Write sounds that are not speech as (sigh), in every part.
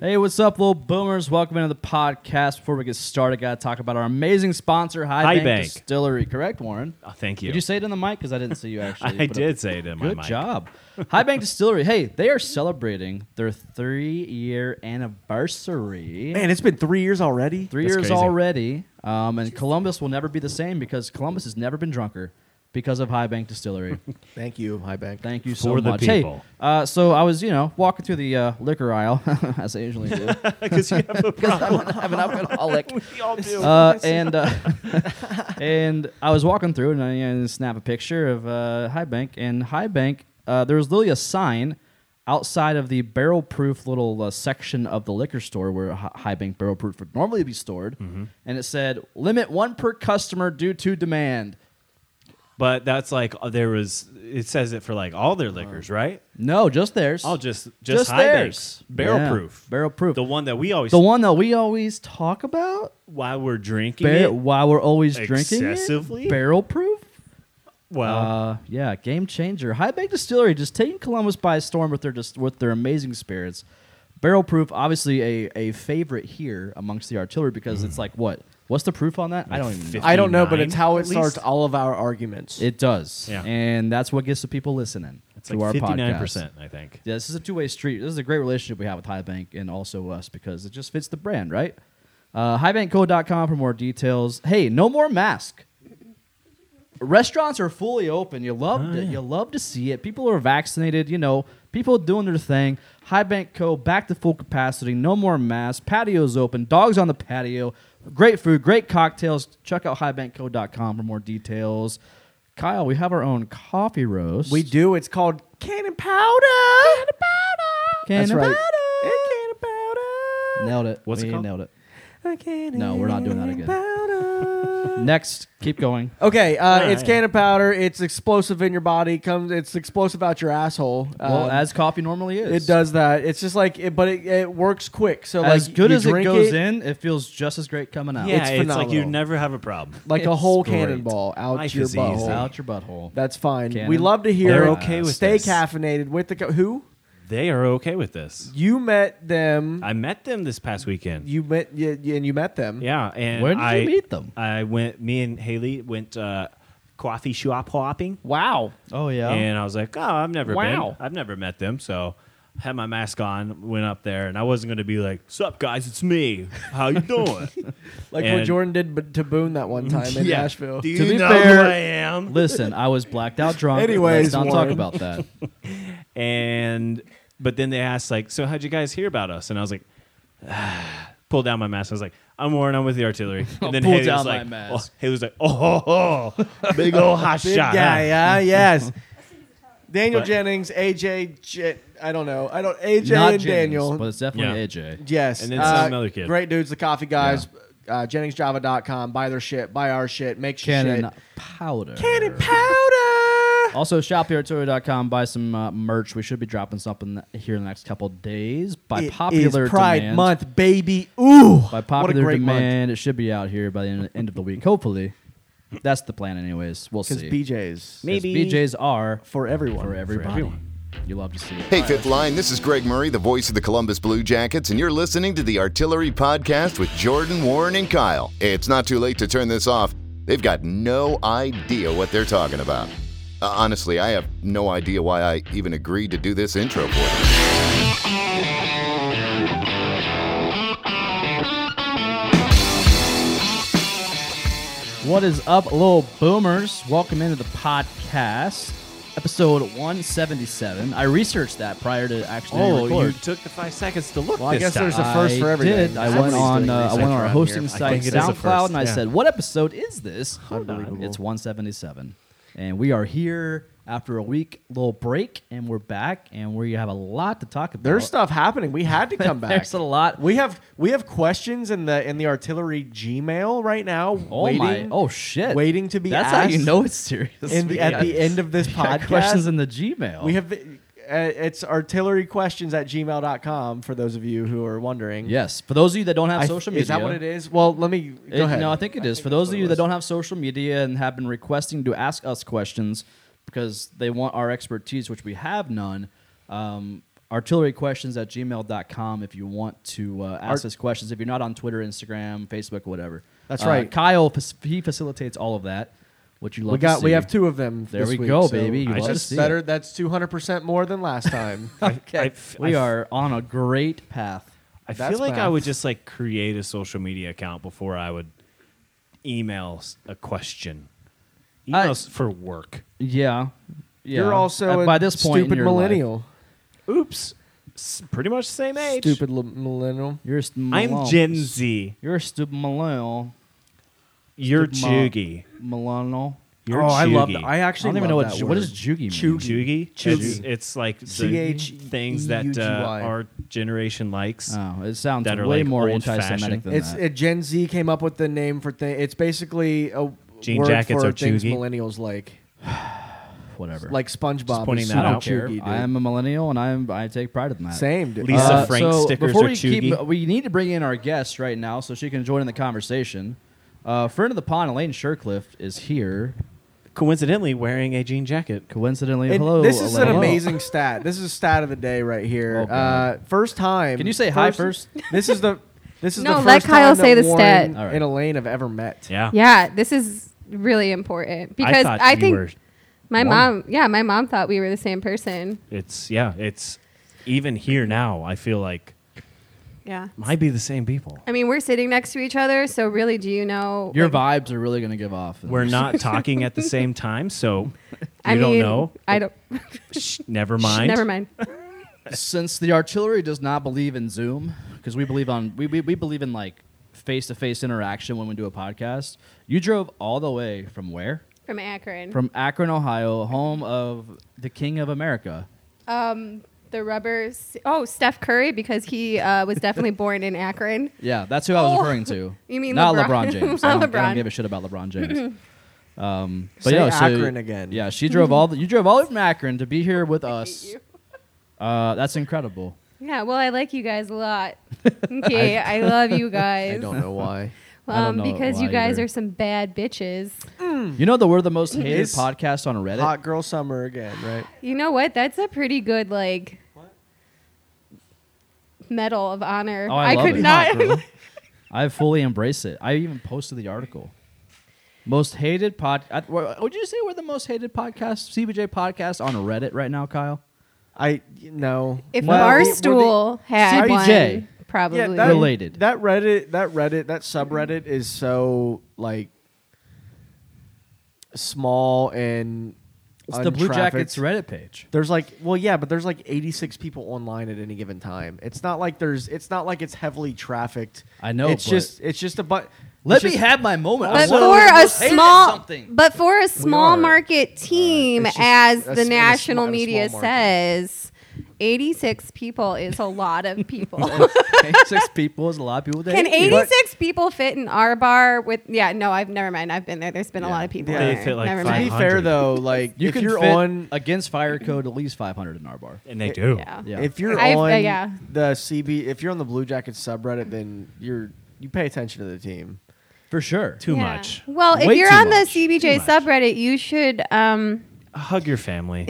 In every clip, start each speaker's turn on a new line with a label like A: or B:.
A: Hey, what's up, little boomers? Welcome into the podcast. Before we get started, gotta talk about our amazing sponsor, High,
B: High
A: Bank,
B: Bank.
A: Distillery. Correct, Warren?
B: Oh, thank you.
A: Did you say it in the mic? Because (laughs) I didn't
B: (laughs)
A: see you actually.
B: I
A: put
B: did
A: Up.
B: say it in my
A: Good
B: mic.
A: job, High Bank Distillery. Hey, they are celebrating their three-year anniversary.
C: Man, it's been three years already.
A: Three
B: That's
A: years
B: crazy.
A: already, um, and Columbus will never be the same because Columbus has never been drunker because of High Bank Distillery.
C: (laughs) Thank you, High Bank.
A: Thank you so
B: For the
A: much. Hey,
B: people.
A: uh, so I was, you know, walking through the uh, liquor aisle (laughs) as I usually
B: (laughs)
A: do
B: Because
A: (laughs)
B: you have a
A: because I'm, I'm an alcoholic.
B: we all do.
A: Uh, and uh, and I was walking through and I you know, snap a picture of uh, High Bank and High Bank. Uh, there was literally a sign outside of the barrel proof little uh, section of the liquor store where Hi- High Bank barrel proof would normally be stored,
B: Mm-hmm.
A: and it said limit one per customer due to demand.
B: but that's like uh, there was. It says it for like all their liquors, right?
A: No, just theirs.
B: Oh, just just,
A: Just
B: high
A: theirs.
B: banks. barrel
A: Yeah,
B: proof,
A: barrel proof.
B: The one that we always
A: the one that we always talk about
B: while we're drinking
A: bar-
B: it.
A: while we're always drinking
B: Excessively?
A: it, barrel proof.
B: Well,
A: Uh, yeah, game changer. High Bank Distillery just taking Columbus by storm with their dis- with their amazing spirits. Barrel proof, obviously a, a favorite here amongst the artillery because it's like what? What's the proof on that? I don't even know.
B: Mm. fifty.
C: I don't know, but
B: 59,
C: it's how
B: at
C: it starts
B: least?
C: all of our arguments.
A: It does,
B: Yeah.
A: and that's what gets the people listening
B: it's
A: to
B: like
A: our
B: fifty nine
A: podcast.
B: percent, I think.
A: Yeah, this is a two way street. This is a great relationship we have with High Bank and also us because it just fits the brand, right? Uh, highbankco.com for more details. Hey, no more mask. Restaurants are fully open. You love
B: Oh,
A: it. You love to see it. People are vaccinated. You know, people doing their thing. High Bank Co. back to full capacity. No more masks. Patios open. Dogs on the patio. Great food. Great cocktails. Check out highbankco.com for more details. Kyle, we have our own coffee roast.
C: we do. It's called Cannon Powder. Cannon Powder.
A: Cannon
C: That's right.
A: powder.
C: Cannon Powder.
A: Nailed it.
B: What's it
A: We
B: called?
A: Nailed it.
C: A Cannon
A: No, we're not doing that again. (laughs)
C: Powder.
A: Next, keep going.
C: Okay, uh, it's
B: right.
C: cannon powder. It's explosive in your body. Comes, it's explosive out your asshole.
A: well,
C: Um,
A: Uh, as coffee normally is,
C: it does that. It's just like, it, but it, it works quick. So
A: As
C: like,
A: good
C: you
A: as it
C: drink
A: goes in, it feels just as great coming out.
B: Yeah, it's,
C: It's
B: like you
C: phenomenal.
B: never have a problem.
C: like a
A: It's
C: whole
B: great.
C: cannonball out
B: Life
C: your
B: is easy.
C: butthole.
A: It's out your butthole.
C: That's fine.
A: Cannon.
C: We love to hear.
B: They're
C: it.
B: okay with
C: stay
B: this.
C: caffeinated with the co- who
B: They are okay with this.
C: you met them.
B: I met them this past weekend.
C: you met you, you- and you met them.
B: yeah, and
A: When did you
B: I,
A: meet them?
B: I went. Me and Haley went uh, coffee shop hopping.
C: Wow.
A: Oh yeah.
B: And I was like, oh, I've never
C: Wow.
B: been. I've never met them. So had my mask on, went up there, and I wasn't going to be like, sup, guys, it's me. How you doing?
C: (laughs) Like
B: And-
C: what Jordan did b- to Boone that one time
B: (laughs)
C: in
B: Yeah.
C: Nashville.
B: Do you
A: To be
B: know
A: fair-
B: who I am?
A: Listen, I was blacked out drunk. let's
C: Anyways,
A: not talk
C: Warren.
A: about
C: (laughs)
A: that.
B: And, but then they asked, like, so how'd you guys hear about us? And I was like, (sighs) pulled down my mask. I was like, I'm Warren. I'm with the
C: (laughs)
B: artillery. And then
A: Pull
B: Haley
A: down
B: was
A: my
B: like,
A: mask.
B: Oh, Haley was like, oh, ho,
C: (laughs)
B: ho, big old hot
C: Big
B: shot. huh?" (laughs)
C: guy, yeah, yes. Daniel
B: But-
C: Jennings, AJ, J- I don't know, I don't AJ
A: not
C: and
A: Jennings,
C: Daniel.
A: but it's definitely
B: Yeah.
A: AJ.
C: yes, Uh,
B: And then some other kid.
C: Great dudes, the coffee guys. Uh, JenningsJava.com. Buy their shit. Buy our shit. Make
A: Cannon
C: shit.
A: powder.
C: Cannon powder.
A: Also, shopyartillery.com. Buy some uh, merch. We should be dropping something here in the next couple days. By
C: It is
A: popular
C: Pride
A: demand,
C: Month, baby.
A: By
C: Ooh, what a
A: popular
C: great month.
A: demand, it should be out here by the end, end of the week. Hopefully, that's the plan. Anyways, we'll see.
C: Because BJ's
A: Because BJs are
C: for everyone.
A: for everybody.
C: everyone.
A: You love to see it.
D: Hey, Fifth Line, this is Greg Murray, the voice of the Columbus Blue Jackets, and you're listening to the Artillery Podcast with Jordan, Warren, and Kyle. It's not too late to turn this off. They've got no idea what they're talking about. Uh, honestly, I have no idea why I even agreed to do this intro for them.
A: What is up, little boomers? Welcome into the podcast, episode 177. I researched that prior to actually
B: Oh, you
A: record.
B: took the five seconds to look
C: Well, I
B: this
C: guess
B: time.
C: there's a first
A: I
C: for everything.
A: did. I went
C: Everybody's
A: on.
C: doing
A: Uh, I
C: research
A: went on our
C: around
A: hosting
C: here.
A: site,
B: think it is a
A: SoundCloud,
B: first,
A: and I
B: yeah.
A: said, "What episode is this?"
C: Unbelievable.
A: It's 177, and we are here after a week little break, and we're back, and we have a lot to talk about.
C: There's stuff happening. We
A: (laughs)
C: had to come back.
A: There's a lot.
C: We have we have questions in the in the artillery Gmail right now.
A: Oh
C: waiting,
A: my! Oh shit!
C: Waiting to be.
A: That's
C: asked
A: how you know it's serious.
C: in the-
A: We
C: at
A: got-
C: the end
A: (laughs)
C: of this
A: we got
C: podcast.
A: questions in the Gmail.
C: we have. Uh, it's artillery questions at gmail.com for those of you who are wondering.
A: Yes, for those of you that don't have
C: I-
A: social media,
C: Is that what it is? Well, let me go
A: It-
C: ahead.
A: No, I think it is. For those of you that don't have social media and have been requesting to ask us questions because they want our expertise, which we have none, um, artilleryquestions at gmail.com if you want to uh, ask
C: Art-
A: us questions. If you're not on Twitter, Instagram, Facebook, whatever.
C: That's
A: Uh,
C: right.
A: Kyle, fac- he facilitates all of that, which you love
C: We
A: to
C: got we
A: see.
C: have two of them.
A: There
C: this
A: we
C: week,
A: go,
C: so
A: baby. You
B: I
A: love to
B: just
A: see it.
C: That's better. That's two hundred percent more
A: (laughs)
C: than last time.
B: Okay. I, f-
A: We
B: I f-
A: are on a great path.
B: I feel
C: That's
B: like I
C: math.
B: would just like create a social media account before I would email s- a question.
A: I-
B: Emails for work.
A: Yeah. yeah.
C: You're also
A: At-
C: a
A: by this point in
C: stupid
A: your life,
C: millennial.
B: Oops. S- pretty much the same age.
C: Stupid li- millennial.
A: you're a st-
B: I'm
A: Malone.
B: Gen Z.
A: You're a stupid millennial.
B: You're
A: Stupid mom.
B: Jugi.
A: Millennial.
B: You're
C: oh, I love
B: Jugi.
C: that. I actually
A: I don't even know
C: love
A: what
C: that
A: ju- what
C: word.
A: does jugi mean.
B: Jugi. It's,
C: Chugi.
B: it's like the
C: C-H-E-U-G-Y.
B: things
C: E
B: that uh, our generation likes.
C: Ah,
A: Oh, it sounds
B: That are,
A: way
B: like,
A: more
B: old-fashioned.
A: anti-Semitic than
C: It's
A: that.
C: it, Gen Z came up with the name for thing. It's basically a
B: Jean
C: word
B: jackets
C: for
B: are
C: things
B: chuggy.
C: millennials like,
A: Whatever.
C: like SpongeBob. is
B: pointing
C: super
B: that
A: I don't
B: out.
A: care.
C: chuggy, dude.
A: I am a millennial, and I am I take pride in that.
C: Same, dude.
B: Lisa
C: Uh,
B: Frank
A: so
B: stickers
A: before
B: are
A: we keep,
B: chuggy.
A: we need to bring in our guest right now so she can join in the conversation. Uh, friend of the pond, Elaine Shercliff is here.
B: Coincidentally, wearing a jean jacket.
A: Coincidentally,
C: it-
A: hello.
C: this is an
A: Elaine.
C: amazing stat. This is a stat of the day right here.
A: Oh, God.
C: uh, first time.
A: Can you say hi first?
C: (laughs) This is the. This is
E: No,
C: the
E: let
C: first
E: Kyle
C: time
E: say
C: that
E: the
C: Warren
E: stat.
A: All right.
C: and Elaine have ever met.
B: Yeah.
E: Yeah, this is really important
B: I
E: because
B: thought
E: I,
B: you
E: think
B: were-
E: my
B: one.
E: mom, yeah, my mom thought we were the same person.
B: It's yeah. It's even here now. I feel like
E: Yeah.
B: might be the same people.
E: I mean, we're sitting next to each other, so really, do you know?
A: Your
E: like,
A: vibes are really going to give off.
E: (laughs)
B: We're not talking at the same time, so you
E: I
B: don't
E: mean,
B: know.
E: I don't. (laughs)
B: Shh, never mind.
E: Never mind.
A: (laughs) Since the artillery does not believe in Zoom, because we believe on we, we, we believe in like face to face interaction when we do a podcast. You drove all the way from where?
E: From Akron,
A: From Akron, Ohio, home of the King of America.
E: Um, the rubbers. Oh, Steph Curry because he uh, was definitely born in Akron.
A: Yeah, that's who I was
E: Oh.
A: referring to.
E: You mean
A: not LeBron,
E: LeBron.
A: James?
E: Not
A: I, don't, I don't
E: LeBron.
A: give a shit about LeBron James. um, but
C: Say
A: yeah, so-
C: Akron again.
A: Yeah, she drove all. The, you drove all the way from Akron to be here with us.
E: you.
A: Uh, that's incredible.
E: Yeah, well, I like you guys a lot. Okay, I love you guys.
C: I don't know why.
A: I don't
E: Um,
A: know
E: because
A: why
E: you guys
A: either.
E: are some bad bitches.
A: You know that we're the most hated
C: It's
A: podcast on Reddit.
C: Hot girl summer again, right?
E: You know what? That's a pretty good like medal of honor.
A: Oh, I love
E: could
A: it.
E: not.
A: I fully embrace it. I even posted the article. Most hated pod. I, wha- would you say we're the most hated podcast, CBJ podcast on Reddit right now, Kyle?
C: I no.
E: (laughs) if
C: Well, we- we're the-
E: Barstool had
A: CBJ.
E: one, probably.
C: yeah, that,
A: Related.
C: That Reddit, that Reddit, that subreddit is so like small and
A: It's the Blue
C: untrafficked.
A: Jackets Reddit page.
C: There's like, well, yeah, but there's like 86 people online at any given time. It's not like there's, it's not like it's heavily trafficked.
A: I know,
C: It's
A: but-
C: just, it's just a but.
A: Let me have my moment. I
E: but
A: wanna
E: for
A: be the
E: a
A: most hated
E: small,
A: something. (laughs)
E: but for a small
A: are.
E: market team,
C: It's just
E: as
C: a
E: the
C: s- in a
E: national
C: small- in a
E: media
C: small market.
E: says, eighty-six people is a lot of people.
A: 86 people is a lot of people. to
E: Can
A: hate you.
E: eighty-six people fit in our bar? With yeah, no, I've never mind. I've been there. There's been a lot of people.
B: They
E: in
B: fit
E: there.
B: like
E: never
C: To be
E: mind.
B: 500.
C: fair though, like
A: You
C: if
A: can
C: you're
A: fit
C: on,
A: against fire code at least 500 in our bar.
B: and they do.
E: Yeah.
A: Yeah.
C: if you're
E: I've- uh,
C: on
E: yeah.
C: the CB, if you're on the Blue Jackets subreddit, then you're you pay attention to the team.
A: For sure.
B: Too
E: Yeah.
B: much.
E: Well,
A: Way
E: if you're
A: too
E: on
A: much.
E: the CBJ
B: Too much.
E: subreddit, you should um,
B: Hug your
E: (laughs)
B: family.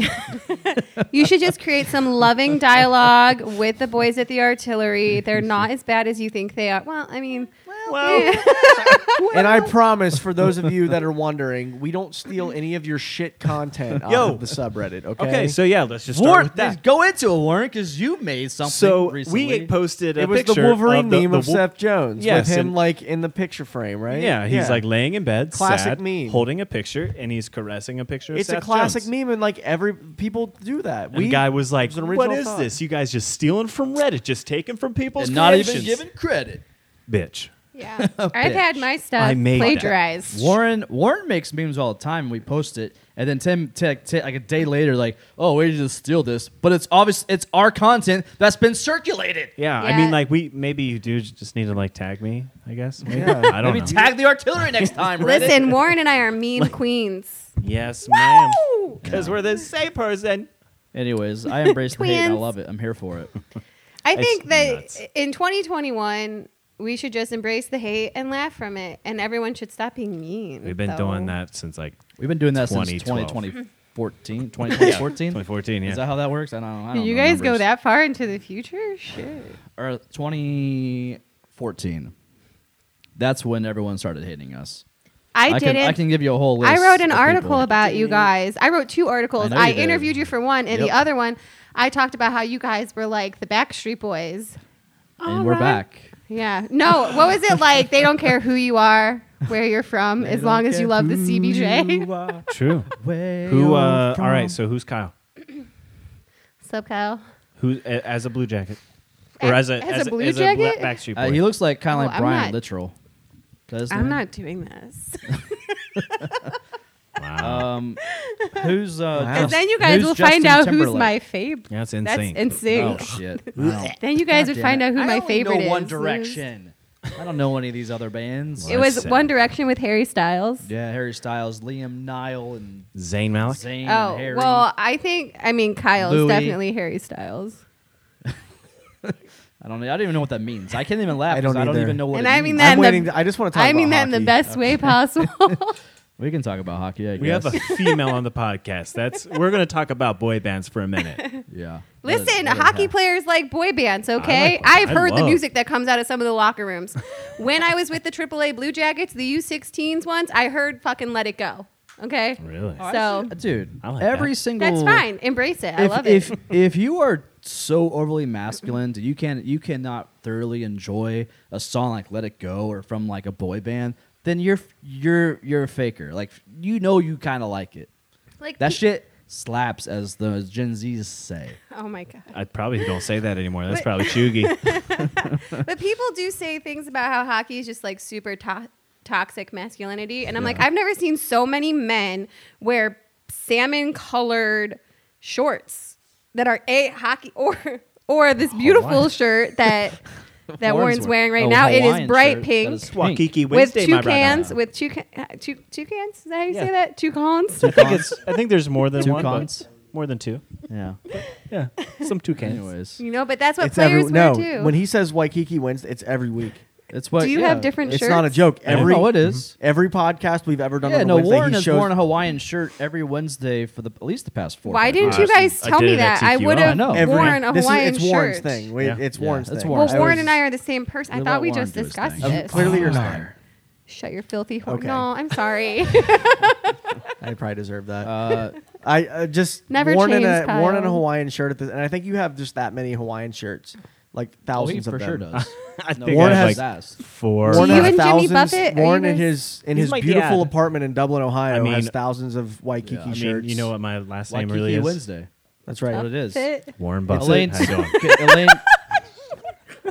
E: you should just create some loving dialogue with the boys at the artillery. They're not as bad as you think they are. Well, I mean, eh.
B: well,
C: And I promise, for those of you
B: (laughs)
C: that are wondering, we don't steal any of your shit content out
B: Yo.
C: of the subreddit. Okay.
B: okay. So yeah, let's just start
A: Warren,
B: with that.
A: go into it, Warren, because you made something
B: So
A: recently.
B: we posted a
C: it was the
B: picture
C: Wolverine
B: of the,
C: meme
B: the
C: of
B: Wol-
C: Seth Jones
B: Yes,
C: with him
B: and-
C: like in the picture frame, right?
B: Yeah, he's like laying in bed,
C: Classic
B: sad,
C: meme.
B: holding a picture, and he's caressing a picture.
C: it's
B: of
C: a
B: Seth
C: classic
B: Jones.
C: meme, and like every people do that.
B: And the guy was like,
C: it was an
B: "What
C: original
B: is
C: thought."
B: this? You guys just stealing from Reddit, just taking from people's
A: and not even
B: creations."
A: given credit.
B: bitch."
E: (laughs) yeah, (laughs) I've had my stuff
B: I made that.
E: plagiarized.
A: Warren Warren makes memes all the time. and We post it, and then Tim t- t- like a day later, like, "Oh, we just steal this," but it's obvious it's our content that's been circulated.
B: Yeah, I
E: Yeah.
B: mean, like we maybe you do just need to like tag me, I guess. Maybe.
C: Yeah.
B: I don't
A: Maybe
B: know.
A: tag the artillery next time. Reddit.
E: Listen, Warren and I are meme queens.
B: yes, ma'am. Because we're the same person.
A: Anyways, I embrace the hate. and I
E: Twins.
A: love it. I'm here for it.
E: I
B: It's
E: think that
B: nuts.
E: in 2021, we should just embrace the hate and laugh from it, and everyone should stop being mean.
B: We've been
E: though.
B: doing that since like
A: We've been doing that since
B: 2012.
A: 2020,
B: (laughs)
A: 14, 2014.
B: 2014, yeah.
A: Is that how that works? I don't, I don't
E: Did you
A: know
E: guys go
A: numbers.
E: that far into the future? Shit.
A: Or 2014. That's when everyone started hating us.
E: I, did
A: can,
E: it.
A: I can give you a whole list.
E: I wrote an
A: of
E: article
A: people.
E: about you guys. I wrote two articles.
A: know
E: I,
A: you did.
E: interviewed you for one, and the
A: Yep.
E: other one, I talked about how you guys were like the Backstreet Boys.
A: and we're back.
E: Yeah. No, what was it like? They don't care who you are, where you're from, as long as you love the CBJ. (laughs)
A: uh, (laughs)
B: True. Who? Uh, all right. So who's Kyle?
E: What's up, Kyle?
B: Who a- as a blue jacket, or as a
E: As a Blue
B: as
E: Jacket?
B: A Bla- Backstreet Boy?
A: Uh, he looks like kind of
E: Oh,
A: like
E: I'm
A: Brian
E: not-
A: Littrell. Does
E: I'm
A: he?
E: not doing
A: (laughs)
E: this.
B: wow.
E: (laughs)
A: Um, who's uh?
E: Because
A: Just-
E: then you guys
A: who's
E: will
A: Justin
E: find out who's
A: Timberlake?
E: my favorite.
B: yeah, that's
E: That's
B: insane.
E: insane.
A: Oh
E: (laughs)
A: shit! Wow.
E: Then you guys
A: God
E: would
A: damn
E: find
A: it.
E: out who
A: I
E: my
A: only
E: favorite
A: know
E: is.
A: One Direction. I don't know any of these other bands.
E: It was
B: That's sad.
E: One Direction with Harry Styles.
A: Yeah, Harry Styles, Liam Nile, and
B: Zayn Malik.
A: Zayn.
E: Oh
A: and Harry.
E: well, I think I mean Kyle is
A: Louis.
E: definitely Harry Styles,
A: I don't. know- I don't even know what that means. I can't even laugh
C: I don't
A: because I don't
C: either.
A: even know what.
E: and
A: it
E: I mean
A: means.
E: that.
C: I'm
E: in
C: waiting.
E: the,
C: to- I just want to talk.
E: I mean
C: about
E: that in the
C: hockey.
E: best way possible.
A: We can talk about hockey. I
B: We
A: guess.
B: have a
A: (laughs)
B: female on the podcast. That's we're gonna talk about boy bands for a
E: (laughs)
B: minute.
A: yeah.
E: Listen,
A: What is
E: hockey
A: hap-
E: players like boy bands, okay?
B: like-
E: I've
B: I
E: heard the
B: love-
E: music that comes out of some of the locker rooms. when I was with the AAA Blue Jackets, the U16s once, I heard fucking Let It Go, okay?
B: Really?
E: Oh, So
A: dude.
B: I like
A: every
B: that.
A: single.
E: that's fine. Embrace it. I
A: if,
E: love
A: if (laughs)
E: it.
A: if you are so overly masculine, that you can you cannot thoroughly enjoy a song like "Let It Go" or from like a boy band, then you're you're you're a faker. Like you know you kind of like it.
E: Like
A: That
E: pe-
A: shit slaps, as the Gen Zs say.
E: Oh my god.
B: I probably don't say that anymore. That's
E: But- (laughs)
B: probably Chugi.
E: But people do say things about how hockey is just like super to- toxic masculinity. And I'm like, I've never seen so many men wear salmon colored shorts that are a hockey (laughs) or or this beautiful
B: Hawaiian.
E: shirt that that
A: Warren's
E: Warren's wearing right
A: a
E: now. It
A: Oh, Hawaiian
E: is bright
A: shirt that
E: pink.
A: is pink.
B: Waikiki
E: with
B: Wednesday,
E: two
B: my brother.
E: cans, with two, ca- uh, two two cans. Is that how you say
B: Yeah.
E: that? Two cons.
B: I think it's. I think there's more than
A: Two
B: one. but
A: cons?
B: More than two.
A: Yeah.
C: (laughs)
B: Yeah, some two cans.
A: Anyways,
E: you know, but that's what
C: It's
E: players
C: every no.
E: wear too.
C: When he says Waikiki Wednesday, it's every week.
A: it's what.
E: do you
A: yeah.
E: have different
C: It's
E: shirts?
C: not a joke.
A: I
C: Every Mm-hmm.
A: know it is.
C: every podcast we've ever done.
A: Yeah,
C: on a
A: no.
C: Wednesday,
A: Warren
C: he
A: has
C: shows,
A: worn a Hawaiian shirt every Wednesday for the at least the past four.
E: Why
A: five years.
E: didn't you
B: Honestly,
E: guys
B: I
E: tell
B: did
E: me
B: it at
E: that? I
B: TQL.
E: would
A: I
E: have
A: know.
C: every,
E: worn a
C: this is,
E: Hawaiian
C: it's Warren's
E: shirt.
C: thing. We-
B: Yeah.
C: It's
A: Yeah,
C: Warren's
A: that's
C: thing.
A: Warren's.
E: (laughs) Well,
A: I
E: Warren
A: was-
E: and I are the same person. I
A: We
E: thought
A: love
E: we
A: Warren
E: just
A: Bruce
E: discussed
A: things.
E: this.
C: Um, Clearly, you're not.
E: (gasps) Shut your filthy whore.
C: Okay.
E: No,
A: (laughs)
E: I'm sorry.
C: I probably deserve that.
A: Uh,
C: I uh, just
E: Never
C: worn in a
E: changed,
C: worn in a
E: Kyle.
C: Hawaiian shirt at this, and I think you have just that many Hawaiian shirts, like
A: oh, he
C: thousands
A: for
C: of them.
A: sure does.
B: (laughs) I
A: No,
B: think
C: Warren
B: I have
C: has-
B: like
A: ass.
B: four.
E: Do
C: Warren
E: you
C: has
E: and Jimmy
C: thousands-
E: Buffett- are you
C: Warren in
E: guys-
C: his in
B: He's
C: his
B: my
C: beautiful
B: dad.
C: apartment in Dublin, Ohio,
B: I mean-
C: has thousands of Waikiki
A: Yeah, I mean,
B: I
C: shirts.
B: mean, you know what my last name
A: Waikiki
B: really is?
A: Wednesday.
C: That's
A: What
C: right.
A: it is.
E: Fit.
B: Warren
C: It's
B: Buffett.
A: Elaine,
B: How you doing?
A: (laughs) Elaine,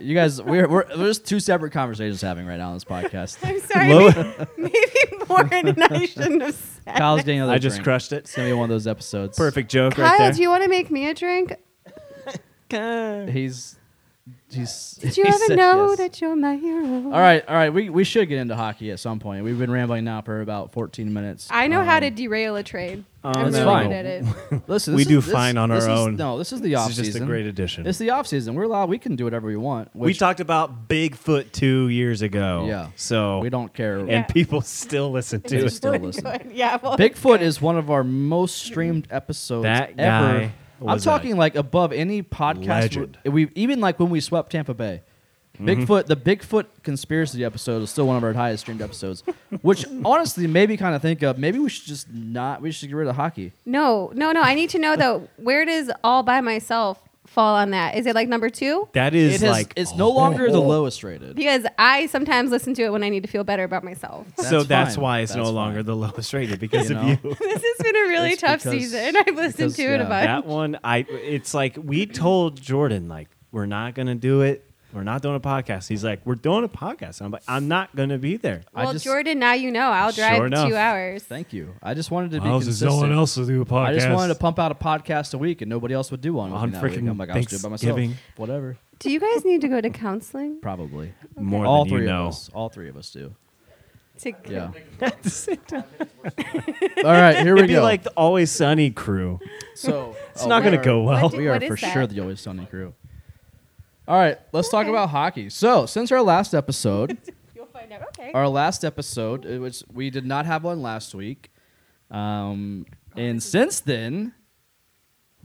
A: you guys, we're, we're there's two separate conversations happening right now on this
E: (laughs)
A: podcast.
E: I'm (laughs) sorry.
B: Low-
E: may- Maybe Warren and I shouldn't have said.
A: Kyle's getting another.
B: I just
A: drink.
B: crushed it.
A: It's gonna be one of those episodes.
B: Perfect joke
E: Kyle,
B: right there.
E: do you want to make me
A: (laughs)
E: a drink?
A: He's, he's.
E: Uh,
A: (laughs)
E: Did you
A: he
E: ever
A: said
E: know
A: yes. Um,
E: that you're my hero?
A: All right, all right. We, we should get into hockey at some point. We've been rambling now for about 14 minutes.
E: I know how to derail a train. I'm
A: that's um,
E: really
A: fine. (laughs)
E: good at it.
A: Listen,
B: We
A: this
B: do
A: is- this-
B: fine on our
A: this is-
B: own.
A: no, this is the
B: This
A: off
B: is just a
A: season.
B: great addition.
A: It's the off season. We're allowed. We can do whatever we want.
B: we
A: Which
B: talked about Bigfoot two years ago.
A: Yeah.
B: So
A: we don't care.
B: and people still listen to
E: (laughs)
A: They
B: it.
A: still listen.
E: Good. Yeah. Well,
A: Bigfoot is one of our most streamed episodes
B: That
A: ever.
B: guy
A: I'm
B: was
A: talking
B: a
A: like above any podcast.
B: legend. Mm-hmm.
A: We even like when we swept Tampa Bay. Bigfoot, the Bigfoot conspiracy episode is still one of our highest streamed episodes,
B: (laughs)
A: which honestly made me kind of think of maybe we should just not we should get rid of hockey.
E: no, no, no. I need to know though. Where does all by myself fall on that? Is it like number two?
B: That is
A: It has,
B: like
A: it's no longer the lowest rated.
E: Because I sometimes listen to it when I need to feel better about myself.
B: so
A: That's
B: that's
A: fine.
B: why it's no
A: That's
B: longer
A: fine.
B: the
A: (laughs)
B: lowest rated because
A: You
B: of
A: know?
B: you.
E: this has been a really
A: It's
E: tough
A: because-
E: season. (laughs) I've listened
A: because,
E: to it
A: yeah.
E: a bunch.
B: that one I it's like we told Jordan like we're not gonna do it. We're not doing a podcast. He's like, we're doing a podcast. I'm like, I'm not gonna be there.
A: I
E: well,
A: just-
E: Jordan, now you know. I'll drive
B: Sure enough.
E: two hours.
A: Thank you. I just wanted to be
B: Miles is
A: consistent.
B: to do a podcast.
A: I just wanted to pump out a podcast a week, and nobody else would do one. with
B: On
A: me that week.
B: freaking
A: I'm like, I'll just do it by myself.
B: Thanksgiving.
A: Whatever.
E: Do you guys need to go to counseling?
A: Probably.
B: more
A: All
B: than
A: three
B: you
A: of
B: know.
A: us. All three of us do.
E: To
A: Yeah.
B: (laughs)
A: All right, here
B: It'd
A: we
B: be
A: go.
B: like the Always Sunny crew.
A: (laughs) so it's
B: not gonna go well.
E: What
A: We are
E: is
A: for
E: that?
A: sure the always sunny crew. All right, let's talk
E: Okay.
A: about hockey. So since our last episode, (laughs)
E: You'll find out. Okay.
A: our last episode, it was we did not have one last week. Um, And since then,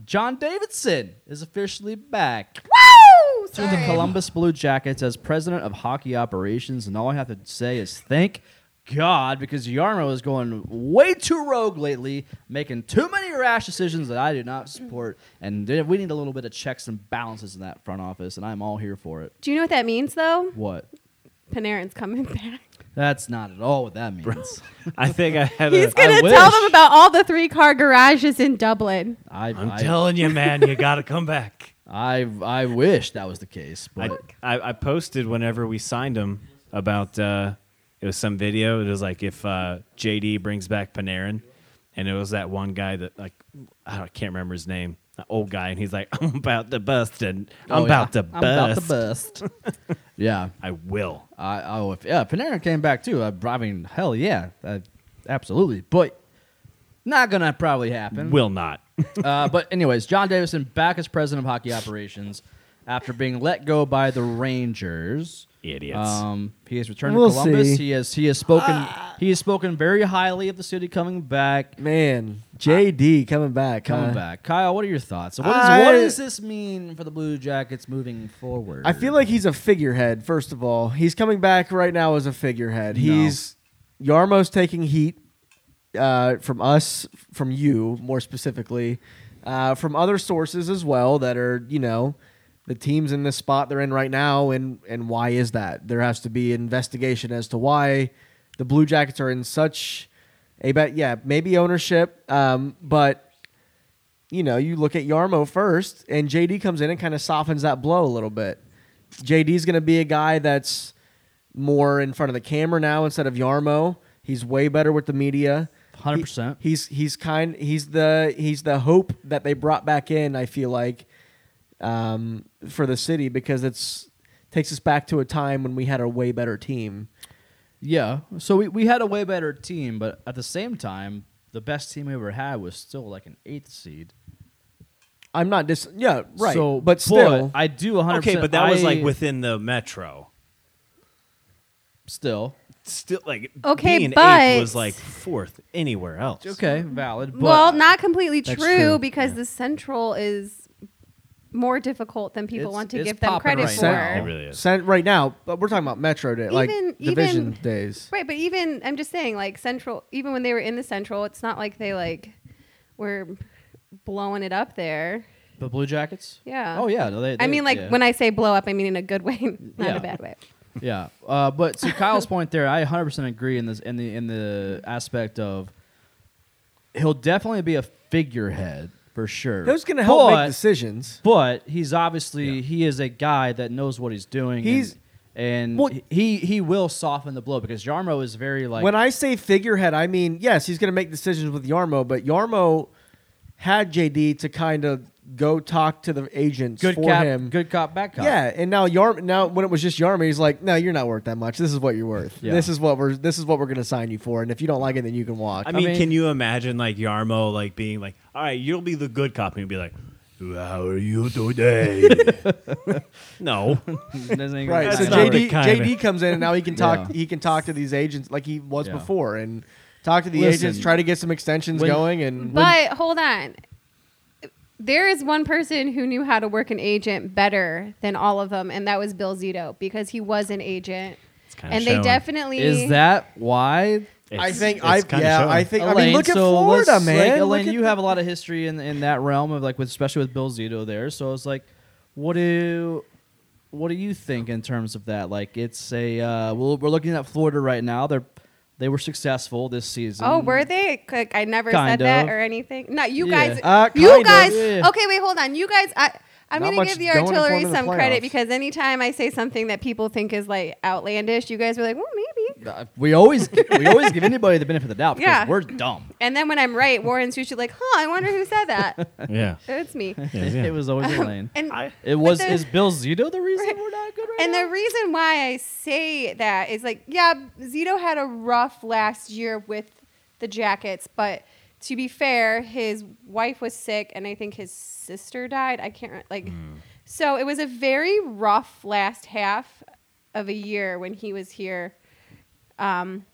A: John Davidson is officially back
E: Woo!
A: to the Columbus Blue Jackets as president of hockey operations. And all I have to say is thank God because Yarmo is going way too rogue lately, making too many rash decisions that I do not support. And th- we need a little bit of checks and balances in that front office, and I'm all here for it.
E: Do you know what that means, though?
A: What?
E: Panarin's coming
A: (laughs)
E: back.
A: That's not at all what that means.
B: I think I had
E: (laughs) He's
B: a.
E: gonna
A: I
E: tell
A: wish.
E: them about all the three car garages in Dublin.
A: I,
B: I'm
A: I,
B: telling you, man, you gotta come (laughs) back.
A: I, I wish that was the case,
B: I,
A: but
B: I, I posted whenever we signed him about uh, it was some video. It was like if uh, JD brings back Panarin, and it was that one guy that like I, don't, I can't remember his name, an old guy, and he's like, "I'm about to bust, and I'm
A: Oh,
B: about
A: yeah.
B: to
A: I'm about to
B: bust.
A: bust.
B: (laughs)
A: yeah,
B: I will."
A: I oh if yeah, Panarin came back too. I, I mean, hell yeah, uh, absolutely. But not gonna probably happen.
B: Will not.
A: uh, but anyways, John Davison back as president of hockey operations after being let go by the Rangers.
B: Idiots.
A: Um, he has returned
C: We'll
A: to Columbus.
C: see. Ah.
A: He has he has spoken he has spoken very highly of the city coming back.
C: Man, JD coming back.
A: Coming
C: huh?
A: back, Kyle. What are your thoughts? What, is,
C: Uh. I-
A: what does this mean for the Blue Jackets moving forward?
C: I feel like he's a figurehead. First of all, he's coming back right now as a figurehead.
A: No.
C: He's Yarmo's taking heat uh, from us, from you more specifically, uh, from other sources as well that are you know the teams in this spot they're in right now, and and why is that? There has to be investigation as to why the Blue Jackets are in such a bet. Yeah, maybe ownership, um, but you know, you look at Yarmo first, and JD comes in and kind of softens that blow a little bit. JD's going to be a guy that's more in front of the camera now instead of Yarmo. He's way better with the media.
A: 100%.
C: He- He's he's kind. He's the he's the hope that they brought back in. I feel like um, for the city because it's takes us back to a time when we had a way better team.
A: Yeah. So we, we had a way better team, but at the same time, the best team we ever had was still like an eighth seed.
C: I'm not dis. Yeah, right.
A: So,
C: but still,
A: I do 100.
B: okay, but that was like
A: I-
B: within the metro.
A: still
B: Still, like
E: Okay,
B: being
E: but-
B: eighth was like fourth anywhere else.
A: okay, valid. But
E: well, not completely true,
A: That's true,
E: because the central is more difficult than people
A: It's-
E: want to
A: it's
E: give them
A: popping
E: credit
A: right
E: for.
A: now.
B: It really is.
C: Sen- right now, but we're talking about Metro Day, like
E: Even-
C: division
E: even-
C: days.
E: Right, but even I'm just saying, like Central, even when they were in the Central, it's not like they like were blowing it up there.
A: the Blue Jackets.
E: Yeah.
A: Oh yeah. No, they,
E: I mean, like when I say blow up, I mean in a good way, (laughs) not
A: Yeah.
E: a bad way.
A: Yeah. Uh, but to Kyle's point there, I 100% agree in this in the in the aspect of he'll definitely be a figurehead for sure.
C: Who's going to help
A: But-
C: make decisions?
A: but he's obviously he is a guy that knows what he's doing.
C: He's-
A: and, and
C: Well-
A: he he will soften the blow because Yarmo is very like
C: when I say figurehead, I mean yes, he's going to make decisions with Yarmo, but Yarmo had JD to kind of go talk to the agents
A: good
C: for
A: cop,
C: him.
A: good cop, bad cop. (laughs)
C: Yeah, and now Yarm now when it was just Yarmo, he's like, "No, you're not worth that much. This is what you're worth.
A: Yeah.
C: This is what we're this is what we're going to sign you for. And if you don't like it, then you can walk."
B: I mean,
A: mean-
B: can you imagine like Yarmo like being like, "All right, you'll be the good cop," and you'll be like, "How are
A: (laughs)
B: you today?" no,
C: right.
B: that's
C: So
B: not the
C: JD
B: kind of-
C: JD comes in and now he can talk
A: Yeah.
C: he can talk to these agents like he was
A: Yeah.
C: before and talk to the
A: Listen,
C: agents, try to get some extensions
A: when-
C: going and
E: But hold on. There is one person who knew how to work an agent better than all of them, and that was Bill Zito because he was an agent.
B: kinda
E: And
B: showing.
E: they definitely
A: Is that why?
C: I
B: It's-
C: think
B: it's
C: I
B: kinda
C: yeah,
B: showing.
C: I think I mean
A: Elaine,
C: look at
A: so let's-
C: Florida,
A: like,
C: man. Look
A: Elaine,
C: at
A: you
C: the-
A: have a lot of history in in that realm of like with especially with Bill Zito there. So it's like, what do what do you think in terms of that? Like it's a uh, well, we're looking at Florida right now. They're they were successful this season.
E: Oh, were they? Like, I never
A: Mm. Kind
E: said that
A: of.
E: or anything. No, you
A: Yeah.
E: guys.
C: Uh, kind
E: you
C: of.
E: guys.
A: Yeah.
E: Okay, wait, hold on. You guys. I, I'm
C: Not
E: going
C: much
E: to give the
C: going for
E: artillery
C: them in the
E: some credit
C: playoffs.
E: because anytime I say something that people think is like outlandish, you guys are like, well, maybe.
A: Uh, we always we always give anybody the benefit of the doubt because
E: Yeah.
A: we're dumb.
E: And then when I'm right, Warren's usually like, huh, I wonder who
C: (laughs)
E: said that.
B: yeah.
E: it's me.
B: yeah.
A: It was always Elaine.
E: Um, And
A: It was
E: the-
A: is Bill Zito the reason
E: Right.
A: we're not good right
E: And
A: now?
E: the reason why I say that is like, yeah, Zito had a rough last year with the Jackets, but to be fair, his wife was sick, and I think his sister died. I can't re- like, so it was a very rough last half of a year when he was here. Um,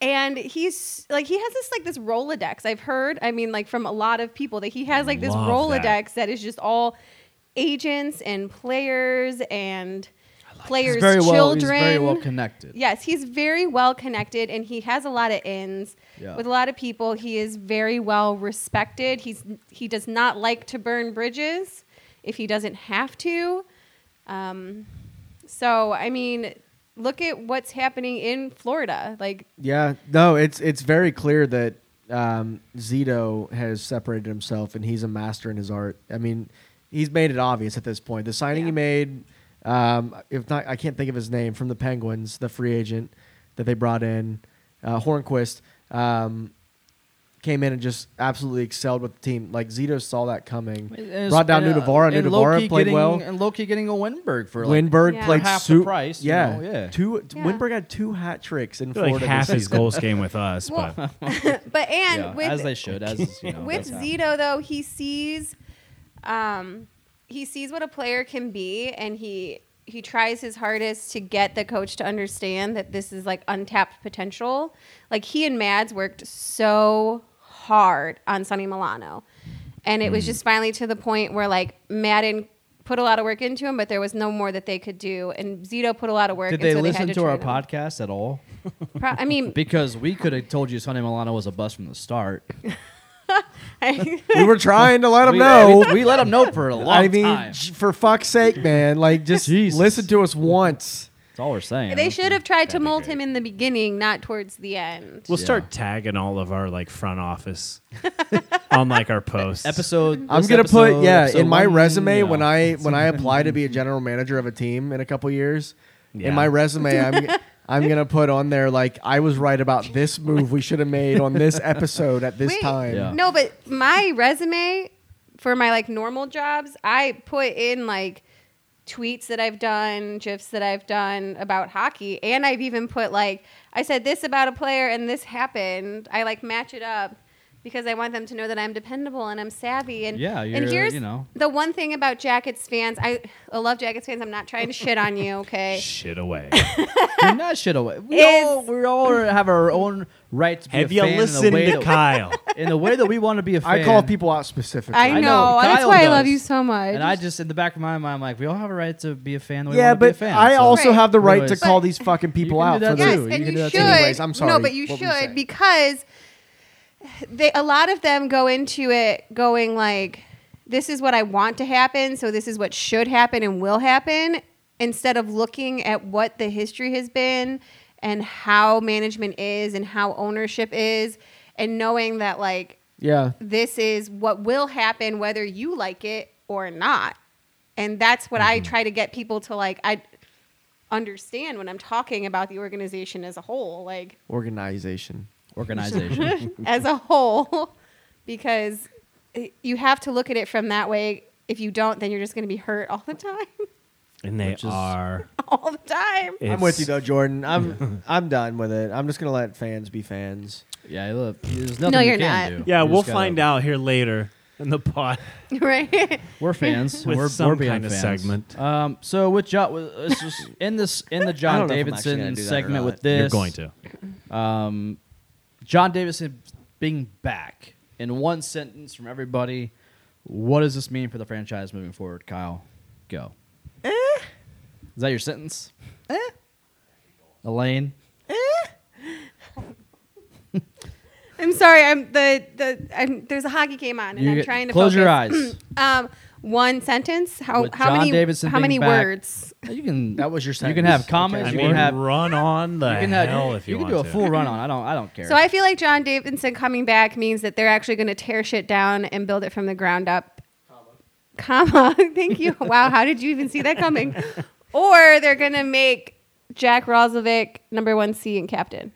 E: and he's like he has this like this Rolodex. I've heard, I mean, like from a lot of people that he has like this
B: Love that.
E: Rolodex that is just all agents and players and players'
A: He's very well. He's
E: children.
A: very well connected.
E: Yes, he's very well connected and he has a lot of ins
A: Yeah.
E: with a lot of people. He is very well respected. He's he does not like to burn bridges if he doesn't have to. Um, so I mean, look at what's happening in Florida. Like
C: Yeah, no, it's it's very clear that um, Zito has separated himself and he's a master in his art. I mean, he's made it obvious at this point. The signing he
E: Yeah.
C: made, um, if not, I can't think of his name from the Penguins, the free agent that they brought in, uh, Hornquist, um, came in and just absolutely excelled with the team. Like Zito saw that coming,
A: And it's-
C: brought down
A: and, uh,
C: Nudavara.
A: and
C: Nudavara
A: low-key
C: played
A: getting-
C: well.
A: and Loki getting a Winberg for like,
C: Winberg
E: Yeah.
C: played
A: half the
C: super,
A: price, you
C: Yeah,
A: know, yeah.
C: Two.
E: Yeah.
C: Winberg had two hat tricks in Florida.
B: like
C: this
B: half his
C: season.
B: goals came with us, but
E: but and
A: yeah,
E: with
A: as they should, as is, you know,
E: with
A: that's how-
E: Zito though, he sees, um, he sees what a player can be, and he he tries his hardest to get the coach to understand that this is like untapped potential. Like he and Mads worked so hard on Sonny Milano, and it
A: Mm-hmm.
E: was just finally to the point where like Madden put a lot of work into him, but there was no more that they could do, and Zito put a lot of work.
A: Did
E: and
A: they
E: so
A: listen
E: had
A: to our
E: trade him.
A: podcast at all?
E: Pro-
A: (laughs)
E: I mean,
A: Because we could have told you Sonny Milano was a bust from the
C: (laughs)
A: start.
E: (laughs) I,
C: we were trying
A: (laughs)
C: to let him
A: we,
C: know.
A: we, we let him know for a long
C: I mean,
A: time.
C: j- for fuck's sake, man! Like, just
A: Jesus.
C: listen to us once.
A: That's all we're saying.
E: they should have tried to
B: be
E: mold
B: great.
E: him in the beginning, not towards the end.
B: we'll
A: Yeah.
B: start tagging all of our like front office on like our posts.
A: episode.
C: I'm
A: this
C: gonna
A: episode,
C: put yeah
A: episode
C: in my
A: one,
C: resume
A: you
C: when
A: know.
C: I when I apply to be a general manager of a team in a couple years.
B: Yeah.
C: In my resume, I'm
A: (laughs)
C: I'm gonna put on there like I was right about this move we should have made
A: (laughs)
C: on this episode at this
E: Wait,
C: time.
A: Yeah.
E: No, but my resume for my like normal jobs, I put in like tweets that I've done, gifs that I've done about hockey, and I've even put like I said this about a player and this happened. I like match it up because I want them to know that I'm dependable and I'm savvy and
A: Yeah,
E: and
A: you're,
E: here's
A: you know.
E: the one thing about Jackets fans. I, I love Jackets fans. I'm not trying to shit on
A: (laughs)
E: you, okay?
B: shit away.
A: You're not shit away. We
E: (laughs) Is-
A: all we all have our own right to be
B: Have
A: a
B: you
A: fan in the
B: listened
A: way
B: to
A: that-
B: Kyle?
A: in the way that we want to be a fan.
C: (laughs) I call people out specifically.
E: I know.
A: know,
E: That's
A: Kyle
E: why I
A: does.
E: love you so much.
A: And I just in the back of my mind, I'm like, we all have a right to be a fan. The way we
C: yeah,
A: want to be a
C: but
A: fan.
C: I
A: so-
C: also have the right to
A: Anyways.
C: call these fucking people
A: can do
C: out
A: that too.
C: for this.
E: Yes,
A: You
E: and
A: can
E: you,
A: do that
E: should.
A: too.
C: Anyways, I'm sorry.
E: No, but you
C: What were you saying?
E: should because they a lot of them go into it going like, "This is what I want to happen, so this is what should happen and will happen," instead of looking at what the history has been and how management is and how ownership is, and knowing that like
C: Yeah.
E: this is what will happen whether you like it or not and that's what
A: Mm-hmm.
E: i try to get people to like i understand when i'm talking about the organization as a whole like
C: Organization. (laughs)
A: organization.
E: as a whole (laughs) because it- you have to look at it from that way if you don't then you're just going to be hurt all the (laughs) time
B: and they
A: Which is- (laughs)
B: are.
E: all the time
C: I'm
B: It's-
C: with you though,
B: (laughs)
C: Jordan. I'm I'm done with it. I'm just gonna let fans be fans.
A: yeah, look, there's nothing
E: No,
A: you
E: you're
A: can
E: not.
A: do.
B: Yeah,
A: You
B: we'll
A: just gotta-
B: find out here later in the pod.
E: (laughs) right
C: (laughs)
A: We're fans. and
B: With
A: we're,
B: some
A: we're being
B: kind of
A: fans.
B: segment.
A: Um, so with John, with- let's just in this in the
C: (laughs) I
A: John
C: don't know if I'm actually gonna
A: Davidson
C: do that or
A: segment
C: not.
A: with this.
B: You're going to.
A: Um, John Davidson being back in one sentence from everybody. What does this mean for the franchise moving forward, Kyle? Go.
E: Eh.
A: Is that your sentence? Elaine.
E: i'm sorry i'm the the I'm, there's a hockey game on and
A: You
E: i'm
A: get-
E: trying to
A: close your
E: focus. (clears throat)
A: eyes.
E: um one sentence how
A: With
E: how
A: John
E: many
A: Davidson
E: how many
A: being back.
E: words
A: You can.
C: That was your
A: You can have
C: sentence.
A: comments.
B: I
A: You
B: mean,
A: can have. You
B: run on the
A: can have.
B: hell if you,
A: can
B: want
A: do a
B: to.
A: full run on. I don't. I don't care.
E: So I feel like John Davidson coming back means that they're actually going to tear shit down and build it from the ground up. Comma. (laughs) Thank you. Wow. How did you even see
A: (laughs)
E: that coming? Or they're going to make Jack Roslovic number one C and captain.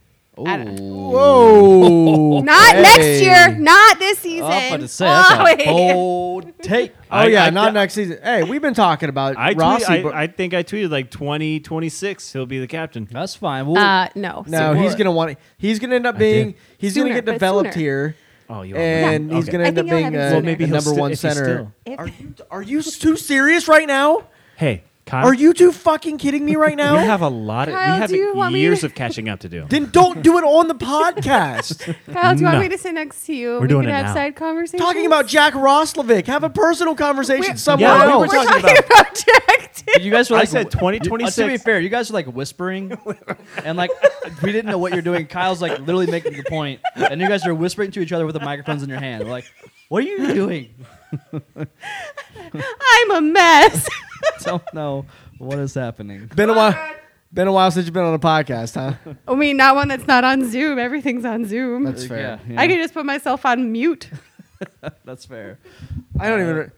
E: I don't know.
A: Ooh.
B: Oh.
C: (laughs) Whoa!
E: Not next
C: Hey.
E: year. Not this season.
A: Oh, I was about to say that's
E: Oh,
A: a
E: wait.
A: bold take.
C: Oh
B: I-
C: yeah,
B: I-
C: not next season. Hey, we've been talking about
B: I, tweet,
C: Rossi.
B: I,
C: but
B: I think I tweeted like 20, 26, he'll be the captain.
A: That's fine. We'll,
E: (laughs) Uh, no.
C: no,
A: So
C: he's
A: what?
C: gonna want. He's gonna end up being.
B: did.
C: He's gonna
E: Sooner,
C: get
E: but
C: developed
E: sooner.
C: here,
B: Oh, you
C: and he's gonna
E: I
C: end up
E: think he'll
C: being
E: have
C: a,
E: it sooner. Well, maybe
C: a
B: he'll
C: number
B: still-
C: one
B: if he's
C: center.
B: still-
C: Are you are you too serious right now?
B: Hey, Kyle,
C: Are you two fucking kidding me
B: (laughs)
C: right now?
B: We have a lot of
E: Kyle,
B: we have
E: do you want me
B: years
E: to-
B: of catching up to do.
C: then don't do it on
B: (laughs)
C: the podcast.
E: Kyle, do you want
B: No.
E: me to sit next to you?
B: We're doing
E: can
B: it
E: have
B: now.
E: side conversations.
C: talking about Jack Roslovic. Have a personal conversation
E: We're-
C: somewhere
B: Yeah, we
E: Oh,
B: were
E: we're
C: else.
B: talking
E: talking,
B: about-
E: about, Jack. too.
A: You guys were
B: I
A: like,
B: said 2026.
A: Uh, to be fair, you guys were like whispering, and like we didn't know what you're doing. Kyle's like literally making the point, and you guys are whispering to each other with the microphones in your hand. We're like, what are (laughs) you doing?
E: I'm
A: (laughs)
E: a mess.
A: Don't know what is happening.
C: Been a while. Been a while since you've been on a podcast,
E: (laughs)
C: huh?
E: I mean, not one that's not on Zoom. Everything's on Zoom.
C: That's fair.
A: Yeah, yeah,
E: I can just put myself on mute.
A: that's fair.
C: I don't even.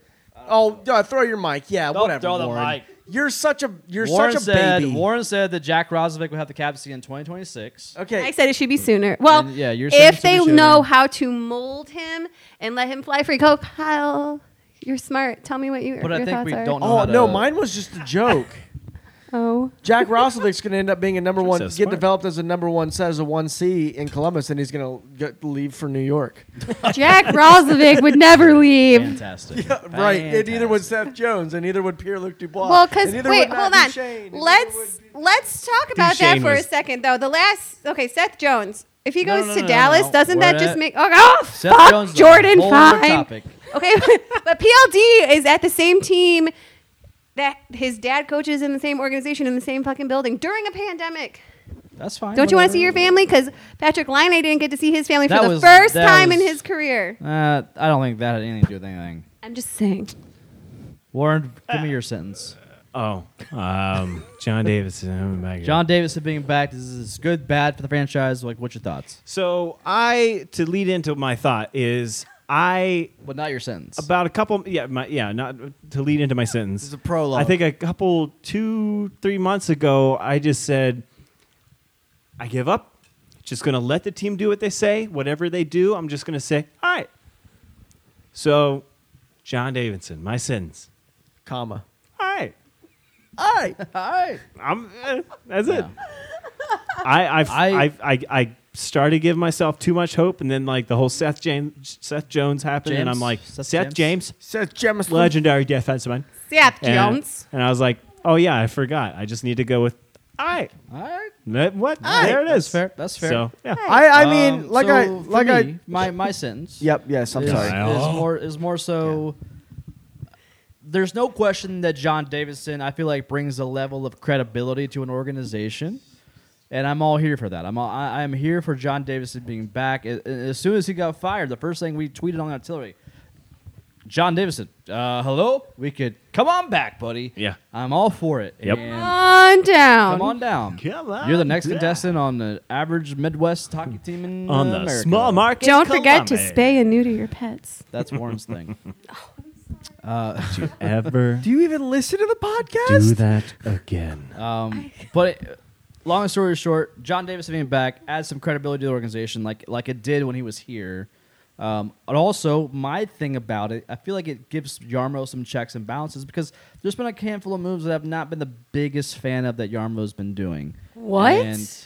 C: oh, uh, throw your mic. Yeah,
A: Don't
C: whatever.
A: throw the
C: Warren.
A: mic.
C: You're such a you're
A: Warren
C: such a
A: said
C: baby.
A: Warren said that Jack Rozovic would have the captaincy in 2026.
C: okay,
E: I said it should be sooner. Well,
A: And, yeah, you're saying it
E: if
A: should be
E: they
A: sooner.
E: know how to mold him and let him fly free, go Kyle. You're smart. Tell me what you.
A: But I
E: your
A: think
E: thoughts
A: we
E: are.
A: don't know.
C: Oh
A: how
C: no,
A: to-
C: mine was just a
E: (laughs)
C: joke.
E: Oh,
C: Jack Roslovic's going to end up being a number one,
B: so
C: get
B: smart.
C: developed as a number one, set as a one C in Columbus, and he's going to leave for New York.
E: Jack Rozovic would never leave.
A: Fantastic.
C: right, and neither would
A: Fantastic.
C: Seth Jones, and neither would Pierre Luc Dubois.
E: Well, because
C: and neither
E: wait,
C: would
E: hold
C: Matt Duchesne,
E: on.
C: and neither
E: Let's let's talk about
B: Duchesne
E: that for a
B: was-
E: second, though. The last, okay, Seth Jones. If he
A: No,
E: goes
A: no, no,
E: to
A: no,
E: Dallas,
A: no.
E: doesn't
A: We're
E: that
A: at-
E: just make okay, oh
A: Seth
E: fuck
A: Jones, though,
E: Jordan
A: whole other
E: fine?
A: topic.
E: Okay, (laughs) but PLD is at the same team that his dad coaches in the same organization in the same fucking building during a pandemic.
A: That's fine.
E: Don't you
A: whatever.
E: want to see your family? Because Patrick Line, I didn't get to see his family
A: That
E: for the
A: was-
E: first
A: that
E: time in
A: was-
E: his career.
A: Uh, I don't think that had anything to do with anything.
E: I'm just saying.
A: Eh. Warren, give me your sentence.
B: Oh, um, John Davis is coming back.
A: John Davidson being back, is this good, bad for the franchise? Like, what's your thoughts?
B: So I to lead into my thought is I
A: But not your sentence.
B: about a couple yeah my, yeah not to lead into my sentence.
C: is a prologue.
B: I think a couple two three months ago I just said I give up. Just gonna let the team do what they say. Whatever they do, I'm just gonna say all right. So, John Davidson, my sentence.
C: comma.
B: All right,
C: All
E: (laughs)
C: right,
B: I'm. eh, that's it.
A: Yeah.
B: I I've,
A: I-
B: I I've, I I started to give myself too much hope, and then like the whole Seth James Seth Jones happened, and
A: James?
B: I'm like
A: Seth
B: Seth,
A: James?
B: James?
C: Seth Jemison.
B: legendary defenseman,
E: Seth
B: and,
E: Jones.
B: and I was like, oh yeah, I forgot. I just need to go with all right.
A: All right.
B: That- What?
C: Aye.
B: There it
A: That's
B: is.
A: fair. That's fair.
B: So yeah.
C: I, I mean,
A: Um,
C: like
A: so
C: I,
A: for
C: like
A: me,
C: I.
A: my my sentence.
C: Yep. Yes. I'm
A: is,
C: sorry.
A: is more is more so. There's no question that John Davidson, I feel like, brings a level of credibility to an organization, and I'm all here for that. I'm all, I, I'm here for John Davidson being back. A- a- As soon as he got fired, the first thing we tweeted on artillery, John Davidson, uh, hello, we could come on back, buddy.
B: Yeah.
A: I'm all for it.
B: Yep.
A: And-
E: on down.
A: Come on down.
B: Oh. Come on
A: You're the next
B: down.
A: contestant on the average Midwest hockey team in
B: on the
A: America.
B: small market.
E: Don't forget to
B: Columbia.
E: spay and neuter your pets.
A: That's Warren's thing.
B: Ever
A: (laughs)
C: Do you even listen to the podcast?
B: do that again?
A: Um, but it, long story short, John Davis being back adds some credibility to the organization, like like it did when he was here. Um, and also, my thing about it, I feel like it gives Yarmo some checks and balances because there's been a handful of moves that I've not been the biggest fan of that Yarmo's been doing.
E: What?
A: And-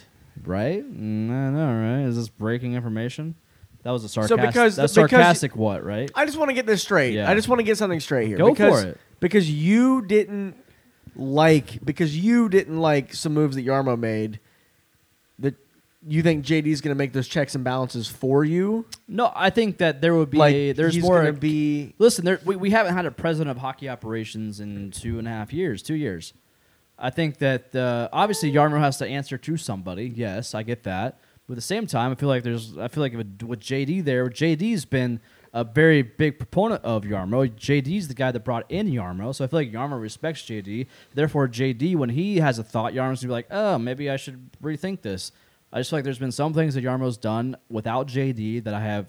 A: right? Mm, I know, right? Is this breaking information? That was a sarcastic.
C: because-
A: that's
C: because-
A: sarcastic. what? Right?
C: I just want to get this straight.
A: Yeah.
C: I just want to get something straight here.
A: Go for
C: because,
A: it.
C: Because you didn't like because you didn't like some moves that Yarmo made. That you think JD's going to make those checks and balances for you?
A: No, I think that there would be
C: like
A: a, there's
C: he's
A: more
C: going to be
A: Listen, there, we, we haven't had a president of hockey operations in two and a half years, two years. I think that uh, obviously Yarmo has to answer to somebody. Yes, I get that. But at the same time, I feel like there's, I feel like with, with JD there, JD's been a very big proponent of Yarmo. JD's the guy that brought in Yarmo, so I feel like Yarmo respects JD. Therefore, JD, when he has a thought, Yarmo's gonna be like, oh, maybe I should rethink this. I just feel like there's been some things that Yarmo's done without JD that I have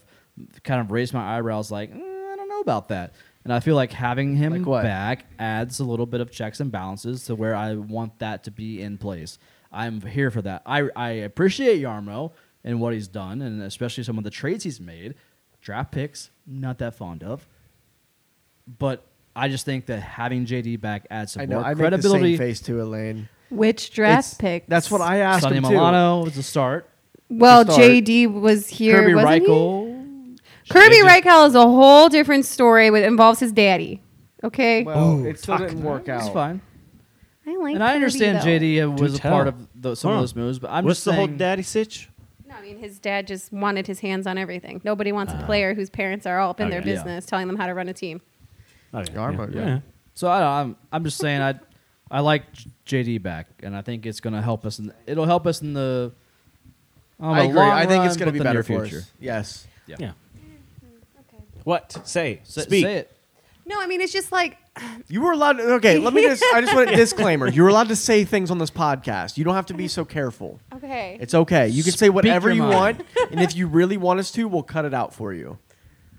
A: kind of raised my eyebrows, like, "Mm, I don't know about that. And I feel like having him
C: Like what?
A: back adds a little bit of checks and balances to where I want that to be in place. I'm here for that. I, I appreciate Yarmo and what he's done, and especially some of the trades he's made. Draft picks, not that fond of. But I just think that having JD back adds some
C: I know
A: more
C: I make the
A: credibility.
C: same face to Elaine.
E: Which
C: It's-
E: draft pick?
C: That's what I asked
A: Sonny
C: him
A: Milano was a start.
E: Well,
C: to start.
E: JD was here.
A: Kirby
E: wasn't he?
A: Reichel.
E: Kirby
B: JD.
E: Reichel is a whole different story. It involves his daddy. Okay.
C: too. Well, it still didn't work out.
A: It's fine.
E: I like.
A: and I
E: Kirby,
A: understand
E: though.
A: JD was a
B: tell.
A: part of the, some
B: Huh.
A: of those moves, but I'm
B: What's
A: just
B: the whole
A: saying-
B: daddy sitch?
E: No, I mean his dad just wanted his hands on everything. Nobody wants a player whose parents are all up in their
A: Ah.
B: okay.
A: Oh, Yeah.
E: business, telling them how to run a team.
B: Okay,
C: Yarmo, yeah.
A: So I don't, I'm I'm just saying I I like JD back, and I think it's gonna help us. In, it'll help us in the. on
C: I
A: the
C: agree.
A: long
C: I think
A: run,
C: it's going
A: but
C: to be
A: the near
C: better for
A: future.
C: us. Yes.
A: Yeah.
B: Yeah. What? Say.
A: Say,
B: Speak.
A: say it.
E: No, I mean it's just like
C: You were allowed. To, okay, let me just. I just
A: (laughs)
C: want a disclaimer. You were allowed to say things on this podcast. You don't have to be so careful.
E: okay,
C: It's okay. You can say whatever
A: your
C: you
A: mind.
C: want, and if you really want us to, we'll cut it out for you.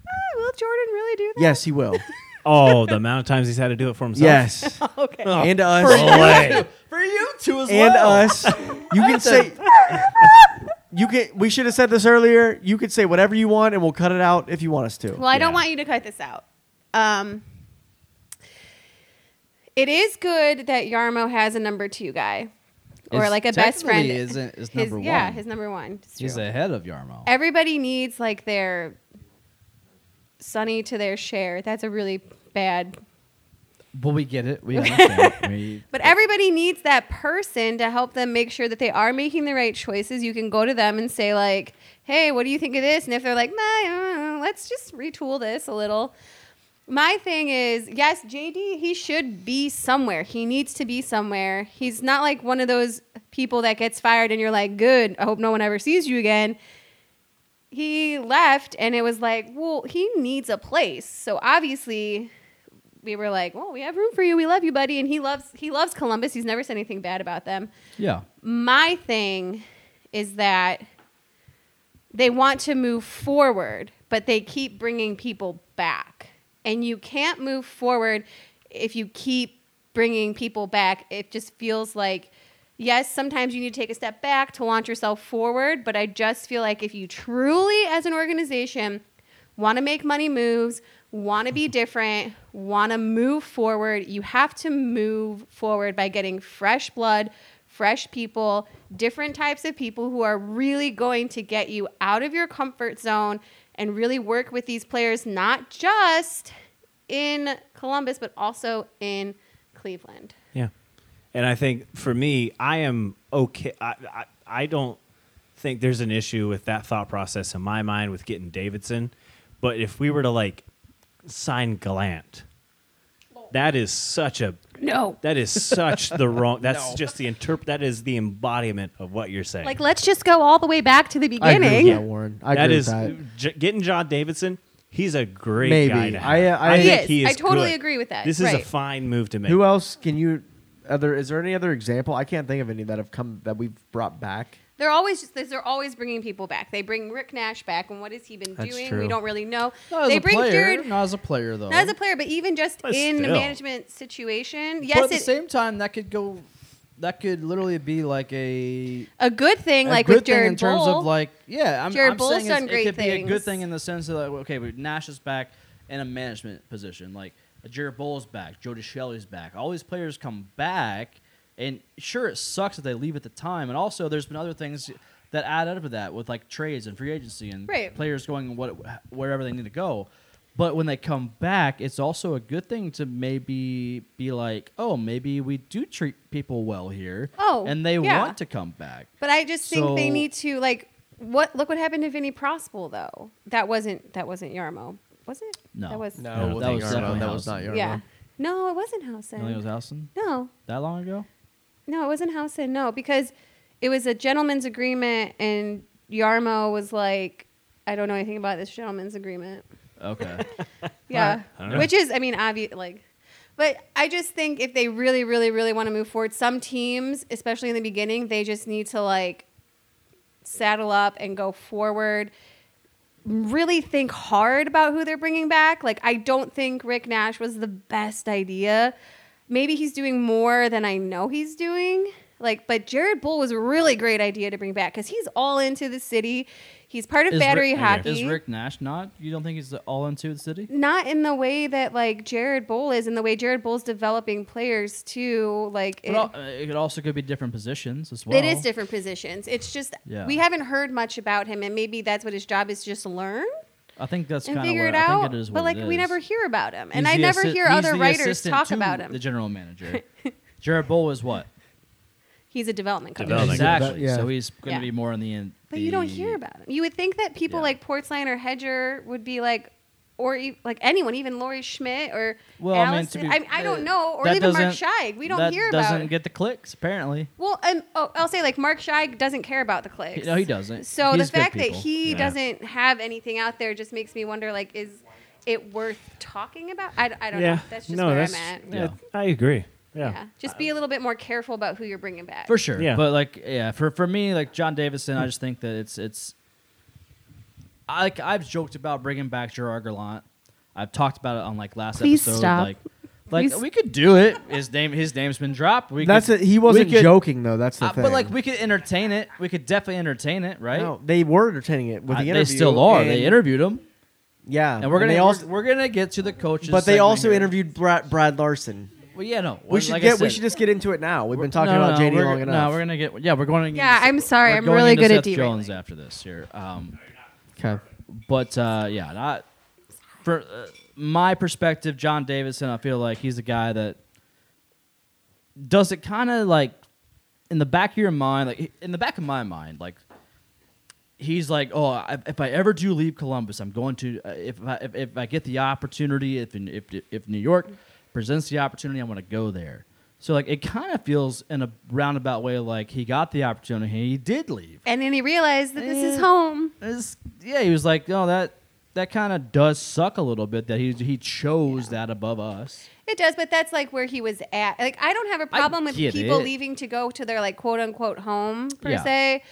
E: "Ah, will Jordan really do that?
C: Yes, he will.
B: Oh, the amount of times he's had to do it for himself.
C: yes,
E: (laughs) Okay.
A: Oh,
C: and us,
B: (laughs) Olay.
A: For you two as
C: and
A: well.
C: us. You can say. (laughs) You can. We should have said this earlier. You could say whatever you want, and we'll cut it out if you want us to.
E: Well, I don't
B: Yeah.
E: want you to cut this out. Um, it is good that Yarmo has a number two guy, or
A: It's
E: like a best friend.
A: technically isn't- is
E: his,
A: number
E: Yeah,
A: one.
E: his number one. It's
A: He's
E: true.
A: ahead of Yarmo.
E: Everybody needs like their Sonny to their share. That's a really bad.
A: but we get it. We
C: (laughs)
A: understand. we,
E: But everybody needs that person to help them make sure that they are making the right choices. You can go to them and say like, "Hey, what do you think of this?" And if they're like, "Nah, uh, let's just retool this a little." My thing is, yes, JD, he should be somewhere. He needs to be somewhere. He's not like one of those people that gets fired and you're like, good, I hope no one ever sees you again. He left and it was like, well, he needs a place. So obviously, we were like, well, we have room for you. We love you, buddy. And he loves he loves Columbus. He's never said anything bad about them
A: yeah.
E: my thing is that they want to move forward, but they keep bringing people back. And you can't move forward if you keep bringing people back. It just feels like, yes, sometimes you need to take a step back to launch yourself forward, but I just feel like if you truly, as an organization, want to make money moves, want to be different, want to move forward, you have to move forward by getting fresh blood, fresh people, different types of people who are really going to get you out of your comfort zone and really work with these players, not just in Columbus, but also in Cleveland.
B: Yeah. And I think for me, I am okay. I, I, I don't think there's an issue with that thought process in my mind with getting Davidson. But if we were to like sign Glant, that is such a
E: No.
B: that is such
C: (laughs)
B: the wrong. That's just the interpret. That is the embodiment of what you're saying.
E: Like, let's just go all the way back to the
C: I agree with
E: beginning.
C: that, Warren. I
B: that
C: agree
B: is
C: with that.
B: J- getting John Davidson. He's a great
C: Maybe.
B: guy. To have.
C: I- I- He
E: is. I totally agree with that.
B: This is
E: Right.
B: a fine move to make.
C: Who else can you? Other is there any other example? I can't think of any that have come that we've brought back.
E: They're always just they're always bringing people back. They bring Rick Nash back, and what has he been
B: That's
E: doing?
B: true.
E: We don't really know.
A: Not as
E: they
A: a
E: bring
A: player.
E: Jared
A: Not as a player though.
E: not as a player, but even just
B: But
E: in a
B: still.
E: management situation.
A: but at
E: Yes,
A: the
E: it,
A: same time, that could go. That could literally be like a
E: a good thing,
A: a
E: like
A: good
E: with Jared
A: thing in terms
E: Bull,
A: of like yeah i'm,
E: Jared
A: I'm
E: Bull's
A: saying it's-
E: done
A: it
E: great
A: could be a good
E: things.
A: thing in the sense of like okay but nash is back in a management position like Jared Bull's back Jody Shelley's back all these players come back and sure it sucks that they leave at the time and also there's been other things that add up to that with like trades and free agency and
E: Right.
A: players going what wherever they need to go but when they come back, it's also a good thing to maybe be like, oh, maybe we do treat people well here.
E: Oh,
A: and they
E: yeah.
A: want to come back.
E: But I just think they
A: So-
E: need to like what look what happened to Vinny Prospel though. That wasn't that wasn't Yarmo, was it?
A: No.
E: that was
A: No, that was definitely
C: that was not
A: Housen.
C: Yarmo.
E: yeah. No, it wasn't Housen.
A: You think it was Allison
E: no,
A: that long ago?
E: No, it wasn't Housen. No, because it was a gentleman's agreement, and Yarmo was like, "I don't know anything about this gentleman's agreement."
A: (laughs) Okay.
E: Yeah,
B: don't know.
E: which is, I mean, obvious, like. But I just think if they really, really, really want to move forward, some teams, especially in the beginning, they just need to like saddle up and go forward. Really think hard about who they're bringing back. Like, I don't think Rick Nash was the best idea. Maybe he's doing more than I know he's doing. Like, but Jared Bull was a really great idea to bring back because he's all into the city. He's part of
A: Is
E: battery
A: Rick,
E: hockey
A: Is Rick Nash not? You don't think he's all into the city?
E: not in the way that like Jared Bull is, in the way Jared Bull's developing players too. Like
A: But
E: it,
A: al- uh, it could also could be different positions as well.
E: it is different positions. It's just
A: Yeah.
E: we haven't heard much about him, and maybe that's what his job is just learn
A: I think that's kind
E: and
A: of
E: figure
A: what
E: it
A: I
E: out.
A: think it is.
E: but
A: what
E: like
A: it
E: we
A: is.
E: never hear about him, and
A: He's
E: I
A: the
E: never
A: assi-
E: hear
A: he's
E: other
A: the
E: writers
A: assistant
E: talk
A: to
E: about him. (laughs)
A: The general manager. Jared Bowl is what?
E: He's a development coach.
B: Development.
A: exactly.
C: That- yeah.
A: So he's going
E: Yeah.
A: to be more in the end.
E: But you don't hear about him. You would think that people
A: Yeah.
E: like Portsline or Hedger would be like, or e- like anyone, even Lori Schmidt or
A: Well, I mean,
E: Allison. I,
A: to be- uh,
E: mean, I, don't know, or
A: That
E: even Mark
A: doesn't-
E: Scheig. We don't
A: that
E: hear
A: doesn't
E: about. it.
A: get the clicks apparently.
E: well, um, oh, I'll say like Mark Scheig doesn't care about the clicks.
A: No, he doesn't.
E: So
A: He's
E: the
A: good
E: fact that
A: people.
E: he
B: Yeah.
E: doesn't have anything out there just makes me wonder, like, is it worth talking about? I, I don't know. That's just where I'm at.
A: yeah.
B: yeah, I agree. Yeah.
E: Yeah. Just be a little bit more careful about who you're bringing back.
A: For sure.
B: Yeah.
A: But like yeah, for for me like John Davison, I just think that it's it's I like I've joked about bringing back Gerard Gallant. I've talked about it on like last
E: Please
A: episode
E: stop.
A: like like
E: Please-
A: we could do it. His name his name's been dropped. We
C: That's
A: could,
C: it. He wasn't
A: we could-
C: joking though. That's the
A: uh,
C: thing.
A: but like we could entertain it. We could definitely entertain it, right?
C: No, they were entertaining it with
A: Uh,
C: the interview.
A: they still are.
C: and-
A: They interviewed him,
C: Yeah,
A: and we're gonna
C: they
A: we're-
C: also.
A: we're, gonna get to the coaches.
C: But they
A: segment
C: also
A: here.
C: interviewed Brad, Brad Larson.
A: Well, yeah, no.
C: We
A: Well,
C: should
A: like I
C: get. we
A: said-
C: should just get into it now. We've
A: We're-
C: been talking
A: no,
C: about
A: no,
C: JD
A: we're
C: long
A: go-
C: enough.
A: No, we're gonna get. Yeah, we're going.
E: Yeah,
A: into-
E: I'm sorry,
A: we're
E: I'm
A: going
E: really
A: into
E: good
A: Seth
E: at derailing.
A: Jones after this here. Um,
C: okay.
A: but uh, yeah, not for uh, my perspective. John Davidson, I feel like he's a guy that does it kind of like in the back of your mind, like in the back of my mind, like he's like, oh, I, if I ever do leave Columbus, I'm going to uh, if I, if, if I get the opportunity, if if if New York presents the opportunity, I'm going to go there. So like it kind of feels in a roundabout way like he got the opportunity, he did leave.
E: And then he realized that this is
A: Eh.
E: home.
A: It's- yeah, he was like, oh, that that kind of does suck a little bit that he he chose that above us.
E: It does, but that's like where he was at. Like I don't have a problem with
A: get
E: people
A: it.
E: leaving to go to their like quote unquote home per
A: Yeah.
E: se.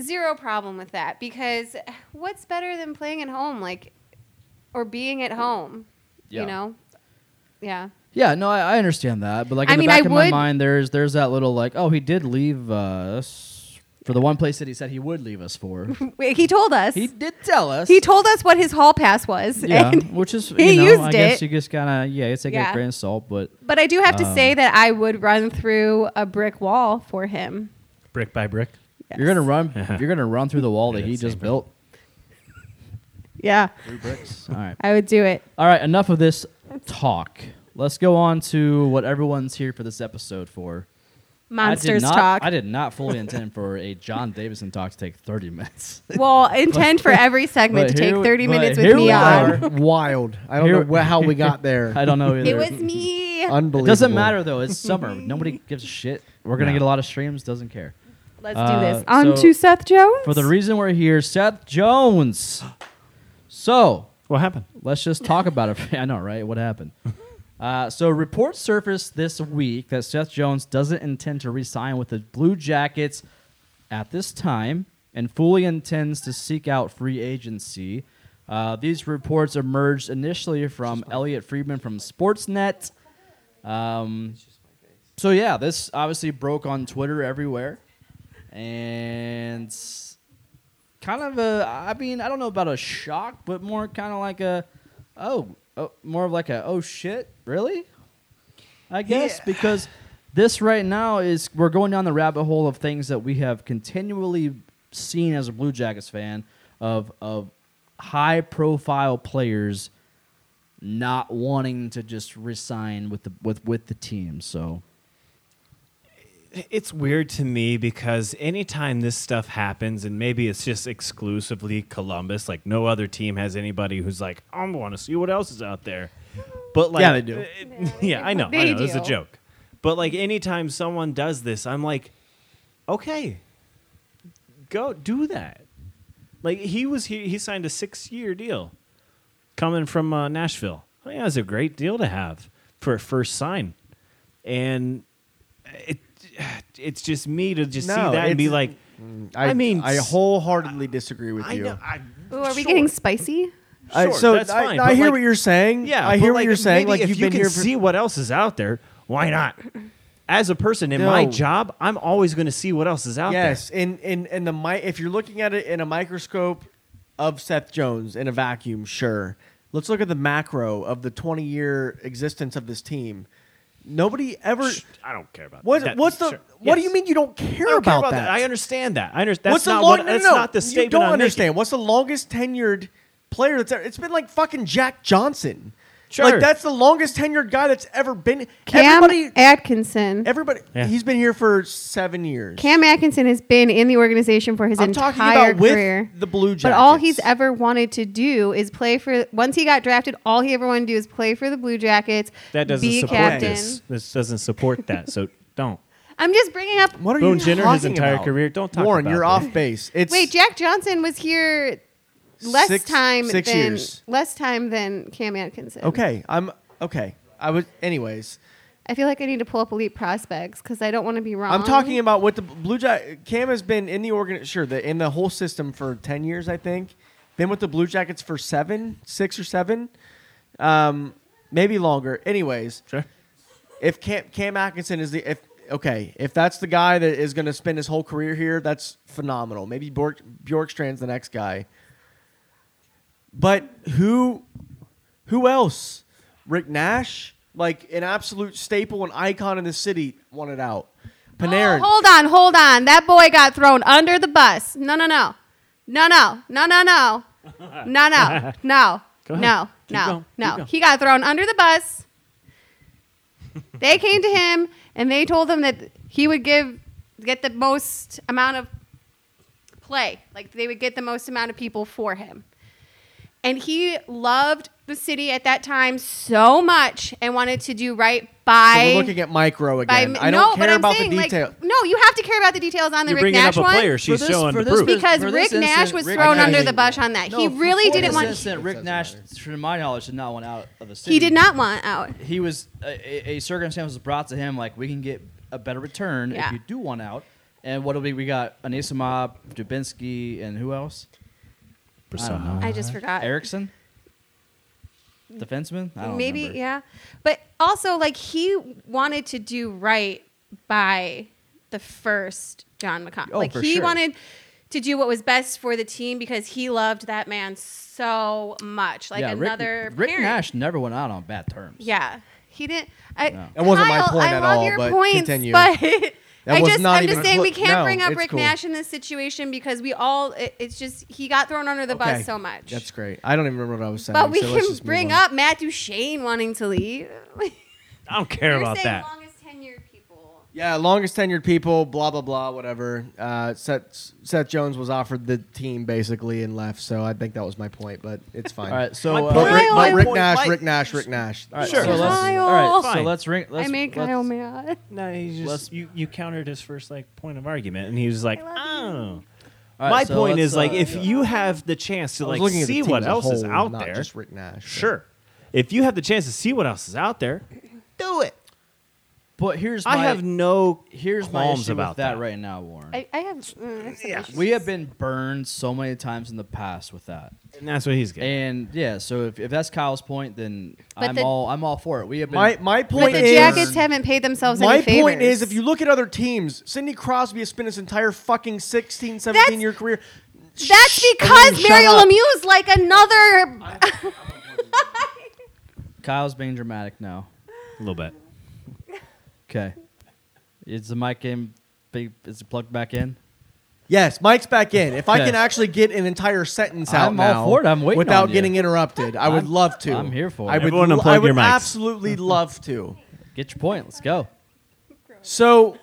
E: Zero problem with that because what's better than playing at home like or being at home,
A: Yeah.
E: you know? Yeah.
A: Yeah, no, I, I understand that, but like
E: I
A: in
E: mean,
A: the
E: I
A: back of my
E: would-
A: mind, there's there's that little like, oh, he did leave us for the one place that he said he would leave us
E: (laughs)
A: for.
E: Wait, he told us.
A: he
E: He,
A: did tell us.
E: told us what his hall pass was.
A: yeah,
E: (laughs) and-
A: (laughs) which is
E: he
A: you know,
E: used
A: I guess
E: it.
A: you just gotta yeah, it's like a
E: Yeah.
A: grain of salt, but
E: but I do have to
A: Um.
E: say that I would run through a brick wall for him.
B: Brick by brick.
A: you're gonna
B: (laughs)
A: run you're gonna run through the wall that
B: Yeah,
A: he
B: that's
A: just
B: same.
A: built.
E: Yeah. (laughs)
A: All right.
E: I would do it.
A: All right, enough of this talk. Let's go on to what everyone's here for this episode for. I did
E: Monsters
A: not,
E: talk.
A: I did not fully intend for a John Davison talk to take 30 minutes.
E: (laughs) Well, intend for every segment to
A: but
E: take
A: here-
E: 30
A: but
E: minutes
A: here
E: with
A: we
E: me
A: are.
E: on.
C: wild. I don't
A: Here-
C: know wh- how we got there.
A: (laughs) I don't know
E: It
A: either.
E: was me.
C: Unbelievable.
A: It doesn't matter though. It's summer. Nobody gives a shit. We're gonna
B: No.
A: get a lot of streams. Doesn't care.
E: Let's
A: Uh,
E: do this. On
A: so-
E: to Seth Jones.
A: For the reason we're here, Seth Jones. So
B: What happened?
A: Let's just talk about it. (laughs) I know, right? What happened? Uh, so, reports surfaced this week that Seth Jones doesn't intend to re sign with the Blue Jackets at this time and fully intends to seek out free agency. Uh, these reports emerged initially from Elliot Friedman from Sportsnet. Um, so, yeah, this obviously broke on Twitter everywhere. And kind of a I mean, I don't know about a shock, but more kind of like a oh, oh more of like a oh shit, really? I guess because this right now is we're going down the rabbit hole of things that we have continually seen as a Blue Jackets fan of of high profile players not wanting to just resign with the with with the team. So
B: It's weird to me because anytime this stuff happens, and maybe it's just exclusively Columbus, like no other team has anybody who's like, I want to see what else is out there. But like,
A: Yeah, they do.
B: it- (laughs) yeah, I know.
E: They
B: I know. It's a
E: do.
B: joke. But like, anytime someone does this, I'm like, okay, go do that. Like he was he, he signed a six year deal, coming from uh, Nashville. I think that was a great deal to have for a first sign, and it it's just me to just see
C: No,
B: that and be
C: it's- Mm,
B: like,
C: I,
B: I mean,
C: I wholeheartedly disagree with
B: I
C: you.
B: know. I,
E: Ooh, are we
B: sure,
E: getting spicy?
C: I-
B: sure,
C: so
B: that's
C: I,
B: fine,
C: I
B: but,
C: hear
B: like,
C: what you're saying.
B: Yeah,
C: I
B: but,
C: hear what you're
B: maybe
C: saying. Like
B: if
C: you've
B: you
C: been
B: can
C: here for
B: see what else is out there. Why not? As a person in my
C: No.
B: job, I'm always going to see what else is out there.
C: yes, in in in the mi- if you're looking at it in a microscope of Seth Jones in a vacuum, sure. Let's look at the macro of the 20 year existence of this team. Nobody ever.
B: Shh, I don't care about
C: What,
B: that.
C: what's the?
B: Sure.
C: What do
B: Yes.
C: you mean you don't care,
B: I don't care
C: about, that?
B: I understand that. I understand.
C: What's
B: That's
C: the
B: not
C: long,
B: what.
C: no, no,
B: That's
C: no.
B: not the statement.
C: You don't
B: I'm making.
C: understand. What's the longest tenured player that's ever? It's been like fucking Jack Johnson.
B: Sure.
C: Like that's the longest tenured guy that's ever been.
E: Cam
C: everybody,
E: Atkinson.
C: everybody.
B: Yeah.
C: He's been here for seven years.
E: Cam Atkinson has been in the organization for his
C: I'm
E: entire
C: talking about with
E: career.
C: the Blue
E: But all
C: Jackets.
E: he's ever wanted to do is play for. Once he got drafted, all he ever wanted to do is play for the Blue Jackets.
B: that doesn't
E: be a
B: support
E: captain.
B: this. This doesn't support that. So (laughs) don't.
E: I'm just bringing up.
C: what are
B: Boone
C: you
B: Jenner,
C: talking
B: his entire
C: about?
B: career, don't talk
C: Warren,
B: about
C: you're
B: it.
C: off base. It's
E: Wait, Jack Johnson was here less
C: Six-
E: time
C: six
E: than
C: years.
E: less time than Cam Atkinson.
C: okay. I'm okay. I was, anyways.
E: I feel like I need to pull up elite prospects because I don't want to be wrong.
C: I'm talking about what the Blue Jack Cam has been in the organ sure the in the whole system for ten years, I think. Been with the Blue Jackets for seven, six or seven, um, maybe longer. Anyways,
B: Sure.
C: if Cam Cam Atkinson is the if okay if that's the guy that is going to spend his whole career here, that's phenomenal. Maybe Bjork, Bjorkstrand's the next guy, but who who else? Rick Nash, like an absolute staple and icon in the city, wanted out. Panarin.
E: Oh, hold on, hold on. That boy got thrown under the bus. No, no, no. No, no. No,
B: (laughs)
E: no, no. No, no. No.
B: Go ahead. Keep
E: no. No.
B: going. Keep
E: No.
B: going.
E: He got thrown under the bus. they came to him and they told him that he would give get the most amount of play. Like they would get the most amount of people for him. And he loved the city at that time so much and wanted to do right
C: So
E: by
C: we're looking at micro
E: by
C: again.
E: m-
C: I
E: no,
C: don't
E: but
C: care
E: I'm
C: about
E: saying,
C: the
E: like,
C: detail.
E: no, you have to care about the details on the
B: You're
E: Rick
B: bringing
E: Nash
B: up a
E: one
B: player. She's
A: this-
B: showing
A: for
B: the
A: this
B: proof.
A: business-
E: because
A: For
E: Rick
A: this
E: Nash
A: instance,
E: was
A: Rick
E: thrown
A: Nash-
E: under the bus on that. he
C: No,
E: really
C: for
E: didn't
C: this
E: want.
C: instance-
A: Rick Nash, to my knowledge, did not want out of the city.
E: He did not want out.
A: He was a, a- a circumstance was brought to him like we can get a better return
E: Yeah.
A: if you do want out. And what do we we got? Anisimov, Dubinsky, and who else?
B: Persona.
E: I just forgot.
A: Erickson, defenseman. I don't
E: Maybe
A: remember.
E: yeah, but also like he wanted to do right by the first John McConnell.
A: Oh,
E: like
A: for
E: he
A: sure.
E: wanted to do what was best for the team because he loved that man so much. Like
A: Yeah, Rick-
E: another
A: Rick,
E: parent.
A: Nash never went out on bad terms.
E: Yeah, he didn't. I,
C: That wasn't my
E: Kyle,
C: point
E: I
C: at
E: love
C: all,
E: Your
C: but
E: points,
C: continue.
E: But (laughs) I
C: was
E: just,
C: not
E: I'm
C: even
E: just saying we
C: cl-
E: can't
C: no,
E: bring up
C: it's
E: Rick
C: cool.
E: Nash in this situation because we all. It, it's just he got thrown under the
C: Okay.
E: bus so much.
C: That's great. I don't even remember what I was saying.
E: But we
C: so let's
E: can
C: just move
E: bring
C: on.
E: up Matt Duchene wanting to leave. (laughs)
B: I don't care
E: You're
B: about
E: saying
B: that.
E: longest tenured people.
C: Yeah, longest tenured people, blah blah blah, whatever. Uh, Seth Seth Jones was offered the team basically and left, so I think that was my point, but it's (laughs) fine.
A: All right, so
B: My
A: uh,
C: But
E: Kyle,
C: Rick, but
E: I-
C: Rick
B: Point,
C: Nash,
B: Mike.
C: Rick Nash, Rick Nash.
A: all right,
B: Sure.
A: So let's,
E: Kyle.
A: all right, so
B: Fine.
A: let's ring. Let's,
E: I made
A: let's-
E: Kyle mad.
B: No, he's just
A: Let's-
B: you, you countered his first like point of argument, and he was like, "Oh."
A: all right,
B: My
A: so
B: point
A: let's,
B: is like
A: uh,
B: if you have the chance to
C: I was
B: like
C: looking at the
B: see
C: team
B: what
C: as a
B: else is
C: whole,
B: out
C: not
B: there,
C: just Rick Nash.
B: sure. If you have the chance to see what else is out there, do it.
A: But here's
B: I
A: my-
B: have no
A: here's my
B: qualms
A: issue
B: about
A: with that, right now, Warren.
E: I, I have. mm, I have some issues.
A: we have been burned so many times in the past with that,
B: And that's what he's getting.
A: and yeah. So if, if that's Kyle's point, then
E: But
A: I'm
E: the-
A: all I'm all for it. We have been
C: My my
E: But
C: point
E: the
C: is
E: Jackets haven't paid themselves
C: my
E: any favors.
C: point is if you look at other teams, Sidney Crosby has spent his entire fucking 16, 17
E: That's-
C: year career.
E: That's because
C: shut
E: Mario
C: up.
E: Lemieux is like another.
A: Kyle's being dramatic now.
B: a little bit.
A: Okay, is the mic in? Big, is it plugged back in?
C: Yes, Mike's back in. If I
A: Okay.
C: can actually get an entire sentence out
A: I'm all
C: now
A: for it. I'm waiting
C: without
A: on you.
C: getting interrupted, I would
A: I'm-
C: love to.
A: I'm here for
C: I
A: it.
C: would,
B: Everyone
C: lo-
B: unplug
C: I would
B: your mics.
C: absolutely love to.
A: Get your point. Let's go.
C: So,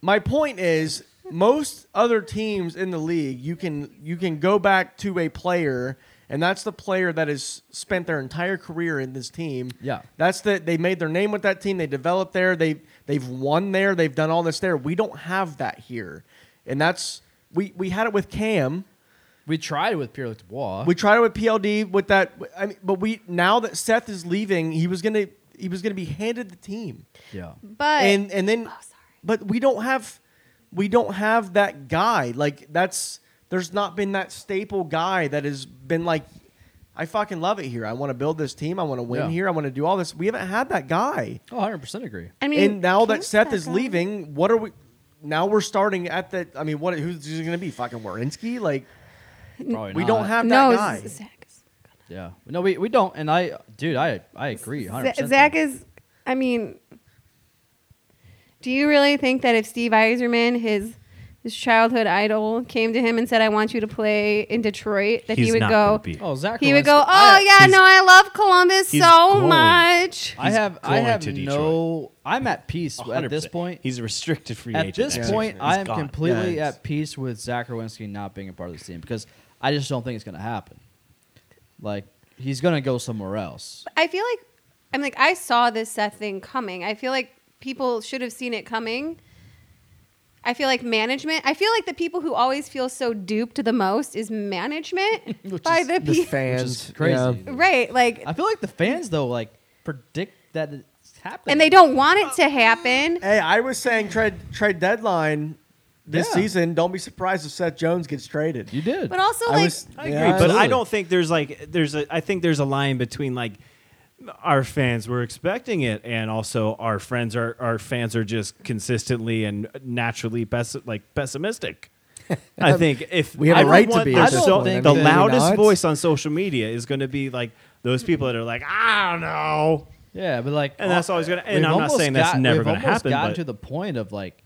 C: my point is, most other teams in the league, you can you can go back to a player, and that's the player that has spent their entire career in this team.
A: Yeah.
C: that's the they made their name with that team. They developed there. They they've won there. They've done all this there. We don't have that here, and that's we we had it with Cam.
A: We tried it with Pierre Dubois.
C: We tried it with PLD with that. I mean, but we now that Seth is leaving, he was gonna he was gonna be handed the team
A: yeah.
E: (laughs) but Oh,
C: and and then
E: sorry.
C: but we don't have we don't have that guy like that's there's not been that staple guy that has been like i fucking love it here i want to build this team i want to win
A: Yeah.
C: here i want to do all this we haven't had that guy
A: Oh, 100 percent agree.
E: I mean,
C: and now that
E: Kim's
C: seth
E: back
C: is
E: on.
C: leaving what are we now we're starting at the i mean what who's, who's it gonna be fucking Warinsky? like
A: Probably
C: we
A: not.
C: don't have that
E: no,
C: guy
E: Z- Zach. is-
A: Yeah. No, we, we don't. And I, dude, I I agree. 100.
E: Z- Zach is. I mean, do you really think that if Steve Eiserman, his his childhood idol, came to him and said, "I want you to play in Detroit." That
B: He's
E: he would
B: not
E: go.
B: gonna be.
A: Oh, Zach.
E: He would
A: Lorenz-
E: go, "Oh
A: I-
E: yeah,
B: He's-
E: no, I love Columbus
B: he's
E: so
B: going.
E: much."
A: I
B: He's
A: have I
B: going
A: have
B: to Detroit.
A: no. I'm at peace at this
B: 100%.
A: point.
B: he's a restricted free
A: at
B: agent.
A: this
B: next
A: point,
B: year.
A: I
B: He's
A: am
B: gone.
A: completely
C: Yeah, it's-
A: at peace with Zach Rowinski not being a part of this team because I just don't think it's going to happen. Like he's going to go somewhere else.
E: I feel like I'm like I saw this Seth thing coming. I feel like people should have seen it coming. I feel like management. I feel like the people who always feel so duped the most is management
A: (laughs) Which
E: by
A: is-
E: the
C: The
E: people.
C: fans,
A: Which is crazy.
C: yeah.
E: Right, like,
A: I feel like the fans though like predict that it's happening,
E: and they don't want it to happen.
C: Hey, I was saying trade trade deadline this
A: Yeah.
C: season. Don't be surprised if Seth Jones gets traded.
A: You did,
E: But also,
C: I
E: like,
C: was,
B: I agree,
C: yeah,
B: but I
A: absolutely.
B: don't think there's like there's a I think there's a line between like our fans were expecting it and also our friends are our fans are just consistently and naturally pes- like
A: (laughs)
B: pessimistic. I think if
C: We have
B: a
C: a right to be at
A: this point, I mean,
B: the
A: do we
B: loudest
C: not?
B: voice on social media is going to be like those people that are like I don't know.
A: yeah. But like,
B: And that's always gonna- and
A: we've
B: I'm not
A: almost
B: saying that's
A: got-
B: never
A: we've
B: gonna
A: almost
B: happen,
A: Gotten
B: but-
A: to the point of like,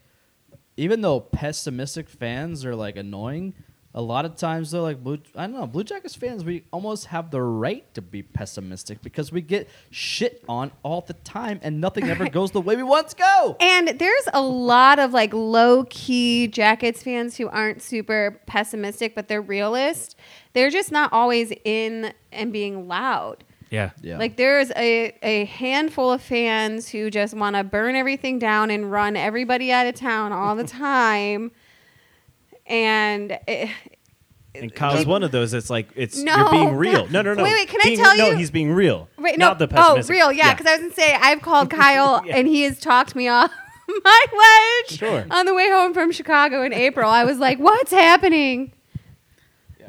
A: even though pessimistic fans are like annoying. A lot of times, though, like Blue, I don't know, Blue Jackets fans, we almost have the right to be pessimistic because we get shit on all the time, and nothing
E: (laughs)
A: ever goes the way we want it to go.
E: And there's a lot of like low key Jackets fans who aren't super pessimistic, but they're realist. They're just not always in and being loud.
B: Yeah.
A: Yeah.
E: Like there's a, a handful of fans who just want to burn everything down and run everybody out of town all the time. And eh, it,
B: And Kyle's one of those that's like it's
E: No,
B: you're being real.
E: God.
B: No, no, no.
E: Wait, wait, can I
B: Being-
E: tell
B: No,
E: you-
B: he's being real.
E: Right, no,
B: not the pessimistic.
E: Oh, real, yeah. Because I was gonna say I've called Kyle
B: Yeah.
E: and he has talked me off (laughs) my ledge
B: Sure.
E: on the way home from Chicago in April. I was like, "What's happening?"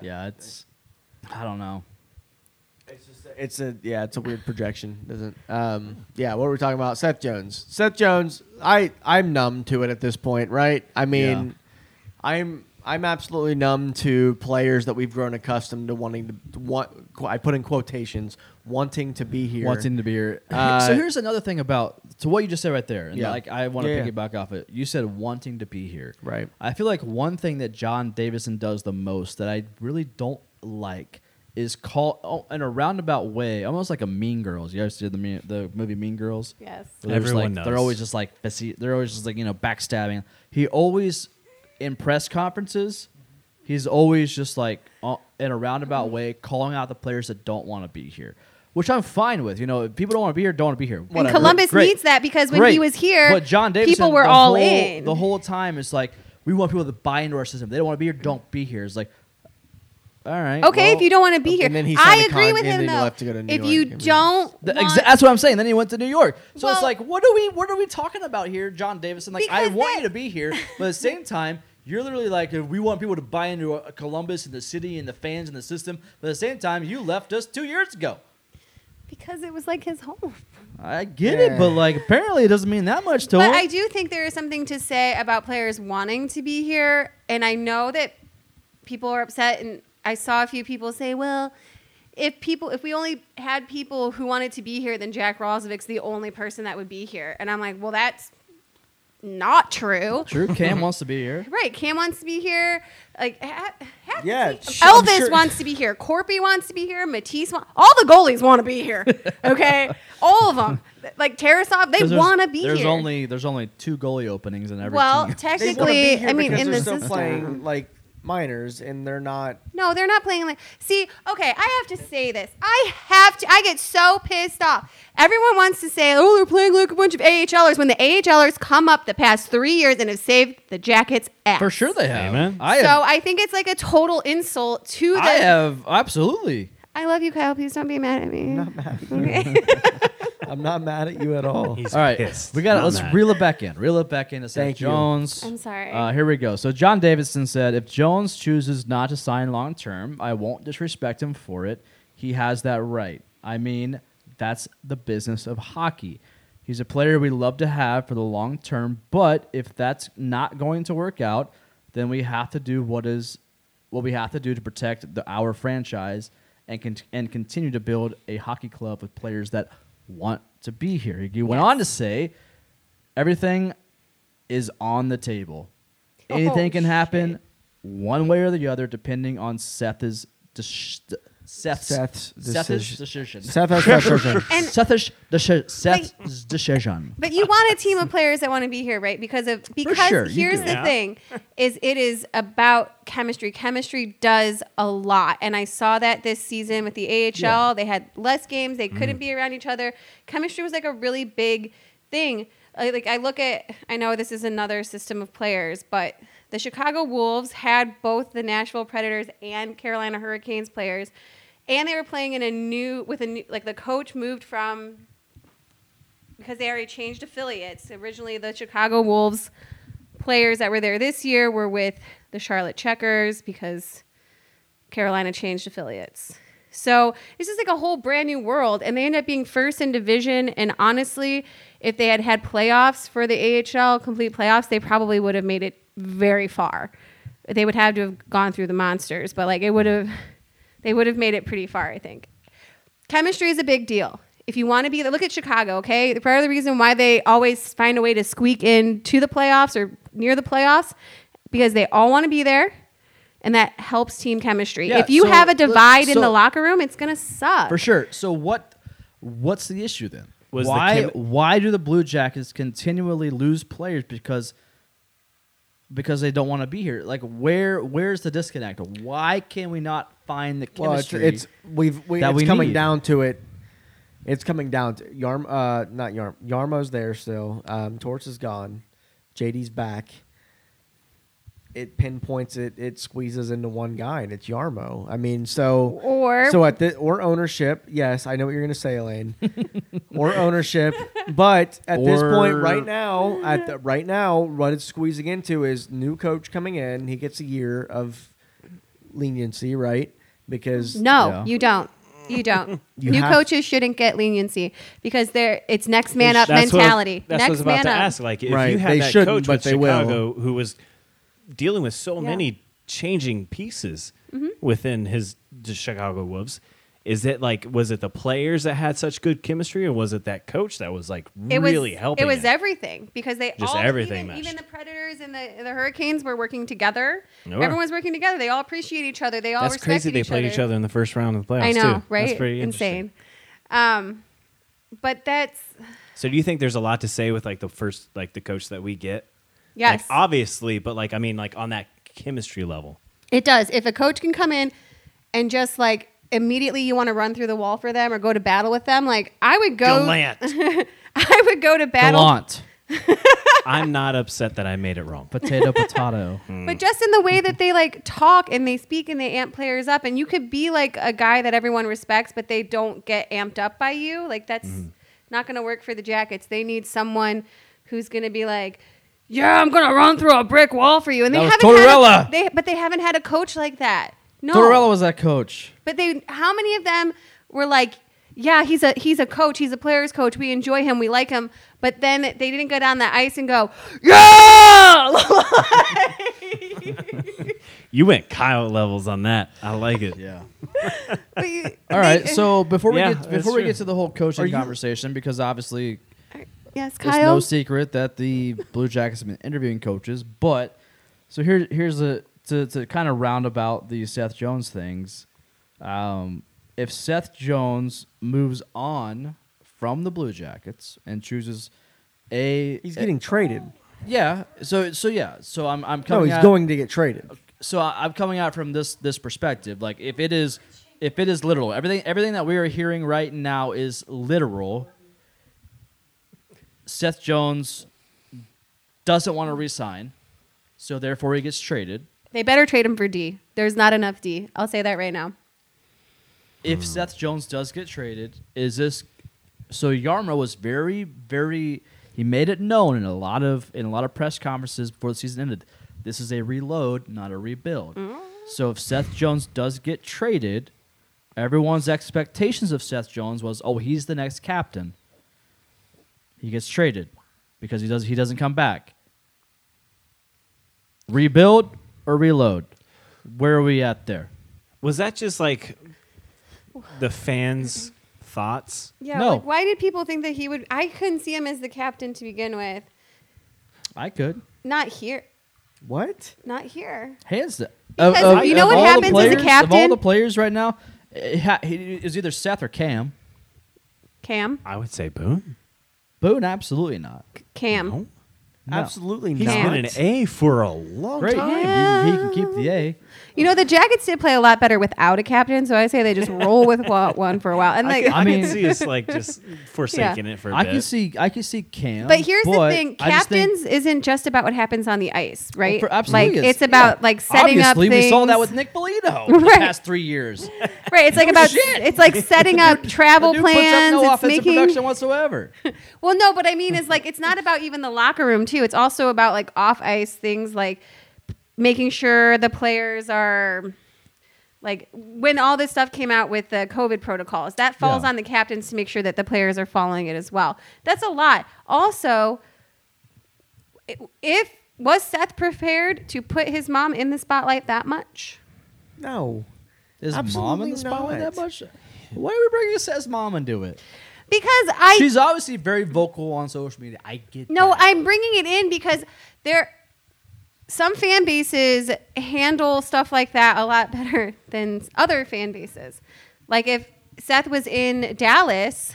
A: Yeah, it's. I don't know.
C: It's just a- it's a yeah, it's a weird projection, isn't? it? Um, yeah, what were we talking about? Seth Jones. Seth Jones. I I'm numb to it at this point, right? I mean,
A: Yeah.
C: I'm I'm absolutely numb to players that we've grown accustomed to wanting to want. qu- I put in quotations, wanting to be here.
A: Wanting to be here.
C: (laughs) Uh,
A: so here's another thing about to what you just said right there, and
C: Yeah.
A: like I want to
C: Yeah, yeah.
A: piggyback off it. You said wanting to be here,
C: Right.
A: I feel like one thing that John Davison does the most that I really don't like is call oh, in a roundabout way, almost like a Mean Girls. You guys did the mean, the movie Mean Girls?
E: Yes.
A: Where they're just
B: Everyone
A: like-
B: knows.
A: They're always just like faci- they're always just like you know backstabbing. He always in press conferences, he's always just like uh, in a roundabout way calling out the players that don't want to be here, which I'm fine with. You know, if people don't want to be here, don't want to be here.
E: And
A: Whatever.
E: Columbus
A: Great.
E: needs that because when he
A: Great.
E: was here,
A: but John Davidson,
E: people were
A: the whole-
E: all in.
A: the whole time. It's like we want people to buy into our system. They don't want to be here, don't be here. It's like, all right,
E: okay,
A: well-
E: if you don't want to be
C: And
E: here,
C: then he
E: I
C: signed a
E: agree
C: con-
E: with
C: and
E: him
C: then he
E: though.
C: left to go to New
E: if
C: York.
E: you
C: I mean-
E: don't,
A: The-
E: want-
A: exa- that's what I'm saying. Then he went to New York. So it's
E: Well-
A: like, what are we what are we talking about here, John Davison? Like, I
E: Because
A: want
E: that-
A: you to be here, but at the same time, you're literally like, if we want people to buy into uh, Columbus and the city and the fans and the system, but at the same time, you left us two years ago.
E: because it was like his home.
A: I get
C: Yeah.
A: it, but like, apparently, it doesn't mean that much to
E: But
A: him.
E: I do think there is something to say about players wanting to be here, and I know that people are upset. And I saw a few people say, "Well, if people, if we only had people who wanted to be here, then Jack Rosovic's the only person that would be here." And I'm like, "Well, that's not true."
A: Drew
C: (laughs)
A: Cam wants to be here.
E: Right? Cam wants to be here. Like, ha- half the
C: Yeah,
E: team-
C: sh- I'm
E: Elvis
C: sure-
E: wants to be here. Corpy wants to be here. Matisse, wa- all the goalies want to be
C: (laughs)
E: here. Okay, all of them. Like Tarasov, they want to be
A: There's
E: here.
A: only there's only two goalie openings in every
E: Well,
A: team. (laughs)
C: They wanna
E: technically,
C: be here
E: I mean,
C: because
E: in
C: they're
E: the
C: still
E: system.
C: playing like minors, and they're not.
E: No, they're not playing like. See, okay, I have to say this. I have to. I get so pissed off. Everyone wants to say, "Oh, they're playing like a bunch of AHLers." When the AHLers come up the past three years and have saved the Jackets' ass,
A: For sure they have.
B: Amen.
A: I
E: so
A: have,
E: I think it's like a total insult to the.
A: I have absolutely.
E: I love you, Kyle. Please don't be mad at me.
C: I'm not mad at you at all.
B: He's
A: All right,
B: pissed.
A: we got to
B: Not
A: let's
B: mad.
A: reel it back in. Reel it back into Zach
C: Thank you.
A: Jones.
E: I'm sorry.
A: Uh, here we go. So John Davidson said, if Jones chooses not to sign long term, I won't disrespect him for it. He has that right. I mean, that's the business of hockey. He's a player we love to have for the long term, but if that's not going to work out, then we have to do what is what we have to do to protect the, our franchise and con- and continue to build a hockey club with players that want to be here. He went on to say, everything is on the table. anything
E: Oh,
A: can happen one way or the other depending on Seth's dis- Seth's
C: Seth's
A: Seth's
C: decision.
A: decision. (laughs)
C: Seth has pressure.
E: And-
A: Seth's, deci- Seth's decision.
E: But you want a team of players that want to be here, right? Because of because
A: sure, you
E: here's
A: do.
E: the
B: Yeah.
E: thing is it is about chemistry. Chemistry does a lot. And I saw that this season with the AHL. They had less games, they couldn't
A: Mm.
E: be around each other. Chemistry was like a really big thing. Like like, I look at I know this is another system of players, but the Chicago Wolves had both the Nashville Predators and Carolina Hurricanes players. And they were playing in a new with a new like the coach moved from because they already changed affiliates. Originally, the Chicago Wolves players that were there this year were with the Charlotte Checkers because Carolina changed affiliates. So this is like a whole brand new world, and they end up being first in division. And honestly, if they had had playoffs for the AHL, complete playoffs, they probably would have made it very far. They would have to have gone through the monsters, but like it would have, they would have made it pretty far, I think chemistry is a big deal. If you want to be there, look at Chicago, okay? Part of the reason why they always find a way to squeak in to the playoffs or near the playoffs because they all want to be there and that helps team chemistry.
A: Yeah,
E: if you
A: so
E: have a
A: let's-
E: divide in the
A: so-
E: locker room, it's going to suck.
A: For sure. So what what's the issue then?
B: Was the
A: why
B: chemi-
A: why do the Blue Jackets continually lose players because because they don't want to be here? Like where where's the disconnect? Why can we not find the
C: Well, it's,
A: chemistry?
C: it's we've we,
A: that
C: it's
A: we
C: coming
A: need.
C: down to it. It's coming down to Yarm. Uh, not Yarm. Yarmo's there still. Um, Torch is gone. JD's back. It pinpoints it. It squeezes into one guy, and it's Yarmo. I mean, so
E: Or-
C: so at the or ownership. Yes, I know what you're gonna say, Elaine. or ownership, but at this point,
A: Or-
C: right now, at the, right now, what it's squeezing into is new coach coming in. He gets a year of leniency, right? Because
E: no,
A: Yeah.
E: you don't. You
B: (laughs)
E: don't.
C: You
E: New
C: have-
E: coaches shouldn't get leniency because they're it's next man up
B: That's what-
E: mentality.
B: that's what I was
E: next
B: about
E: man
B: to
E: up.
B: ask. Like, if
C: Right,
B: you had
C: they
B: that
C: shouldn't,
B: coach
C: but
B: with
C: they will.
B: Chicago who was dealing with so
E: Yeah. Mm-hmm.
B: many changing pieces within his the Chicago Wolves, is it like was it the players that had such good chemistry, or was it that coach that was like really helping?
E: It was everything because they
B: Just
E: all
B: everything
E: Even,
B: meshed.
E: even the predators and the, the hurricanes were working together.
B: They were.
E: Everyone was working together. They all appreciate each other. They all
B: That's crazy.
E: respected
B: They played each other in the first round of the playoffs.
E: I know,
B: too.
E: right?
B: That's pretty interesting.
E: insane. Um, but that's
B: So, do you think there's a lot to say with like the first, like the coach that we get?
E: yes,
B: Like, obviously, but like I mean, like on that chemistry level.
E: it does. If a coach can come in and just like immediately you want to run through the wall for them or go to battle with them, like I would go.
B: Gallant.
E: (laughs) I would go to battle.
A: Gallant.
B: I'm not upset that I made it wrong.
C: (laughs)
A: Potato potato.
C: Hmm.
E: But just in the way that they like talk and they speak and they amp players up, and you could be like a guy that everyone respects, but they don't get amped up by you. Like that's
A: Mm-hmm.
E: not going to work for the Jackets. They need someone who's going to be like, "Yeah, I'm going to run through a brick wall for you." And they
A: That was
E: haven't had
A: Tortorella.
E: a, they, but they haven't had a coach like that. No,
A: Tortorella was that coach.
E: but they, how many of them were like, yeah, he's a he's a coach, he's a players coach. We enjoy him, we like him. But then they didn't go down the ice and go, yeah. (laughs)
B: You went Kyle levels on that. I like it.
A: Yeah. (laughs)
E: But you-
A: All right.
E: they-
A: So before we
B: Yeah,
A: get
B: that's
A: before we
B: true.
A: get to the whole coaching
C: Are you-
A: conversation, because obviously
E: yes, Kyle.
A: It's no secret that the Blue Jackets have been interviewing coaches, but so here, here's a to, to kind of round about the Seth Jones things. Um, if Seth Jones moves on from the Blue Jackets and chooses a,
C: He's getting traded.
A: yeah, so so yeah, so I'm I'm
C: No,
A: coming
C: he's
A: at-
C: going to get traded.
A: so I, I'm coming out from this this perspective. Like if it is if it is literal, everything everything that we are hearing right now is literal. Seth Jones doesn't want to resign, so therefore he gets traded.
E: They better trade him for D. There's not enough D. I'll say that right now.
A: If Seth Jones does get traded, is this so Yarmo was very, very he made it known in a lot of in a lot of press conferences before the season ended. This is a reload, not a rebuild. So if Seth Jones does get traded, everyone's expectations of Seth Jones was, oh, he's the next captain. He gets traded because he does he doesn't come back. Rebuild or reload? Where are we at there?
B: Was that just like the fans' thoughts?
E: Yeah.
A: No.
E: Like, why did people think that he would? I couldn't see him as the captain to begin with.
A: I could.
E: Not here.
C: What?
E: Not here.
A: Hands down.
E: Because you know what
A: all the
E: happens as a
A: players, Of all
E: captain?
A: the players right now, it, ha- it was either Seth or Cam.
E: Cam.
B: I would say Boone.
A: Boone, absolutely not.
E: C- Cam.
B: No.
A: No.
C: Absolutely
B: He's
C: not.
E: Damn.
B: been an A for a long
A: Great. He,
B: time.
A: can- he can keep the A.
E: You know, the Jackets did play a lot better without a captain, so I say they just roll with
A: (laughs)
E: wa- one for a while. And like,
A: I
B: I
A: mean-
B: mean, see us like just forsaking it for a
A: I
B: bit.
A: can see. I can see Cam.
E: but here's the
A: but
E: thing:
A: I just think-
E: captains isn't just about what happens on the ice, right?
A: for- absolutely
E: like
A: is.
E: it's about
A: Yeah.
E: like setting
A: Obviously,
E: up things.
A: we saw that with Nick
E: (laughs)
A: Bolito the
E: Right.
A: past three years. (laughs)
E: right. It's like about it's like setting up travel
A: The dude
E: plans.
A: puts up no
E: it's
A: offensive
E: making
A: production
E: (laughs)
A: whatsoever.
E: Well, no, but I mean,
A: (laughs)
E: it's like it's not about even the locker room too. It's also about like off ice things, like making sure the players are like when all this stuff came out with the COVID protocols. That falls
A: Yeah.
E: on the captains to make sure that the players are following it as well. That's a lot. Also, i- if was Seth prepared to put his mom in the spotlight that much?
C: No.
A: Is mom in
C: Absolutely
A: the spotlight
C: not.
A: that much? Why are we bringing Seth's mom into it?
E: Because I
A: She's obviously very vocal on social media. I get
E: No,
A: that.
E: I'm bringing it in because there some fan bases handle stuff like that a lot (laughs) better than other fan bases. Like if Seth was in Dallas,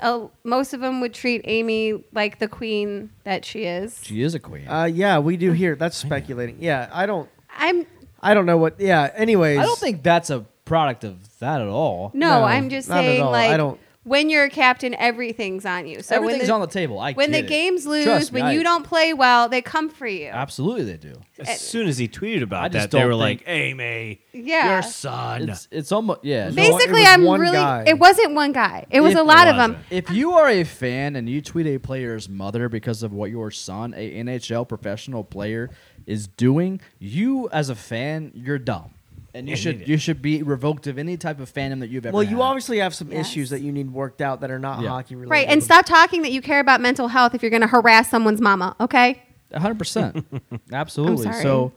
E: uh, most of them would treat Amy like the queen that she is.
A: she is a queen.
C: Uh, yeah, we do here. That's speculating. Yeah, I don't.
E: I'm
C: I don't know what. Yeah. Anyways,
A: I don't think that's a product of that at all.
E: no,
C: No,
E: I'm just
C: not at
E: saying
C: all.
E: like
C: I don't-
E: when you're a captain, everything's on you. So when
A: Everything's on the table. I
E: when the
A: get it.
E: games lose,
A: Trust me,
E: when
A: I-
E: you don't play well, they come for you.
A: absolutely they do.
B: As soon as he tweeted
A: I
B: about
A: just
B: that, they
A: don't
B: were
A: think-
B: like, "Amy,
E: Yeah.
B: your son."
A: It's it's almost yeah.
C: They- No, it
E: Basically,
C: was
E: I'm
C: one
E: really.
C: guy.
E: It wasn't one guy. It was
A: It
E: a lot of
B: wasn't.
E: them.
A: if you are a fan and you tweet a player's mother because of what your son, a NHL professional player, is doing, you as a fan, you're dumb, and you
B: Yeah,
A: should
B: need it.
A: you should be revoked of any type of fandom that you've ever.
C: Well, you
A: had.
C: obviously have some
E: Yes.
C: issues that you need worked out that are not
A: Yeah.
C: hockey related.
E: Right, and stop talking that you care about mental health if you're going to harass someone's mama. Okay.
A: A hundred percent, absolutely.
E: I'm sorry.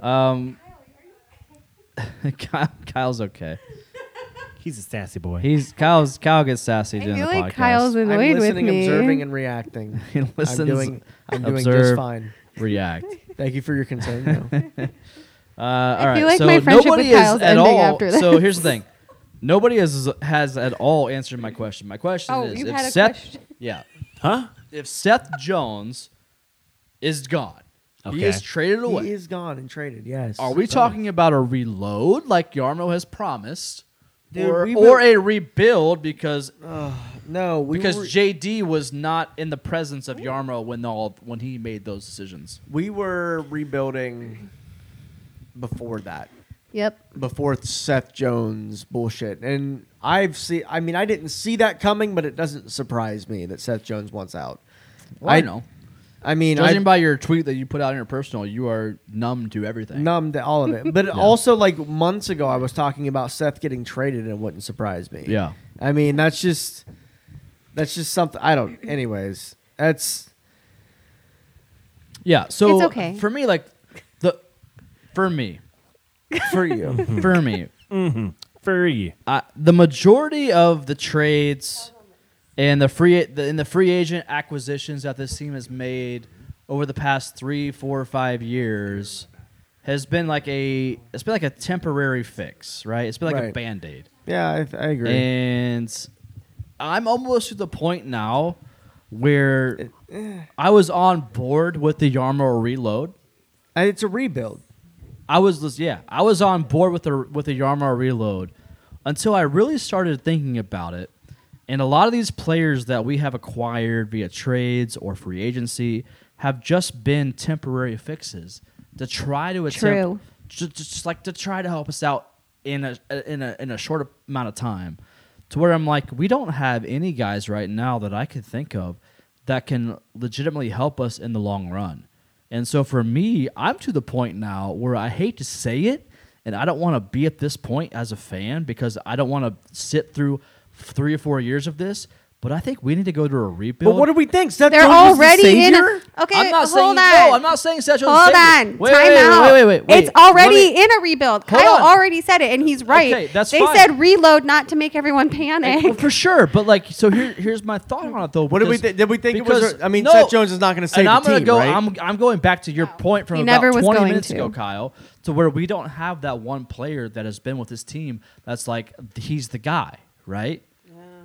A: So, um, (laughs) Kyle- Kyle's okay.
B: He's a sassy boy.
A: He's Kyle's Kyle gets sassy
E: I
A: during
E: feel
A: the
E: like
A: podcast.
E: Kyle's
C: I'm
E: annoyed with
C: listening,
E: me.
C: observing, and (laughs) reacting.
A: he listens,
C: I'm doing. I'm doing just
A: observe,
C: fine.
E: (laughs)
A: React.
C: Thank you for your concern. though.
A: Uh, all right.
E: feel like
A: so
E: my friendship with
A: nobody
E: Kyle's
A: is at
E: ending
A: all.
E: after this.
A: So here's the thing. Nobody has has at all answered my question. My question
E: Oh,
A: is
E: you
A: if
E: had a
A: Seth
E: question. (laughs)
A: Yeah.
B: huh?
A: If Seth Jones is gone. He
B: Okay.
A: is traded
C: (laughs)
A: away.
C: he is gone and traded. Yes.
A: Are we talking about a reload like Yarmo has promised?
C: Dude,
A: or,
C: we
A: or
C: will-
A: a rebuild because
C: No, we
A: because
C: were,
A: JD was not in the presence of Yarmo when all when he made those decisions.
C: we were rebuilding before that.
E: Yep.
C: before Seth Jones bullshit. And I've seen, I mean, I didn't see that coming, but it doesn't surprise me that Seth Jones wants out.
A: Well, I, know.
C: I mean,
A: Judging
C: I
A: by your tweet that you put out in your personal, you are numb to everything.
C: numbed to all of
A: (laughs)
C: it. But also, like months ago, I was talking about Seth getting traded, and it wouldn't surprise me.
A: Yeah.
C: I mean, that's just, that's just something. I don't, anyways, that's,
A: Yeah. So
E: It's okay.
A: for me, like the for me,
C: for you.
A: (laughs) for me,
B: For you.
A: I, the majority of the trades and the free the, and the free agent acquisitions that this team has made over the past three, four, or five years has been like a it's been like a temporary fix, right? It's been like a
C: Right.
A: band aid.
C: yeah, I, I agree.
A: And I'm almost to the point now where I was on board with the Yarmo reload.
C: And it's a rebuild.
A: I was lis- yeah, I was on board with the with the Yarmar reload until I really started thinking about it. And a lot of these players that we have acquired via trades or free agency have just been temporary fixes to try to
E: True.
A: attempt ju- ju- just, like to try to help us out in a in a in a short amount of time. To where I'm like, we don't have any guys right now that I could think of that can legitimately help us in the long run. And so for me, I'm to the point now where I hate to say it, and I don't want to be at this point as a fan because I don't want to sit through three or four years of this. But I think we need to go to a rebuild.
C: But what do we think? Seth
E: They're
C: Jones is the
E: already in.
C: savior?
E: A, okay,
A: I'm not
E: hold
A: saying,
E: on.
A: No, I'm not saying Seth Jones is
E: Hold
A: savior.
E: on.
A: Wait,
E: Time
A: wait,
E: out.
A: Wait, wait, wait, wait.
E: It's already
A: Let me-
E: in a rebuild.
A: Hold
E: Kyle
A: on.
E: already said it, and he's right.
A: Okay, that's
E: they
A: fine.
E: said reload not to make everyone
A: Well,
E: panic.
A: for sure, but like, so here, here's my thought on it though.
C: What did we
A: because-
C: thi- did we think it was
A: because-
C: her- I mean,
A: no,
C: Seth Jones is not gonna
A: and
C: save the
A: I'm gonna
C: team,
A: go.
C: right?
A: I'm I'm going back to your point from
E: He
A: about
E: never was
A: 20
E: going
A: minutes
E: to.
A: ago, Kyle, to where we don't have that one player that has been with this team that's like he's the guy, right?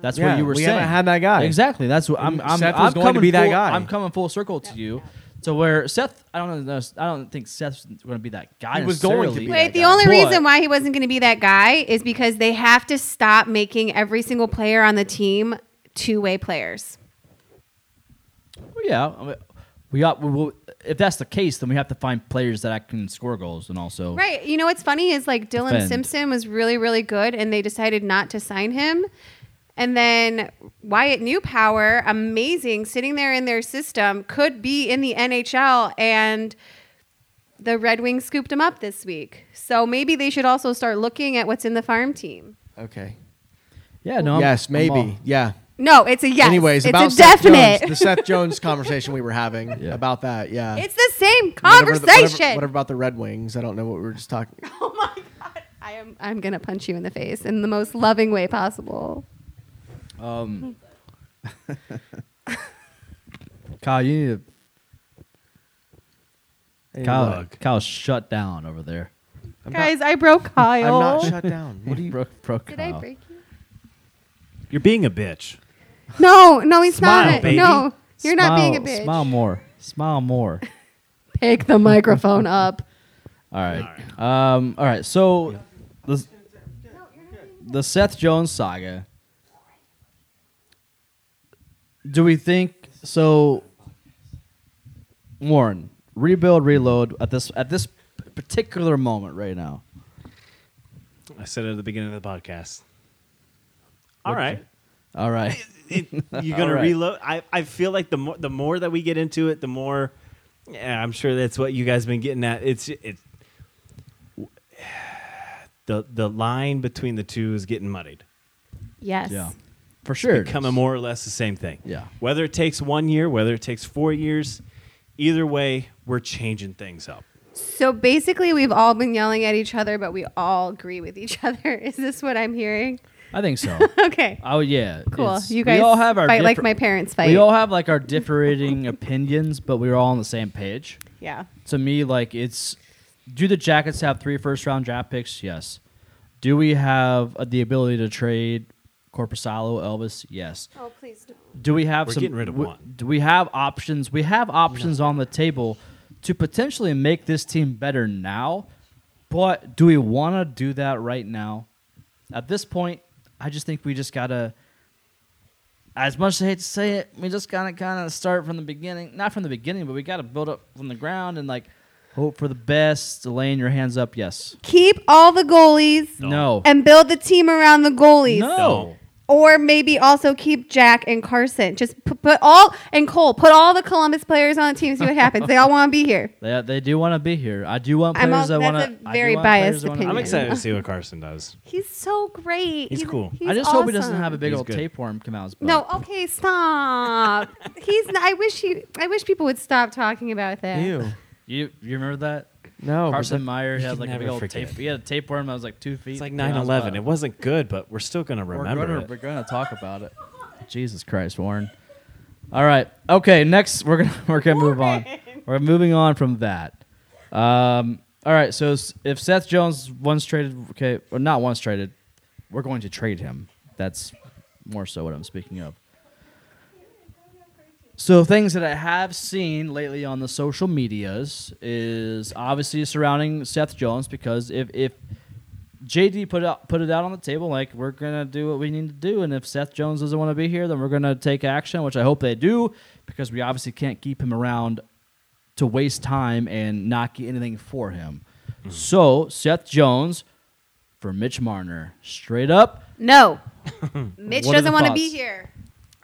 A: That's
C: Yeah,
A: what you were
C: we
A: saying.
C: haven't had that guy.
A: Exactly. That's what I'm. I'm,
C: Seth was
A: I'm
C: going to
A: coming
C: be that
A: full-
C: guy.
A: I'm coming full circle to you. To where Seth, I don't know. I don't think Seth's going to be that guy.
C: He was going to
A: necessarily.
C: be
E: Wait,
C: that
E: the
C: guy.
E: only
A: But-
E: reason why he wasn't going to be that guy is because they have to stop making every single player on the team two way players.
A: Well, yeah, I mean, we got. We, we, if that's the case, then we have to find players that can score goals and also.
E: Right. You know what's funny is like Dylan
A: Defend.
E: Simpson was really, really good, and they decided not to sign him. And then Wyatt Newpower, amazing, sitting there in their system, could be in the NHL, and the Red Wings scooped him up this week. So maybe they should also start looking at what's in the farm team.
C: Okay.
A: Yeah. No. I'm-
C: yes,
A: Um, I'm
C: maybe.
A: all-
C: yeah.
E: No, it's a yes.
C: Anyways,
E: it's
C: about
E: a
C: Seth
E: definite.
C: Jones,
E: (laughs)
C: the Seth Jones conversation we were having
A: Yeah.
C: about that. Yeah.
E: it's the same
C: Whatever
E: conversation.
C: the- Whatever, whatever about the Red Wings? I don't know what we were just talking.
E: Oh my god. I am I'm gonna punch you in the face in the most loving way possible.
A: Um, Kyle, you need to. Kyle,
B: look.
A: Kyle, shut down over there.
C: I'm
E: Guys, I broke
C: not,
E: Kyle.
C: I'm not shut down. What do you?
A: broke, broke
E: Did
A: Kyle.
E: I break you?
B: You're being a bitch.
E: No, no, he's
B: Smile,
E: not.
B: baby.
E: No, you're not
A: Smile-
E: being a bitch.
A: Smile more. Smile more.
E: Pick the microphone up.
A: All right. Um, all right. So the, the Seth Jones saga. Do we think so? Warren, rebuild, reload at this at this particular moment right now.
B: I said it at the beginning of the podcast. All right.
A: All right. (laughs)
B: You're gonna
A: Alright.
B: reload. I, I feel like the more the more that we get into it, the more. Yeah, I'm sure that's what you guys been getting at. It's it. (sighs) The the line between the two is getting muddied.
E: Yes.
A: Yeah. For sure. it
B: Becoming
A: is.
B: more or less the same thing.
A: Yeah.
B: Whether it takes one year, whether it takes four years, either way, we're changing things up.
E: So basically, we've all been yelling at each other, but we all agree with each (laughs) other. Is this what I'm hearing?
A: I think (laughs) so.
E: Okay.
A: Oh yeah.
E: Cool.
A: It's-
E: You guys
A: we all have our
E: fight like
A: differ-
E: my parents fight.
A: We all have like our differing (laughs) opinions, but we're all on the same page.
E: yeah.
A: to me, like it's do the Jackets have three first round draft picks? Yes. Do we have uh, the ability to trade Corpusalo, Elvis? Yes.
E: Oh please don't.
A: Do we have
B: We're
A: some?
B: getting rid of
A: w-
B: one.
A: Do we have options? We have options on the table to potentially make this team better now, but do we want to do that right now? At this point, I just think we just gotta. As much as I hate to say it, we just gotta kind of start from the beginning. Not from the beginning, but we gotta build up from the ground and like hope for the best. Laying your hands up, yes.
E: Keep all the goalies
A: No.
E: and build the team around the goalies.
A: No.
E: or maybe also keep Jack and Carson. Just put, put all and Cole. Put all the Columbus players on the team. See what happens. They all want to be here.
A: They, they do want to be here. I do want
E: I'm
A: players
E: all-
A: that want
E: that's
A: to.
E: a very biased
B: I'm
E: opinion.
B: excited to see what
A: (laughs)
B: Carson does.
E: He's so great.
B: He's cool.
A: I just hope he doesn't have a
E: big.
A: big
B: He's
A: old
B: good.
A: tapeworm come out. His butt.
E: No, okay, stop. He's. Not, I wish he. I wish people would stop talking about that.
C: Ew.
A: You you remember that?
C: No. but
A: Carson
C: that-
A: Meyer
B: you
A: had
B: can
A: like a
B: never
A: big old
B: forget.
A: tape. He had a tapeworm that was like two feet.
B: It's like
A: came out his
B: 9/11.
A: butt.
B: It wasn't good, but we're still gonna
A: We're
B: remember
A: gonna- We're
B: it.
A: gonna talk about it. Jesus Christ, Warren. All right. Okay. Next, we're gonna (laughs) we're gonna move on. We're moving on from that. Um. All right. So s- if Seth Jones once traded, okay, or not once traded, we're going to trade him. That's more so what I'm speaking of. So things that I have seen lately on the social medias is obviously surrounding Seth Jones because if if JD put out put it out on the table like we're gonna do what we need to do, and if Seth Jones doesn't want to be here, then we're gonna take action, which I hope they do because we obviously can't keep him around to waste time and not get anything for him. So Seth Jones for Mitch Marner, straight up (laughs)
E: No, Mitch
A: What are the
E: doesn't want to
A: thoughts?
E: be here.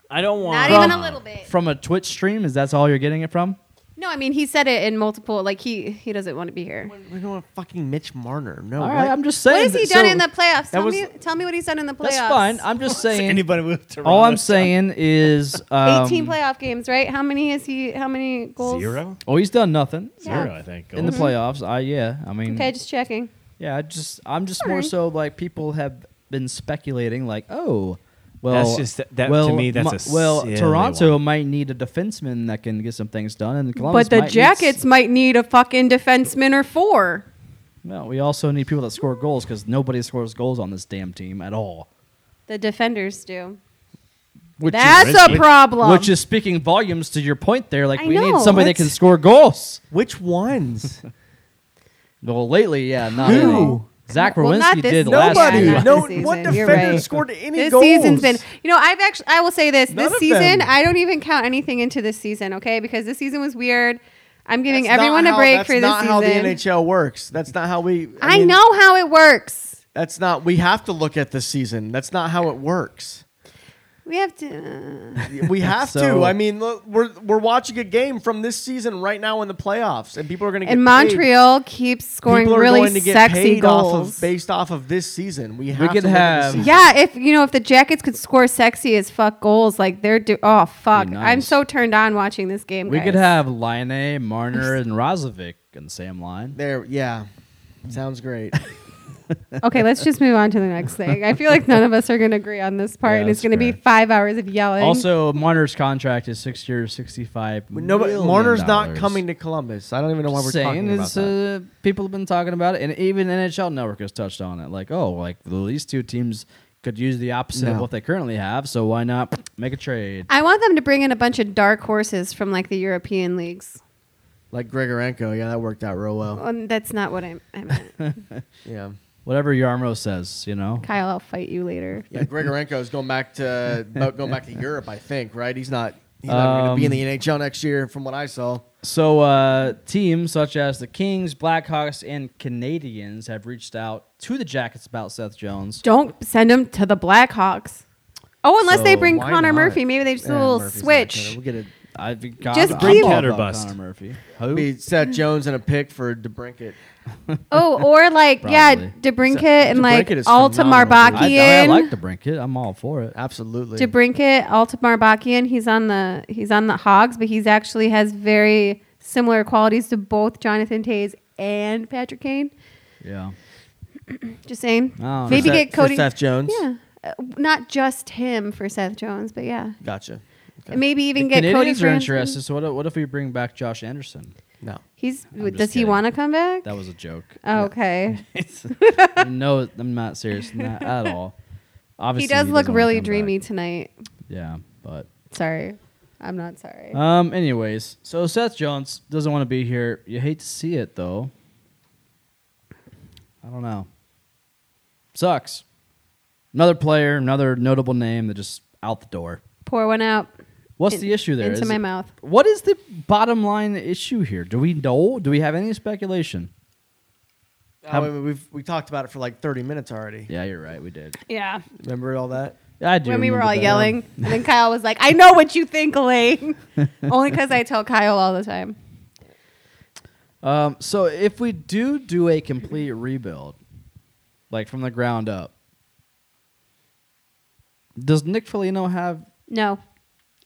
B: I don't want.
E: Not even a little bit.
A: from a Twitch stream. Is that's all you're getting it from?
E: No, I mean he said it in multiple. Like he he doesn't want to be here.
C: We're going to fucking Mitch Marner. No,
A: All
C: what?
A: right, I'm just saying.
E: What has he
A: that-
E: done
A: so-
E: in the playoffs? Tell
C: was-
E: me tell me what he's done in the playoffs.
A: That's fine. I'm (laughs) just saying.
B: Anybody with Toronto?
A: All I'm saying (laughs) is, um,
E: 18 playoff games, right? How many is he? How many goals?
B: Zero?
A: Oh, he's done nothing
E: Yeah.
B: Zero, I think.
C: Oh.
A: in the
B: goals.
A: playoffs. I yeah. I mean,
E: Okay, just checking.
A: yeah. I just I'm just more
E: Alright.
A: so like people have been speculating like, oh, well,
B: That's just- that- to
A: well,
B: me, that's
A: mi-
B: a
A: well.
B: silly
A: Toronto might need a defenseman that can get some things done, and Columbus
E: But the
A: might need s-
E: Jackets might need a fucking defenseman or four.
A: No, we also need people that score goals because nobody scores goals on this damn team at all.
E: The defenders do.
A: Which
E: That's
A: is,
E: a
B: which-
E: problem.
A: which is speaking volumes to your point there. Like
E: um, I
A: we
E: know,
A: need somebody that
E: it's-
A: can score goals.
C: Which ones?
A: Well, lately, yeah, not
C: Who?
A: any. Zach
E: Well,
A: Rowinski
E: not this
A: did
E: season.
A: last
C: Nobody.
A: year.
E: not
C: no,
E: this season.
C: what
E: You're
C: defender
E: right.
C: scored any
E: this
C: goals?
E: season's been you know i've actually i will say this
C: None
E: this
C: of
E: season
C: them.
E: i don't even count anything into this season okay because this season was weird i'm giving
C: That's not
E: everyone a
C: how-
E: break
C: that's
E: for this
C: not
E: season
C: how the NHL works. That's not how we.
E: i,
C: mean,
E: know how it works
C: That's not. We have to look at the season. That's not how it works.
E: we have to
C: (laughs) We have
A: So-
C: to. I mean, look, we're we're watching a game from this season right now in the playoffs, and people are going to get
E: and
C: Paid.
E: montreal keeps scoring
C: People are
E: really
C: going to get
E: sexy
C: paid off
E: goals
C: of, based off of this season. We have
A: could
C: to look at the
A: have-
C: season.
E: yeah if you know if the jackets could score sexy as fuck goals like they're do oh fuck
A: Be nice.
E: i'm so turned on watching this game
A: We
E: guys.
A: could have Line, Marner, and Rozovic in the same line.
C: There, yeah, sounds (laughs) great.
E: okay let's just move on to the next thing i feel like none of us are going to agree on this part
A: Yeah,
E: and it's
A: that's
E: going to be
A: fair.
E: five hours of yelling
A: Also, Marner's contract is six years, sixty-five.
C: no, but
A: million
C: Marner's not
A: dollars.
C: coming to Columbus. I don't even know why we're
A: Saying
C: talking about
A: it's
C: that.
A: uh, people have been talking about it, and even NHL Network has touched on it. Like, oh, like well, these two teams could use the opposite of
C: No.
A: what they currently have, so why not make a trade?
E: I want them to bring in a bunch of dark horses from like the European leagues.
C: Like Grigorenko, yeah, that worked out real
E: (laughs)
C: well.
E: Um, that's not what I, I meant.
C: Yeah.
A: Whatever Yarmo says, you know.
E: Kyle, I'll fight you later.
C: Yeah, Grigorenko is going back to about going (laughs) back to Europe, I think. Right? He's not. He's not going to be in the NHL next year, from what I saw.
A: So, uh, teams such as the Kings, Blackhawks, and Canadians have reached out to the Jackets about Seth Jones.
E: Don't send them to the Blackhawks. Oh, unless they
A: So
E: bring
C: why
E: Connor
C: not?
E: Murphy. Maybe they just do a
C: Eh,
E: little
C: Murphy's not gonna-
E: switch.
C: We'll get it.
A: I've got
E: Just
A: I'm
E: keep-
A: all
B: Head or
A: about
B: bust.
A: Connor Murphy. Who?
C: Be Seth Jones and a pick for DeBrinket.
E: Oh, or like yeah,
A: Probably.
E: Debrinket and like
C: DeBrincat is
E: Alta
C: phenomenal,
A: I, I, like
E: Marbakian.
A: the brinket. I'm all for it.
C: Absolutely.
E: Debrinket, Alta Marbakian. He's on the he's on the Hogs, but he's actually has very similar qualities to both Jonathan Tays and Patrick Kane.
A: Yeah.
E: Just saying.
A: Oh,
E: Maybe
A: for
E: get
C: Seth- for
E: Cody.
C: Seth Jones?
E: Yeah. Uh, not just him for Seth Jones, but yeah.
C: Gotcha.
E: And Maybe even
A: The
E: get Cody
A: Canadians are
E: Franson.
A: interested. So what, if- what if we bring back Josh Anderson?
C: No.
E: He's does
A: just
E: he
A: kidding.
E: want to come back?
A: That was a
E: (laughs)
A: joke.
E: Oh, okay.
A: no, I'm not serious not at all. Obviously,
E: he does look
A: doesn't wanna
E: really
A: come back.
E: dreamy tonight.
A: Yeah, but
E: Sorry. I'm not sorry.
A: um, anyways, so Seth Jones doesn't want to be here. You hate to see it though. I don't know. Sucks. Another player, another notable name that just out the door.
E: Pour one out.
A: What's
E: in-
A: the issue there?
E: Into
A: Is
E: my
A: it-
E: mouth.
A: What is the bottom line issue here? Do we know? Do we have any speculation?
C: Oh, wait, wait, we've we talked about it for like 30 minutes already.
A: Yeah, you're right. We did.
E: Yeah.
C: Remember all that?
A: I do.
E: When we were
A: remember
E: all
A: that.
E: yelling, and then Kyle was like, "I know what you think, Elaine." Only because I tell Kyle all the time.
A: Um, so if we do do a complete rebuild, like from the ground up, does Nick Foligno have
E: No,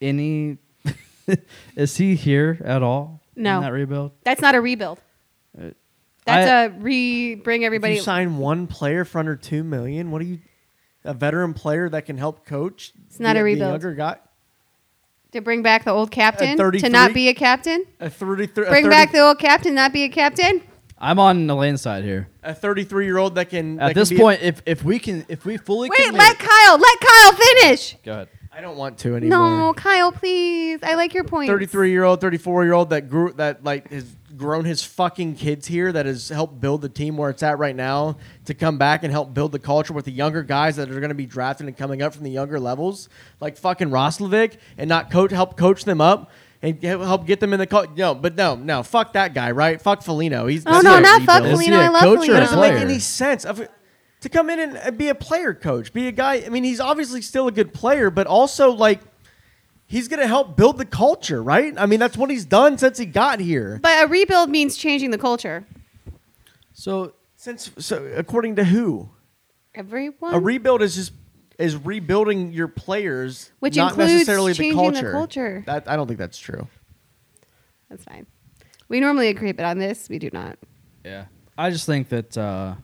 A: any? (laughs) is he here at all?
E: No.
A: in that rebuild.
E: that's not a rebuild. That's
A: I-
E: a re bring everybody.
C: If you sign one player for under two million, what are you? A veteran player that can help coach.
E: It's not
C: the-
E: a
C: the
E: rebuild.
C: Younger guy.
E: to bring back the old captain to
C: 33?
E: not be a captain.
C: A 33. a
E: Bring
C: 30
E: back the old captain, not be a captain.
A: I'm on the lane side here.
C: a 33 year old that can.
A: At
C: that can
A: this
C: be a-
A: point, if if we can, if we fully
E: Wait,
A: commit-
E: let Kyle, let Kyle finish.
A: go ahead.
C: I don't want to anymore.
E: No, Kyle, please. I like your point.
C: 33 year old 34 year old that grew that like has grown his fucking kids here that has helped build the team where it's at right now to come back and help build the culture with the younger guys that are going to be drafted and coming up from the younger levels like fucking Roslovic and not coach help coach them up and get- help get them in the call. No, but no, no, fuck that guy, right? Fuck Felino. He's
E: Oh
C: that's
E: no,
C: a
E: not fuck
C: rebuild.
A: Is he
E: Felino.
A: a
E: I love
A: coach or
C: It
A: a
C: doesn't
E: Felino.
A: player?
C: make any sense of to come in uh, and- and be a player coach, be a guy. I mean, he's obviously still a good player, but also like he's going to help build the culture, right? I mean, that's what he's done since he got here.
E: But a rebuild means changing the culture.
A: So
C: Since so, according to who,
E: Everyone,
C: a rebuild is just is rebuilding your players,
E: Which
C: not
E: includes
C: necessarily the
E: changing the
C: culture.
E: culture.
C: That I don't think that's true.
E: that's fine. We normally agree, but on this, we do not.
A: yeah, I just think that uh,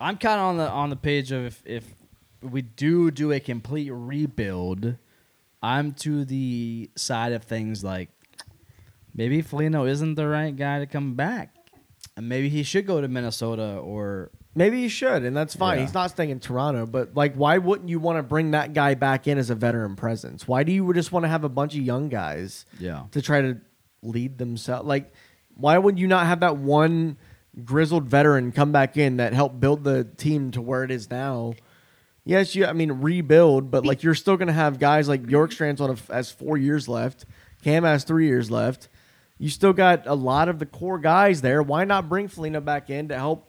A: I'm kind of on the on the page of if, if we do do a complete rebuild, I'm to the side of things like maybe Felino isn't the right guy to come back, and maybe he should go to Minnesota or
C: Maybe he should, and that's fine.
A: Yeah.
C: He's not staying in Toronto, but like, why wouldn't you want to bring that guy back in as a veteran presence? Why do you just want to have a bunch of young guys
A: Yeah.
C: to try to lead themselves? Like, why would you not have that one grizzled veteran come back in that helped build the team to where it is now? Yes, you. I mean, rebuild, but like, you're still going to have guys like
E: Mm-hmm.
C: Bjorkstrand's on a, has four years left. Cam has three years left. You still got a lot of the core guys there. Why not bring Felina back in to help?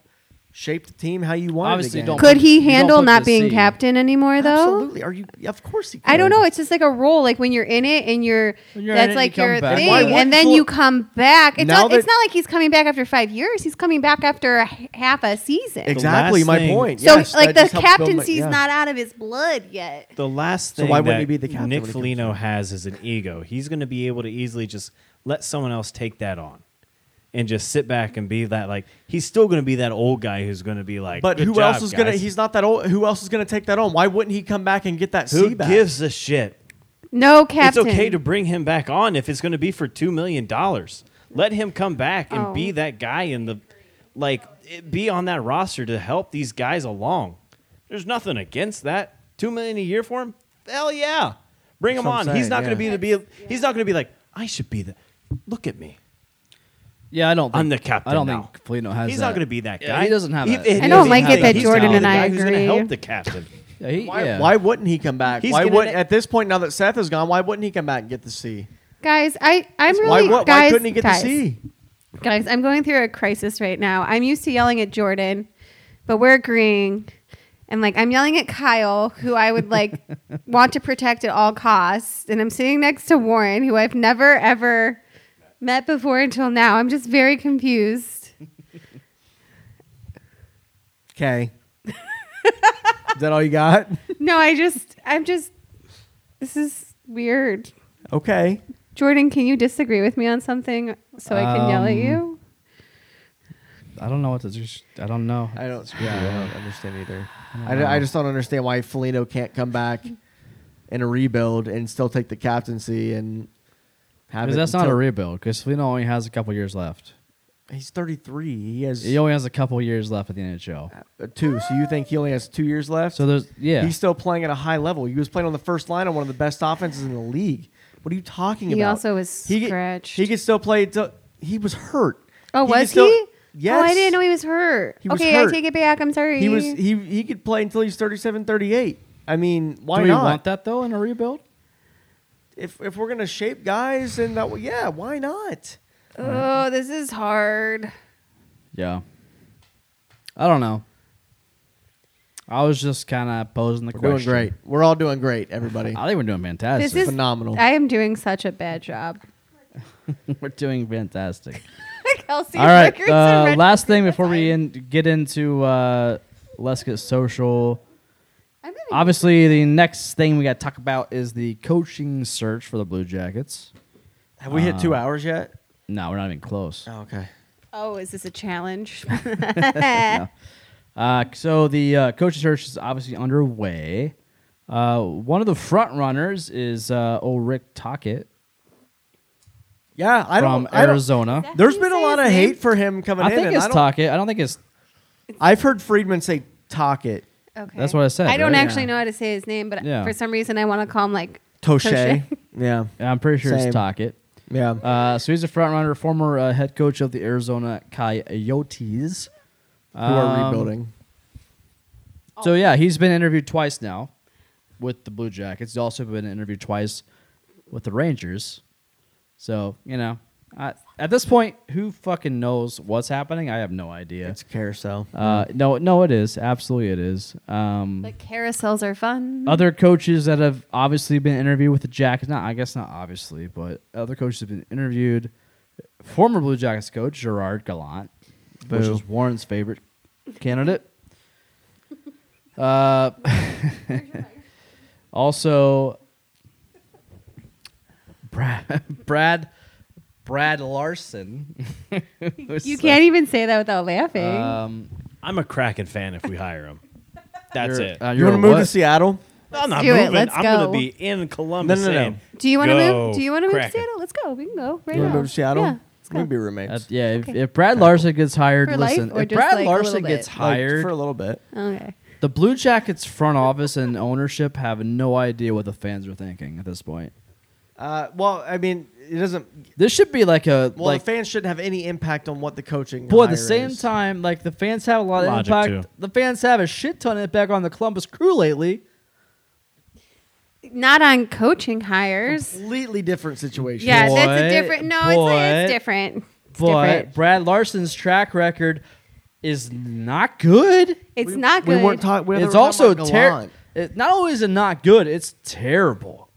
C: Shape the team how you want. it
A: Obviously,
C: again?
A: don't
E: Could he
A: You don't
E: handle
A: put
E: not
A: the
E: being
A: seed.
E: captain anymore, though?
C: Absolutely. Are you? Of course he. Could.
E: I don't know. It's just like a role. Like when you're in it and you're,
A: When you're in
E: that's
A: it,
E: like
A: you come
E: your
A: back.
E: thing,
C: Why
E: and
C: wouldn't
E: then
C: Phil-
E: you come back. It's
C: Now
E: not, it's
C: that-
E: not like he's coming back after five years. He's coming back after a h- half a season.
C: Exactly
B: last
C: my
B: thing-
C: point.
E: So
C: Yes, that
E: like the
C: just helps build my-
E: captaincy's
C: yeah.
E: not out of his blood yet.
B: The last
C: So
B: thing
C: why wouldn't
B: that
C: he be the captain
B: Nick
C: when it comes
B: Foligno has is an ego. He's going to be able to easily just let someone else take that on and just sit back and be that like he's still going to be that old guy who's going to be like
C: But
B: "Good
C: who
B: job,
C: else is gonna?
B: guys."
C: He's not that old. Who else is gonna take that on? Why wouldn't he come back and get that
B: who
C: C back?
B: gives a shit?
E: No captain.
B: It's okay to bring him back on if it's going to be for two million dollars. Let him come back and
E: Oh.
B: be that guy in the like it- be on that roster to help these guys along. There's nothing against that. Two million a year for him? Hell yeah, bring him
C: what
B: on.
C: I'm
B: he's
C: saying,
B: not
C: yeah.
B: going to be the be. He's not going to be like I should be the. Look at me.
A: Yeah, I don't. Think,
B: I'm the captain.
A: I don't
B: now.
A: think Felino has.
B: He's
A: that.
B: not going to be that
A: Yeah,
B: guy.
A: he doesn't have
B: He-
A: that.
B: he
A: I
E: don't
B: doesn't
E: like
B: have
E: it that
B: He's
E: Jordan
B: not
E: and
B: the
E: I
B: guy Who's going to
E: agree.
B: help the captain?
A: Yeah, he-
C: Why,
A: yeah.
C: why wouldn't he come back?
B: He's
C: why
B: gonna-
C: wouldn't at this point now that Seth is gone? Why wouldn't he come back and get the C?
E: guys. I I'm
C: why,
E: really
C: what, why
E: guys.
C: couldn't he get
E: guys,
C: the C?
E: Guys, I'm going through a crisis right now. I'm used to yelling at Jordan, but we're agreeing. And like I'm yelling at Kyle, who I
C: (laughs)
E: would like want to protect at all costs, and I'm sitting next to Warren, who I've never ever met before until now. I'm just very
C: (laughs)
E: confused.
C: Okay.
E: (laughs)
C: is that all you got?
E: No, I just I'm just this is weird.
C: Okay.
E: Jordan, can you disagree with me on something so I can yell
C: Um,
E: at you?
A: I don't know what to. just- I don't know.
C: I don't. Yeah, I don't understand either. I, don't- I just don't understand why Felino can't come back in a rebuild and still take the captaincy and have
A: Because
C: it.
A: that's not a
C: until-
A: rebuild. Because Felino only has a couple years left.
C: He's 33. He has
A: He only has a couple years left at the NHL.
C: uh, two. So you think he only has two years left?
A: So there's yeah.
C: He's still playing at a high level. He was playing on the first line on one of the best offenses in the league. What are you talking
E: He
C: about?
E: also was
C: He could-
E: scratched.
C: He could still play. till- he was hurt.
E: Oh,
C: could
E: was
C: still-
E: he?
C: Yes.
E: Oh, I didn't know he was hurt.
C: He was
E: okay,
C: hurt.
E: I take it back. I'm sorry.
C: He was. He he could play until he's 37, 38. I mean, why
A: Do we
C: not?
A: want that though in a rebuild?
C: If if we're gonna shape guys, and that yeah, why not?
A: Mm-hmm.
E: oh, this is hard.
A: Yeah. I don't know. I was just kind of posing the
C: We're
A: question.
C: doing great. We're all doing great, everybody.
A: I think we're doing fantastic.
E: This is
C: phenomenal.
E: I am doing such a bad job. (laughs)
A: (laughs) we're doing fantastic.
E: Kelsey,
A: All right.
E: records and
A: Uh,
E: records.
A: last thing before we in, get into uh, let's get social.
E: I'm gonna-
A: Obviously, the next thing we got to talk about is the coaching search for the Blue Jackets.
C: Have we hit two hours yet?
A: No, we're not even close.
C: Oh, okay.
E: oh, is this
A: (laughs)
E: a challenge? (laughs)
A: Uh, so the uh, coaching search is obviously underway. Uh, one of the front runners is uh, old Rick Tockett
C: Yeah, I
A: from
C: don't. I don't-
A: Arizona.
E: Is that-
C: there's
E: How do you
C: been a
E: say
C: lot
E: his
C: of
E: name?
C: hate for him coming
A: I
C: in.
A: think
C: and
A: it's
C: I don't,
A: Tockett. I don't think it's
C: I've heard Friedman say "talk it."
E: okay.
A: That's what I said,
E: I don't
A: right?
E: actually know how to say his name, but
A: Yeah.
E: for some reason I want to call him like
C: Toshe. (laughs)
A: (laughs)
C: Yeah.
A: I'm pretty sure
C: Same.
A: it's Tockett.
C: Yeah.
A: Uh, so he's a front runner, former uh, head coach of the Arizona Coyotes.
C: Who are
A: Um,
C: rebuilding.
A: So yeah, he's been interviewed twice now with the Blue Jackets. He's also been interviewed twice with the Rangers. So you know, I At this point, who fucking knows what's happening? I have no idea.
C: It's carousel.
A: uh, no, no, it is absolutely it is. Um,
E: But carousels are fun.
A: other coaches that have obviously been interviewed with the Jackets. Not, I guess not obviously, but other coaches have been interviewed. Former Blue Jackets coach Gerard Gallant, which
C: Boo.
A: is Warren's
E: (laughs)
A: favorite candidate. Uh, (laughs) also, Brad, (laughs) Brad, Brad Larson.
E: you can't even say that without laughing.
A: Um,
B: I'm a Kraken fan if we hire him. That's
A: you're-
B: it.
A: uh,
C: You
A: you're
C: want
A: a
C: to move
A: what?
C: to Seattle?
B: I'm not
E: do it.
B: moving.
E: Let's
B: I'm
E: go.
B: gonna be in Columbus.
C: No, no, no.
B: saying,
E: Do you want to
B: "Go,
E: move? Do you want to move to
B: Kraken."
E: Seattle? Let's go. We can go right
C: You want
E: now.
C: to move to Seattle?
E: Yeah, let's
C: we
E: go.
C: can be roommates.
A: Uh, yeah, if,
E: Okay.
A: if Brad Larson gets hired,
E: For life
A: listen.
E: or
A: if
E: just,
A: Brad
E: like, a
A: Larson
E: little
A: gets
E: bit?
C: Like,
A: hired,
C: for a little bit.
E: okay.
A: the Blue Jackets front office and ownership have no idea what the fans are thinking at this point.
C: Uh, well, I mean, it doesn't.
A: This should be like a
C: Well,
A: like.
C: the fans shouldn't have any impact on what the coaching.
A: Boy, at the
C: hire
A: same
C: is.
A: time, like the fans have a lot of
B: Logic,
A: impact.
B: too.
A: The fans have a shit ton of impact on the Columbus Crew lately.
E: Not on coaching hires.
C: completely different situation.
E: Yeah, that's
A: Boy,
E: a different. No, it's, like,
A: boy,
E: it's different. It's
A: But
E: different.
A: Brad Larson's track record is not good.
E: It's not good.
C: We weren't talking. We
A: it's also terrible. It, not only is it not good, it's terrible.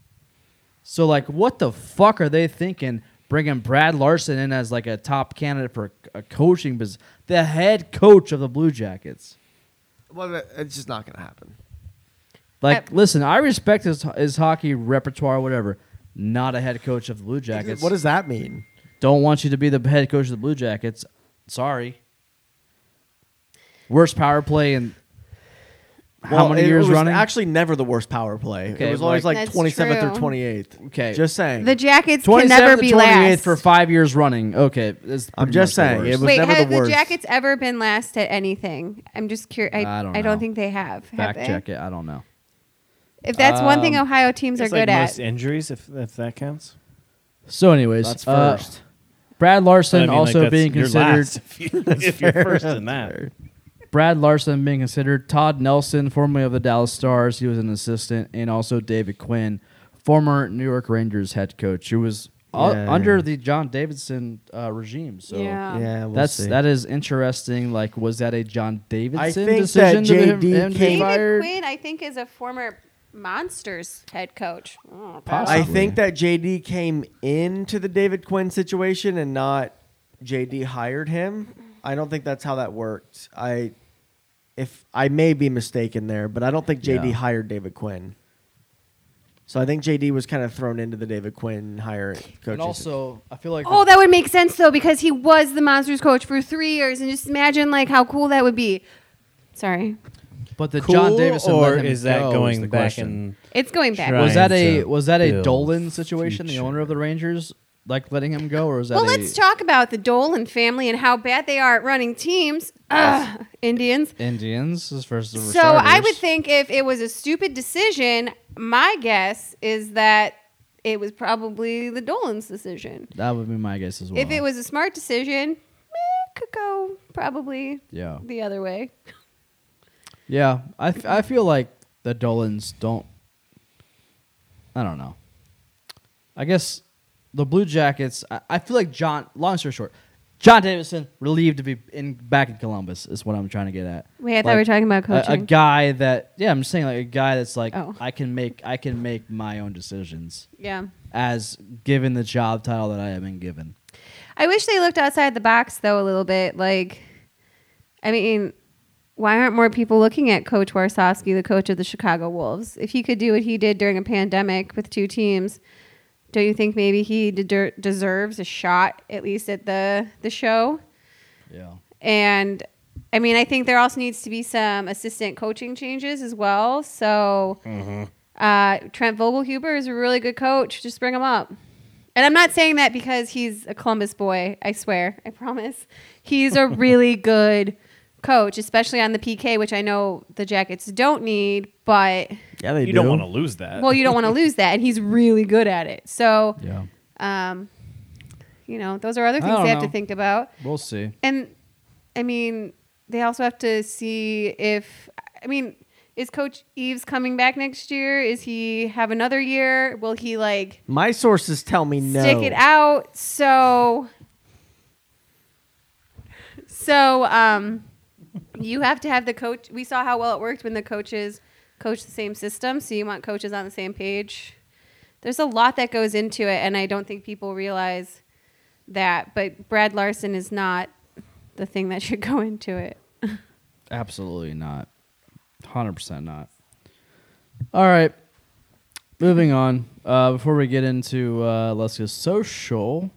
A: So like, what the fuck are they thinking? Bringing Brad Larson in as like a top candidate for a coaching business, the head coach of the Blue Jackets.
C: Well, it's just not going to happen.
A: Like,
E: I-
A: listen, I respect his his hockey repertoire, whatever. Not a head coach of the Blue Jackets.
C: What does that mean?
A: Don't want you to be the head coach of the Blue Jackets. Sorry. Worst power play in how
C: Well,
A: many
C: it-
A: years
C: it was
A: running?
C: Actually, never the worst power play.
A: Okay,
C: it was always
A: like-
C: like
E: That's
C: twenty seventh or
E: true.
C: twenty eighth.
A: Okay.
C: just saying.
E: the Jackets can
A: 27
E: never
A: to
E: be
A: 28
E: last.
A: for five years running. Okay, that's
C: I'm
A: pretty
C: just
A: much the
C: saying,
A: worst.
C: it was
E: Wait,
C: never
E: have
C: the worst.
E: Jackets ever been last at anything? I'm just curious. I,
A: I don't
E: I don't
A: know.
E: think they have. have
A: fact
E: they?
A: check it. I don't know.
E: If that's one thing
A: Um,
E: Ohio teams are
B: It's like
E: good
B: most
E: at,
B: injuries, if if that counts.
A: So, anyways,
C: That's
A: uh,
C: first.
A: Brad Larson
B: But I mean, like,
A: also
B: that's-
A: being
B: you're
A: considered.
B: last (laughs) if, you, if you're first in that.
A: (laughs) Brad Larson being considered. Todd Nelson, formerly of the Dallas Stars, he was an assistant, and also David Quinn, former New York Rangers head coach, who was u-
C: Yeah.
A: under the John Davidson uh, regime. So.
E: Yeah.
C: yeah, we'll
A: That's
C: see.
A: that is interesting. Like, was that a John Davidson
C: think
A: decision
C: that
A: to him,
C: JD
A: him get
C: came-
E: David
A: fired?
E: Quinn, I think, is a former Monsters head coach. Oh,
A: Possibly.
C: I think that JD came into the David Quinn situation and not JD hired him. I don't think that's how that worked. I if I may be mistaken there, but I don't think JD
A: Yeah.
C: hired David Quinn. So I think JD was kind of thrown into the David Quinn hire coaching.
A: And also, I feel like
E: Oh, that would make sense though, because he was the Monsters coach for three years, and just imagine like how cool that would be. Sorry,
A: But the John Davison
B: or
A: let him
B: is that
A: go
B: going
A: is the
B: back
A: question.
B: in?
E: it's going back.
B: Sure.
A: was that
B: Ryan
A: a
B: to
A: was that a
B: build
A: Dolan situation?
B: future.
A: The owner of the Rangers like letting him go, or was that
E: Well,
A: a,
E: let's talk about the Dolan family and how bad they are at running teams. Ugh, Indians.
A: Indians as first? as
E: So I would think if it was a stupid decision, my guess is that it was probably the Dolan's decision.
A: that would be my guess as well.
E: If it was a smart decision, eh, could go probably
A: yeah,
E: the other way.
A: yeah, I, f- I feel like the Dolans don't. I don't know. I guess the Blue Jackets. I, I feel like John. Long story short, John Davison relieved to be in back in Columbus is what I'm trying to get at.
E: Wait, I thought we were talking about
A: a- A,
E: coaching.
A: guy that yeah, I'm just saying like a guy that's like
E: Oh.
A: I can make I can make my own decisions.
E: Yeah.
A: as given the job title that I have been given.
E: I wish they looked outside the box though a little bit. Like, I mean, why aren't more people looking at Coach Warsawski, the coach of the Chicago Wolves? If he could do what he did during a pandemic with two teams, don't you think maybe he de- deserves a shot at least at the the show?
A: Yeah.
E: And I mean, I think there also needs to be some assistant coaching changes as well. So
A: Mm-hmm.
E: uh, Trent Vogelhuber is a really good coach. Just bring him up. And I'm not saying that because he's a Columbus boy. I swear. I promise.
A: (laughs)
E: He's a really good coach, especially on the PK, which I know the Jackets don't need, but
C: yeah, they
B: You do. not want to lose
A: Uh,
B: that.
E: well, you don't want
A: (laughs)
E: to lose that. And he's really good at it. So,
A: Yeah.
E: um, you know, those are other things
A: don't
E: they have to
A: know.
E: think about.
A: We'll see.
E: And I mean, they also have to see if I mean, is Coach Eves coming back next year? Is he have another year? Will he like
C: My sources tell me no.
E: stick it out? So So um, you have to have the coach. We saw how well it worked when the coaches coach the same system. So you want coaches on the same page. There's a lot that goes into it, and I don't think people realize that. But Brad Larson is not the thing that (laughs) should go into it.
A: Absolutely not. 100% not. All right. Moving on. Uh, before we get into uh, Let's Get Social,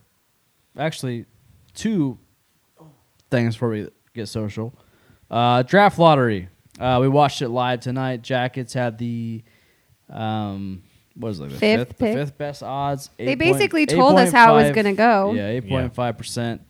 A: actually, two things before we get social. Uh, draft lottery. Uh, we watched it live tonight. Jackets had the. Um, what was it? The
E: Fifth
A: the
E: pick.
A: fifth best odds.
E: They
A: Eight
E: basically told us how it was
A: 8.5
E: gonna go.
A: Yeah, eight
B: Yeah.
A: point five percent.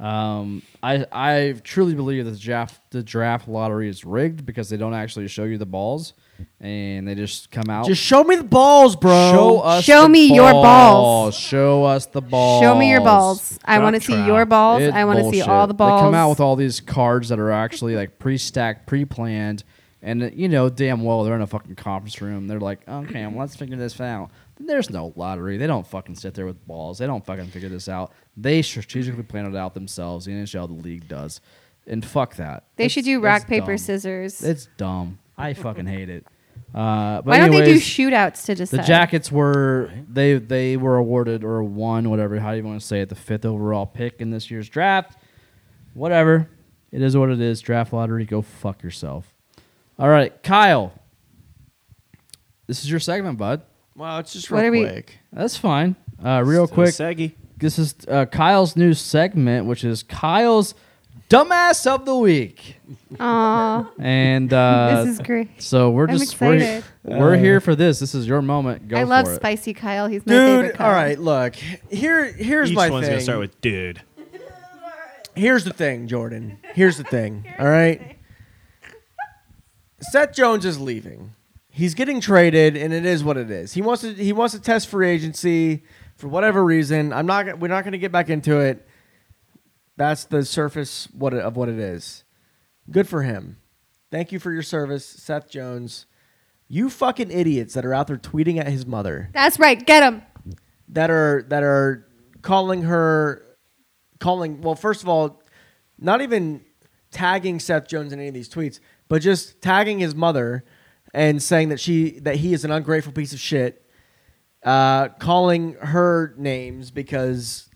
A: Um, I I truly believe that the draft the draft lottery is rigged because they don't actually show you the balls, and they just come out.
C: Just show me the balls, bro.
A: show us.
E: Show
A: the
E: me your balls.
A: Show us the balls.
E: Show me your balls. I
B: Drop
E: want to see
B: trout.
E: your balls.
A: It's
E: I want to see
A: bullshit.
E: all the balls.
A: They come out with all these cards that are actually like pre-stacked, pre-planned, and uh, you know damn well they're in a fucking conference room. They're like, okay, well, let's figure this out. There's no lottery. They don't fucking sit there with balls. They don't fucking figure this out. They strategically plan it out themselves. The NHL, the league does, and fuck that.
E: They
A: It's-
E: should do rock
A: it's
E: paper
A: dumb.
E: scissors.
A: It's dumb. I fucking hate it. Uh, but
E: Why don't they do
A: anyways-
E: shootouts to decide?
A: the Jackets were they they were awarded or won whatever how do you want to say it the fifth overall pick in this year's draft. Whatever, it is what it is. Draft lottery, go fuck yourself. All right, Kyle, this is your segment, bud.
C: Wow, it's just
E: What
C: real
E: are we-
C: quick.
A: That's fine. Uh, real quick,
B: Saggy.
A: this is uh, Kyle's new segment, which is Kyle's dumbass of the week,
E: Aw,
A: and uh,
E: (laughs) this is great.
A: so we're
E: I'm
A: just we're-
E: excited.
A: We're, here for this. This is your moment. Go
E: I love
A: for it.
E: spicy Kyle. He's my favorite.
C: Dude,
E: Kyle.
C: all right, look. Here here's
B: Each
C: my
B: one's
C: thing.
B: gonna start with dude.
C: Here's the thing, Jordan. (laughs) Here's the thing. all right. Seth Jones is leaving. He's getting traded, and it is what it is. He wants to he wants to test free agency for whatever reason. I'm not. We're not going to get back into it. That's the surface what it, of what it is. Good for him. Thank you for your service, Seth Jones. You fucking idiots that are out there tweeting at his mother
E: That's right. Get him.
C: that are that are calling her calling well first of all not even tagging Seth Jones in any of these tweets but just tagging his mother and saying that she that he is an ungrateful piece of shit uh, calling her names because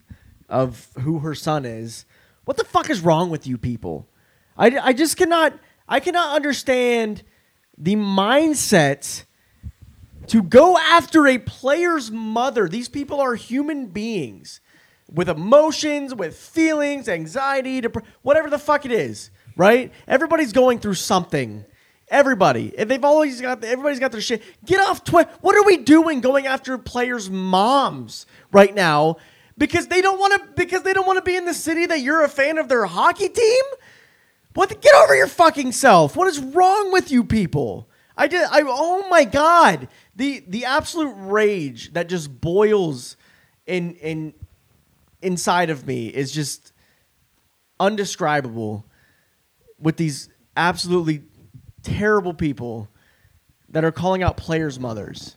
C: of who her son is what the fuck is wrong with you people I, I just cannot I cannot understand the mindset to go after a player's mother. These people are human beings with emotions, with feelings, anxiety, dep- whatever the fuck it is, right? Everybody's going through something. Everybody, And they've always got everybody's got their shit. Get off Twitter. What are we doing going after players' moms right now? Because they don't want to. Because they don't want to be in the city that you're a fan of their hockey team. What? The, get over your fucking self. What is wrong with you people? I did. I. Oh my god. The the absolute rage that just boils in in inside of me is just undescribable with these absolutely terrible people that are calling out players' mothers.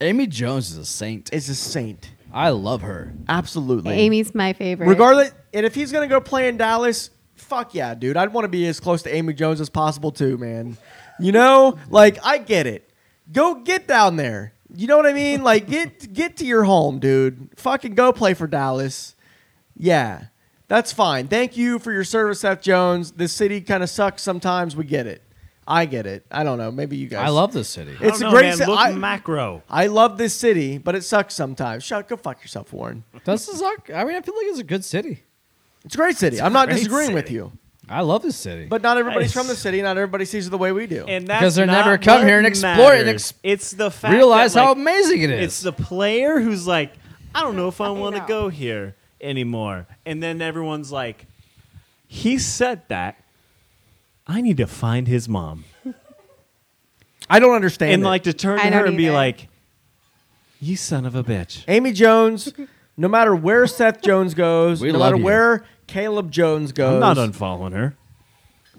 A: Amy Jones is a saint.
C: It's a saint.
A: I love her.
C: Absolutely.
E: Amy's my favorite.
C: Regardless, and if he's gonna go play in Dallas, fuck yeah, dude. I'd want to be as close to Amy Jones as possible too, man. You know, like I get it. Go get down there. You know what I mean? Like get get to your home, dude. Fucking go play for Dallas. Yeah, that's fine. Thank you for your service, Seth Jones. This city kind of sucks sometimes. We get it. I get it. I don't know. Maybe you guys.
A: I love this city.
B: I
C: It's
B: don't
C: a
B: know,
C: great.
B: man.
C: ci-
B: Look
C: I,
B: macro.
C: I love this city, but it sucks sometimes. Shut. Go fuck yourself, Warren.
A: This is like, I mean, I feel like it's a good city.
C: It's a great city. I'm
B: a
C: not
B: great
C: disagreeing with
B: city.
C: you.
A: I love this city. But
C: But not everybody's
B: Nice.
C: from the city. Not everybody sees it the way we do.
B: And that's
A: Because they're
B: not
A: never come
B: what
A: here and explore it and
B: matters.
A: ex-
B: it's the fact
A: realize
B: that,
A: how
B: like,
A: amazing it is.
B: It's the player who's like, I don't know if I want to go here anymore. And then everyone's like, he said that. I need to find his mom
C: I don't understand.
B: and
C: it.
B: like to turn
E: I
B: to her
E: don't
B: and be
E: either.
B: like, you son of a bitch.
C: Amy Jones, no matter where Seth Jones goes,
A: We
C: no
A: love
C: matter
A: you.
C: where Caleb Jones goes,
B: I'm not unfollowing her.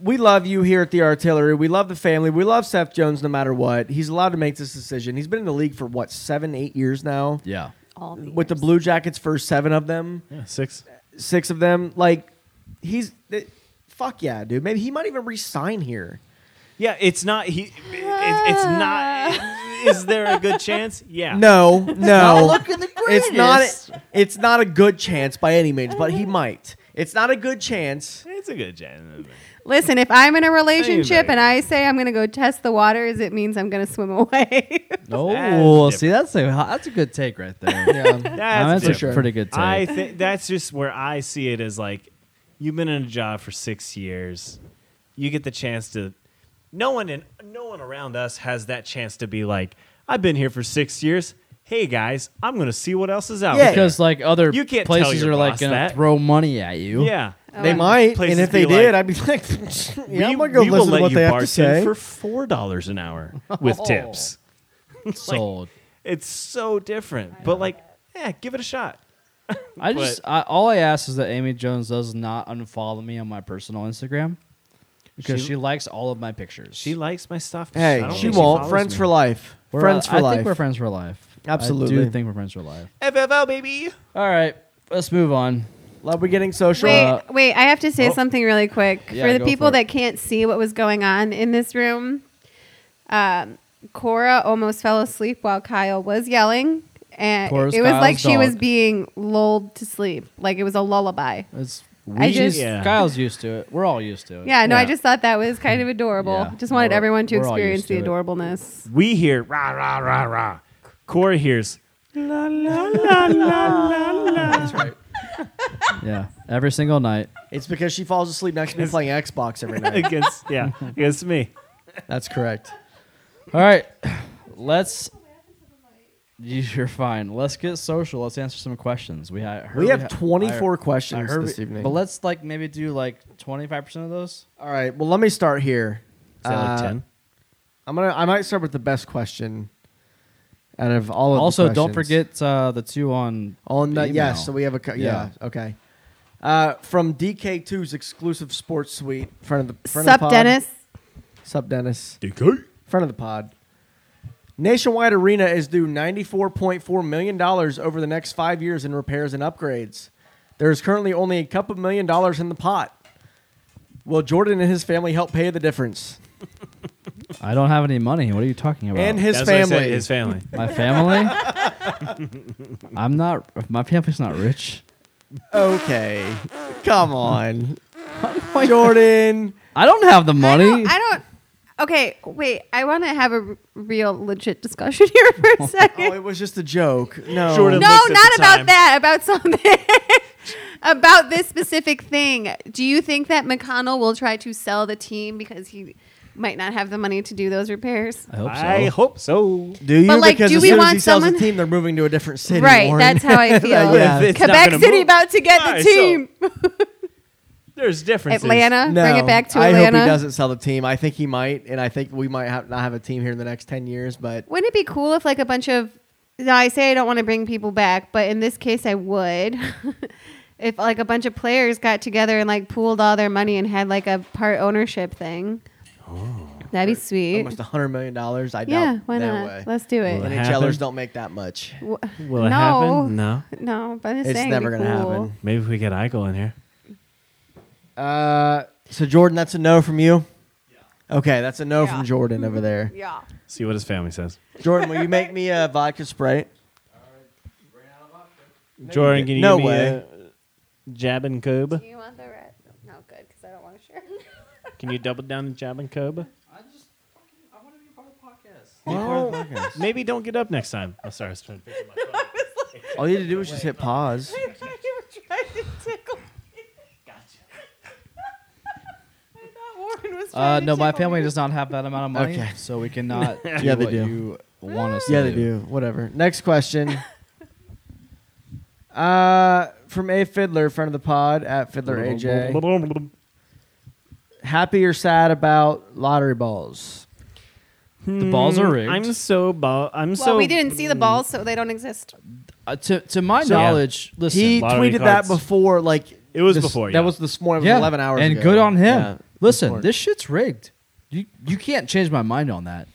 C: we love you here at the Artillery. We love the family. We love Seth Jones no matter what. He's allowed to make this decision. He's been in the league for what seven, eight years now.
A: yeah.
E: All the
C: With the Blue Jackets for seven of them,
B: Yeah, six.
C: six of them. Like he's th- fuck yeah, dude. Maybe he might even resign here.
B: Yeah, it's not. He, it, it's not.
E: (laughs)
B: Is there a good chance? Yeah.
C: No, (laughs) no.
A: Look at the
C: Oh, it's not
A: greatest.
C: it's not a good chance by any means, but he might. It's not a good chance.
B: It's a good chance.
E: Listen, if I'm in a relationship
B: Anyway.
E: and I say I'm going to go test the waters, it means I'm going to swim away. (laughs)
A: Oh,
B: That's
A: see, that's a that's a good take right there.
C: Yeah.
A: I mean,
B: That's,
A: that's a
B: different.
A: pretty good take.
B: I think that's just where I see it as like you've been in a job for six years. You get the chance to no one in no one around us has that chance to be like, I've been here for six years. Hey guys, I'm gonna see what else is out
C: Yeah.
B: there.
A: because like other
B: You can't tell
A: places
B: your
A: are like
B: boss
A: gonna
B: that.
A: throw money at you.
B: Yeah.
C: They might,
B: Places
C: and if
B: be
C: they did,
B: like,
C: I'd be like, (laughs) yeah,
B: we,
C: I'm gonna go
B: we will
C: listen to
B: let
C: what
B: you
C: they have
B: bartend
C: to say. Oh.
B: for four dollars an hour
C: (laughs)
B: with tips.
A: sold.
B: It's so different. but like, yeah, give it a shot.
A: I just I, all I ask is that Amy Jones does not unfollow me on my personal Instagram because she,
B: She-
A: likes all of my pictures.
B: She likes my stuff. but I
C: hey,
B: don't
C: she
B: think
C: won't.
B: follows
C: friends
B: me.
C: for life.
A: We're,
C: friends
A: uh,
C: for
A: I
C: life.
A: think we're friends for life. I
C: Absolutely.
A: do think we're friends for life.
B: FFL baby.
A: All right, let's move on.
C: Love we getting social.
E: Wait,
A: Uh,
E: wait, I have to say
B: oh.
E: something really quick.
A: Yeah,
E: for the
A: go
E: people
A: for it.
E: that can't see what was going on in this room, um, Cora almost fell asleep while Kyle was yelling. And
A: Cora's
E: it was like
A: Kyle's
E: she was
A: dog.
E: being lulled to sleep. Like it was a lullaby.
A: It's
E: I just-
B: Yeah.
A: Kyle's used to it. We're all used to it.
E: Yeah, no, I
B: Yeah.
E: just thought that was kind of adorable.
A: Yeah,
E: Just wanted
A: we're-
E: everyone to
A: we're all
E: experience
A: used to
E: the
A: it.
E: adorableness.
B: We hear rah rah rah rah. Corey hears la la
C: (laughs)
B: la la la la.
A: yeah. Every single night.
C: It's because she falls asleep next to me playing Xbox every night.
B: against yeah against me.
C: That's correct.
A: All right, let's. You're fine. Let's get social. Let's answer some questions. We ha- heard
C: We have
A: ha-
C: 24
A: I- I
C: questions
A: heard
C: this
A: we-
C: evening.
A: but let's like maybe do like 25 percent of those.
C: All right. Well, let me start here.
B: Is that like
C: Uh,
B: ten?
C: I'm gonna. I might start with the best question out of all of.
A: Also,
C: the
A: don't
C: questions.
A: forget uh, the two on
C: on the
A: email.
C: yes. So we have a co- yeah. Okay. Uh, from DK2's exclusive sports suite, front of the front of the
E: Sup,
C: pod.
E: Dennis?
C: Sup, Dennis.
B: DK.
C: Front of the pod. Nationwide Arena is due $94.4 million over the next five years in repairs and upgrades. There is currently only a couple million dollars in the pot. Will Jordan and his family help pay the difference?
A: I don't have any money. What are you talking about?
C: And his
B: That's what I said,
C: family.
B: His family.
A: my
C: (laughs)
A: family. I'm not. My family's not rich.
C: okay. Come on. (laughs) Jordan.
A: I don't have the
E: I
A: money.
E: don't- I don't. Okay, wait. I want to have a r- real legit discussion (laughs) here for a second.
C: Oh, it was just a joke. No.
B: Jordan.
E: No,
B: looks at
E: not
B: the
E: about
B: time.
E: that. About something. (laughs) about this specific thing. Do you think that McConnell will try to sell the team because he might not have the money to do those repairs?
A: I hope so.
B: I hope so.
C: Do you?
E: But, like,
C: because
E: do
C: as
E: we
C: soon as
E: want
C: he sells
E: someone-
C: the team, they're moving to a different city.
E: Right.
C: Warren.
E: That's
C: (laughs)
E: how I feel.
C: Yeah.
B: If it's not
E: Quebec
B: gonna
E: City
B: move,
E: about to get
B: why?
E: the
B: So,
E: team.
B: There's differences.
E: Atlanta,
C: No,
E: bring it back to
C: I hope
E: Atlanta.
C: he doesn't sell the team. I think he might, and I think we might have, not have a team here in the next ten years. But
E: Wouldn't it be cool if like a bunch of now I say I don't want to bring people back, but in this case I would. (laughs) if like a bunch of players got together and like pooled all their money and had like a part ownership thing. That'd be sweet.
C: almost hundred million dollars. I
E: Yeah,
C: doubt.
E: why
C: no
E: not?
C: Way.
E: Let's do it.
B: Will it
C: NHLers
B: happen?
C: don't make that much.
E: W-
B: Will it
E: no,
B: happen? No.
E: no, but I'm just
C: It's
E: saying
C: never
E: it'd be
C: gonna
E: cool.
C: happen.
B: Maybe if we get Eichel in here.
C: Uh, so Jordan, that's a no from you. Okay, that's a no
E: Yeah.
C: from Jordan over there.
E: (laughs) Yeah.
B: See what his family says.
C: Jordan, will you make me a vodka sprite?
B: Jordan, can you
C: No
B: give
C: way.
B: me a jab and cub?
E: Do you want the red? No, good, because I don't want to share. (laughs)
B: Can you double down the jab and cub?
A: I just fucking, I want to be part of the podcast.
B: Maybe don't get up next time. Oh, sorry. I was trying to pick up my phone.
C: All you had to do was just hit pause.
E: you were trying to tickle me. I thought Warren was
A: Uh,
E: trying to
A: no, my
E: tickle
A: family
E: me.
A: does not have that amount of money,
C: Okay.
A: so we cannot.
C: (laughs)
A: do
C: Yeah, they
A: what
C: do.
A: You want us? to
C: Yeah, they do. Whatever.
A: (laughs)
C: Next question. uh, from a fiddler, friend of the pod at fiddler AJ. Happy or sad about lottery balls?
A: The balls
E: Mm,
A: are rigged.
B: I'm so ball. I'm
E: Well,
B: so.
E: we didn't see the balls, so they don't exist.
A: Uh, to to my
B: So-
A: knowledge, listen.
C: he
B: lottery
C: tweeted
B: cards.
C: that before. Like
B: It was
C: this-
B: before, yeah.
C: That was this morning. It was
A: yeah,
C: eleven hours.
A: and
C: ago.
A: good on him.
C: Yeah.
A: listen,
C: morning.
A: this shit's rigged. You you can't change my mind on that.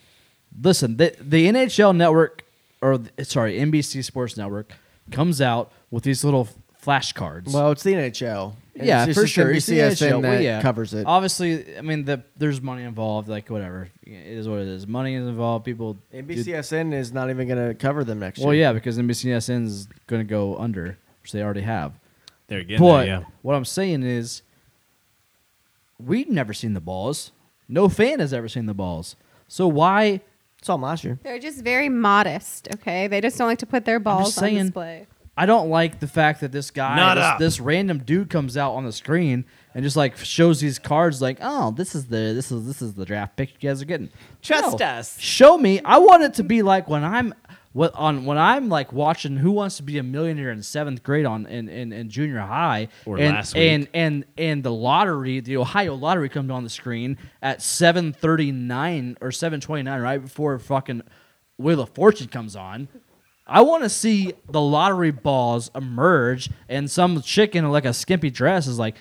A: Listen, the the NHL network or th- sorry NBC Sports Network comes out with these little flashcards.
C: Well, it's the NHL.
A: yeah,
C: it's
A: for
C: just
A: sure.
C: NBCSN
A: It's the NHL.
C: that
A: Well, yeah.
C: covers it.
A: Obviously, I mean, the, there's money involved. Like whatever, it is what it is. Money is involved. People. do-
C: NBCSN is not even going to cover them next
A: Well,
C: year.
A: yeah, because NBCSN is going to go under, which they already have.
B: They're getting
A: But
B: there, yeah.
A: what I'm saying is, we've never seen the balls. No fan has ever seen the balls. So why?
C: It's on last year.
E: They're just very modest, okay? They just don't like to put their balls
A: just
E: on
A: saying.
E: display.
A: I don't like the fact that this guy,
B: Not
A: this,
B: up.
A: this random dude, comes out on the screen and just like shows these cards, like, oh, this is the this is this is the draft pick you guys are getting.
B: Trust us.
A: Show me. I want it to be like when I'm what on when I'm like watching Who Wants to Be a Millionaire in seventh grade on in, in, in junior high,
B: Or
A: and,
B: last
A: and
B: week.
A: and and the lottery, the Ohio lottery, comes on the screen at seven thirty nine or seven twenty nine, right before fucking Wheel of Fortune comes on. I want to see the lottery balls emerge, and some chick in like a skimpy dress is like,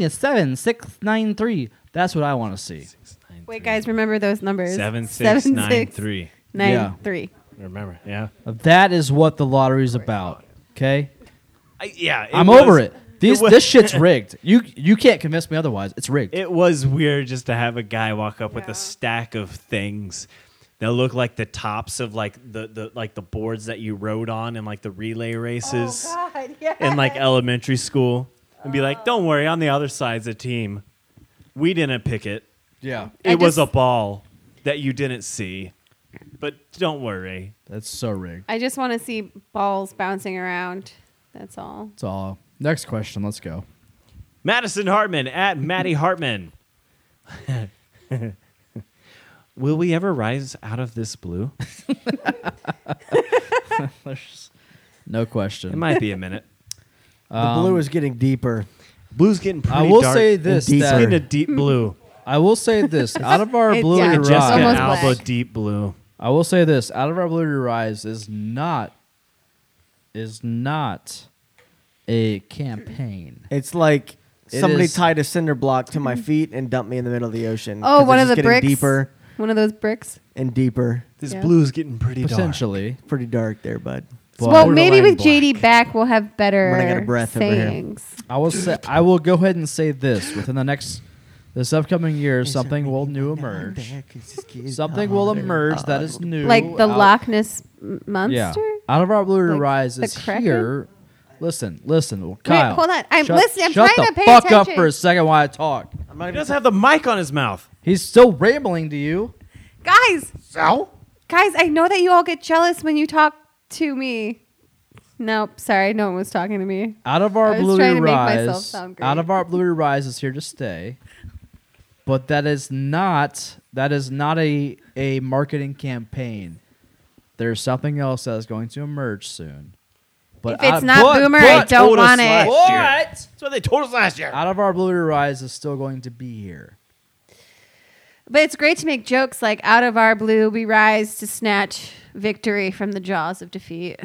A: "Eh, seven six nine three. That's what I want to see.
E: Wait, guys, remember those numbers.
B: Seven, six,
E: Seven,
B: nine,
E: six,
B: three.
E: nine,
A: Yeah.
E: three.
B: Remember, yeah.
A: That is what the lottery's about. Okay,
B: I, yeah, it
A: I'm
B: was-
A: over it. These,
B: was-
A: this
B: (laughs)
A: shit's rigged. You you can't convince me otherwise. It's rigged.
B: It was weird just to have a guy walk up with
E: Yeah.
B: a stack of things that look like the tops of like the, the like the boards that you rode on and like the relay races
E: Oh, God, (laughs) yeah.
B: in like elementary school and be like, "Don't worry, on the other side's a team. We didn't pick it.
A: yeah,
E: I
B: It was a
E: just-
B: ball that you didn't see. But don't worry.
A: that's so rigged.
E: I just want to see balls bouncing around. That's all.
A: That's all. Next question. Let's go.
B: Madison Hartman at Maddie Hartman. Will we ever rise out of this blue?
A: No
B: It
A: question.
B: might be a minute.
C: The
A: Um,
C: blue is getting deeper.
B: Blue's getting pretty
A: I will
B: dark.
A: say this.
C: deeper.
B: It's
A: That,
B: getting a deep
A: (clears throat)
B: blue.
A: I will say
E: (laughs)
A: this. Out of our
E: It's-
A: blue
E: yeah,
A: to
E: it's
B: Jessica
E: almost
A: rise,
B: Alba,
E: black.
B: deep blue.
A: I will say this. Out of our blue to rise is not is not a campaign.
C: It's like
A: It
C: somebody
A: is-
C: tied a cinder block
A: (laughs)
C: to my feet and dumped me in the middle of the ocean.
E: Oh,
C: 'Cause it's
E: one of
C: just
E: the
C: getting
E: bricks.
C: deeper
E: One of those bricks.
C: and deeper.
B: This
E: Yeah.
B: blue's getting pretty
A: Potentially,
C: Pretty dark there, bud.
A: but
E: well, maybe with
B: borderline
E: JD back, we'll have
C: running out
E: better
C: of breath over here.
E: sayings.
A: I will say I will go ahead and say this within the next this upcoming year something will new emerge. Something will emerge that is new.
E: Like the
A: out-
E: Loch Ness m- monster.
A: Out of our blue to
E: Like
A: rise
E: the
A: is
E: Kraken?
A: here. Listen, listen, well, Kyle.
E: hold on. I'm
A: shut-
E: listening. I'm
A: shut
E: trying
A: the
E: to pay
A: fuck up
E: attention.
A: for a second while I talk.
C: I'm
B: dark.
C: not
B: He
C: even
B: doesn't have the mic on his mouth.
A: He's still rambling to you.
E: Guys,
C: Ow.
E: guys, I know that you all get jealous when you talk to me. Nope, sorry, no one was talking to me.
A: Out of our
E: I was
A: blue
E: trying
A: to
E: to make myself
A: rise,
E: sound great.
A: out of our blue
E: (laughs)
A: to rise is here to stay. But that is not that is not a a marketing campaign. There's something else that is going to emerge soon. But
E: If it's
A: I-
E: not
A: but-
E: Boomer, I
A: but-
E: don't
B: told us
E: want
B: last
E: it.
B: year. That's what they told us last year.
A: out of our blue to rise is still going to be here.
E: But it's great to make jokes like out of our blue we rise to snatch victory from the jaws of defeat.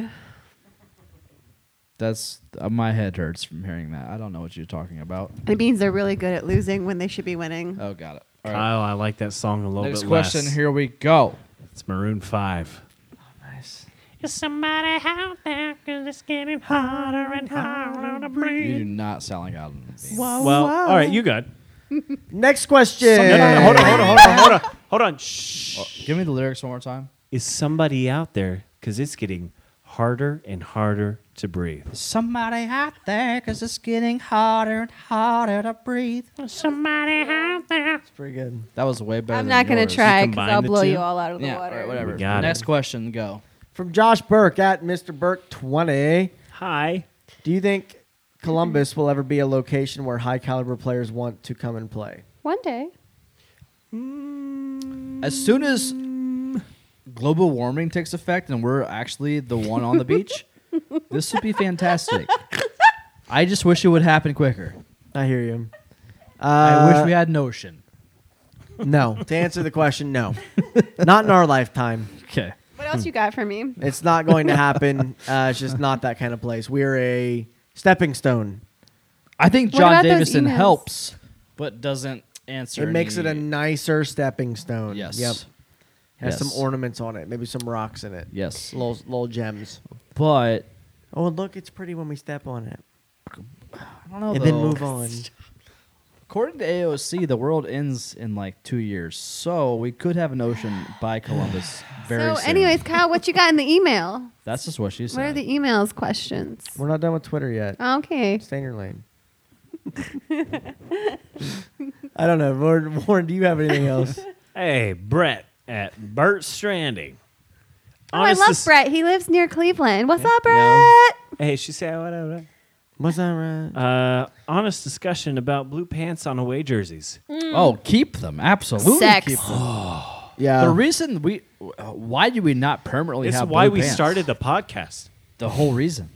A: That's uh, my head hurts from hearing that. I don't know what you're talking about.
E: It means they're really good at losing when they should be winning.
A: Oh, got it. All right.
B: Kyle, I like that song a little
A: Next
B: bit
A: question.
B: less.
A: Here we go.
B: It's Maroon 5.
F: Is somebody out there? Cause it's getting harder and harder to
A: You do
F: breathe.
A: not sound like Adam. Levine.
B: well, all right, you got it.
C: Next question.
B: No, no, no, hold on, hold on, hold on, hold on. Hold on. Shh.
A: Give me the lyrics one more time.
B: Is somebody out there? Because it's getting harder and harder to breathe.
A: Somebody out there, cause it's getting harder and harder to breathe.
F: Is somebody out there?
C: Pretty good.
A: That was way better.
E: I'm
A: than
E: not going
A: yours.
E: to try because
B: combine
E: I'll
B: the
E: blow
B: two?
E: you all out of the
A: Yeah,
E: water.
A: all right, whatever.
B: We got
A: Next
B: it.
A: question, go.
C: From Josh Burke at Mr. Burke twenty.
B: Hi.
C: Do you think Columbus will ever be a location where high caliber players want to come and play?
E: One day.
A: As soon as global warming takes effect and we're actually the one on the
E: (laughs)
A: beach, this would be fantastic. I just wish it would happen quicker.
C: I hear you. Uh,
A: I wish we had an ocean.
C: no. To answer the
A: (laughs)
C: question, no. not in our lifetime.
A: Okay.
E: What else you got for me?
C: It's not going
A: (laughs)
C: to happen. Uh, it's just not that kind of place. We're a stepping stone.
A: I think
E: What
A: John
E: about those
A: Davison
E: emails?
A: helps, but doesn't answer.
C: It makes it a
A: any-
C: nicer stepping stone.
A: yes.
C: Yep.
A: Yes.
C: Has some ornaments on it, maybe some rocks in it.
A: Yes.
C: Little, little gems.
A: But
C: Oh, and look, it's pretty when we step on it.
A: I don't know.
C: and then
A: though. (laughs)
C: move on.
A: According to AOC, the world ends in like two years, so we could have an ocean by Columbus very
E: (sighs) so,
A: soon.
E: anyways, Kyle, what you got in
A: (laughs)
E: the email?
A: that's just what she said.
E: What are the emails questions?
C: We're not done with Twitter yet.
E: Okay.
C: Stay in your lane. (laughs) I don't know, Warren. Warren, do you have anything (laughs) else?
B: Hey, Brett at Burt Stranding.
E: Oh, I
B: Honest
E: love
B: as-
E: Brett. He lives near Cleveland. What's up, Brett?
B: Hey, she said what? what, what?
C: Was that right?
B: Uh, honest discussion about blue pants on away jerseys.
E: Mm.
A: oh, keep them absolutely.
E: Sex.
A: keep them.
C: yeah.
A: The reason we, uh, why do we not permanently
B: It's
A: have?
B: why
A: blue
B: we
A: pants?
B: started the podcast.
A: The whole reason.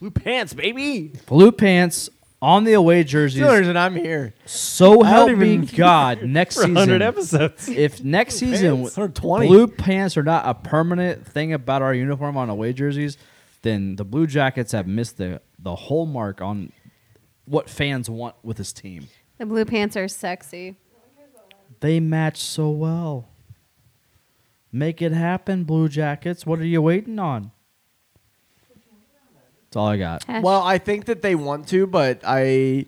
B: Blue pants, baby.
A: Blue pants on the away jerseys.
C: Still, there's an I'm here.
A: So help me
C: (laughs) even-
A: God, next
B: For
A: season.
B: 100
A: (laughs)
B: episodes.
A: If next season
C: pants. Or 20.
A: blue pants are not a permanent thing about our uniform on away jerseys, then the Blue Jackets have missed the the whole mark on what fans want with this team.
E: The blue pants are sexy.
A: They match so well. Make it happen, Blue Jackets. What are you waiting on? That's all I got.
E: Hash-
C: Well, I think that they want to, but I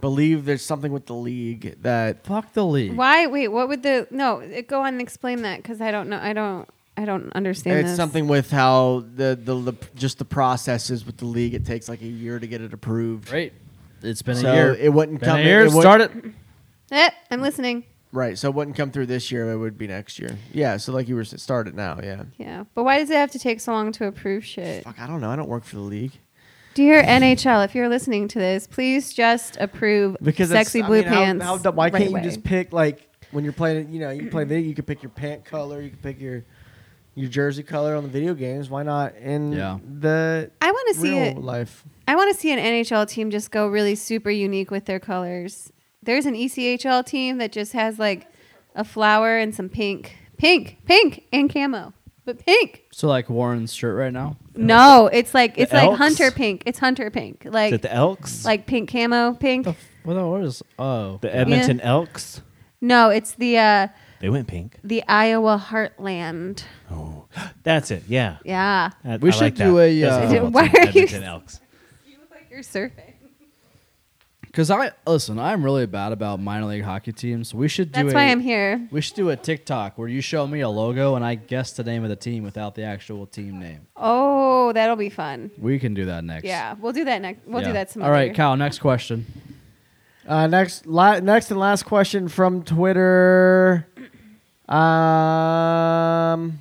C: believe there's something with the league that
A: Fuck the
C: Mm.
A: league.
E: why? Wait, what would the no? it- Go on and explain that because I don't know. I don't. I don't understand.
C: it's
E: this.
C: something with how the, the the just the processes with the league. It takes like a year to get it approved.
A: Great. It's been
C: So
A: a year.
C: it wouldn't
A: Been
C: come
A: a year.
C: It would-
A: Start it.
E: Eh, I'm listening.
C: Right, so it wouldn't come through this year. It would be next year. Yeah, so like you were s- start it now. Yeah.
E: Yeah, but why does it have to take so long to approve shit?
C: Fuck, I don't know. I don't work for the league
E: Dear NHL, if you're listening to this, please just approve
C: because it's-
E: sexy
C: I
E: blue
C: mean, how-
E: pants.
C: how dumb- why
E: right
C: can't
E: away.
C: you just pick like when you're playing? You know, you play video. You can pick your pant color. You can pick your your jersey color on the video games. Why not in
A: Yeah.
C: the
E: I want to see
C: real
E: it.
C: life?
E: I want to see an NHL team just go really super unique with their colors. There's an E ECHL team that just has like a flower and some pink, pink, pink, and camo, but pink.
A: So like Warren's shirt right now.
E: No, it's like it's like
B: Elks?
E: hunter pink. It's hunter pink,
B: Is it
E: like
B: the Elks?
E: like pink camo pink.
A: What the what is? Oh,
B: the Edmonton Elks?
E: No, it's the uh,
B: They went pink. Oh,
E: the Iowa Heartland.
B: (gasps) That's it. Yeah.
E: Yeah,
B: That-
A: We
B: I
A: should
B: like
A: do
B: that.
A: a,
B: That's
A: uh,
B: football
E: Why
B: team,
E: are you-
B: Edmonton Elks.
E: you're surfing.
A: Because I listen, I'm really bad about minor league hockey teams. We should do.
E: That's
A: a,
E: why I'm here.
A: We should do a TikTok where you show me a logo and I guess the name of the team without the actual team name.
E: Oh, that'll be fun.
A: We can do that next.
E: Yeah, we'll do that next. We'll
A: Yeah.
E: do that some
A: All right,
E: other-
A: Kyle. Next question.
C: Uh, next, la- next and last question from Twitter. Um,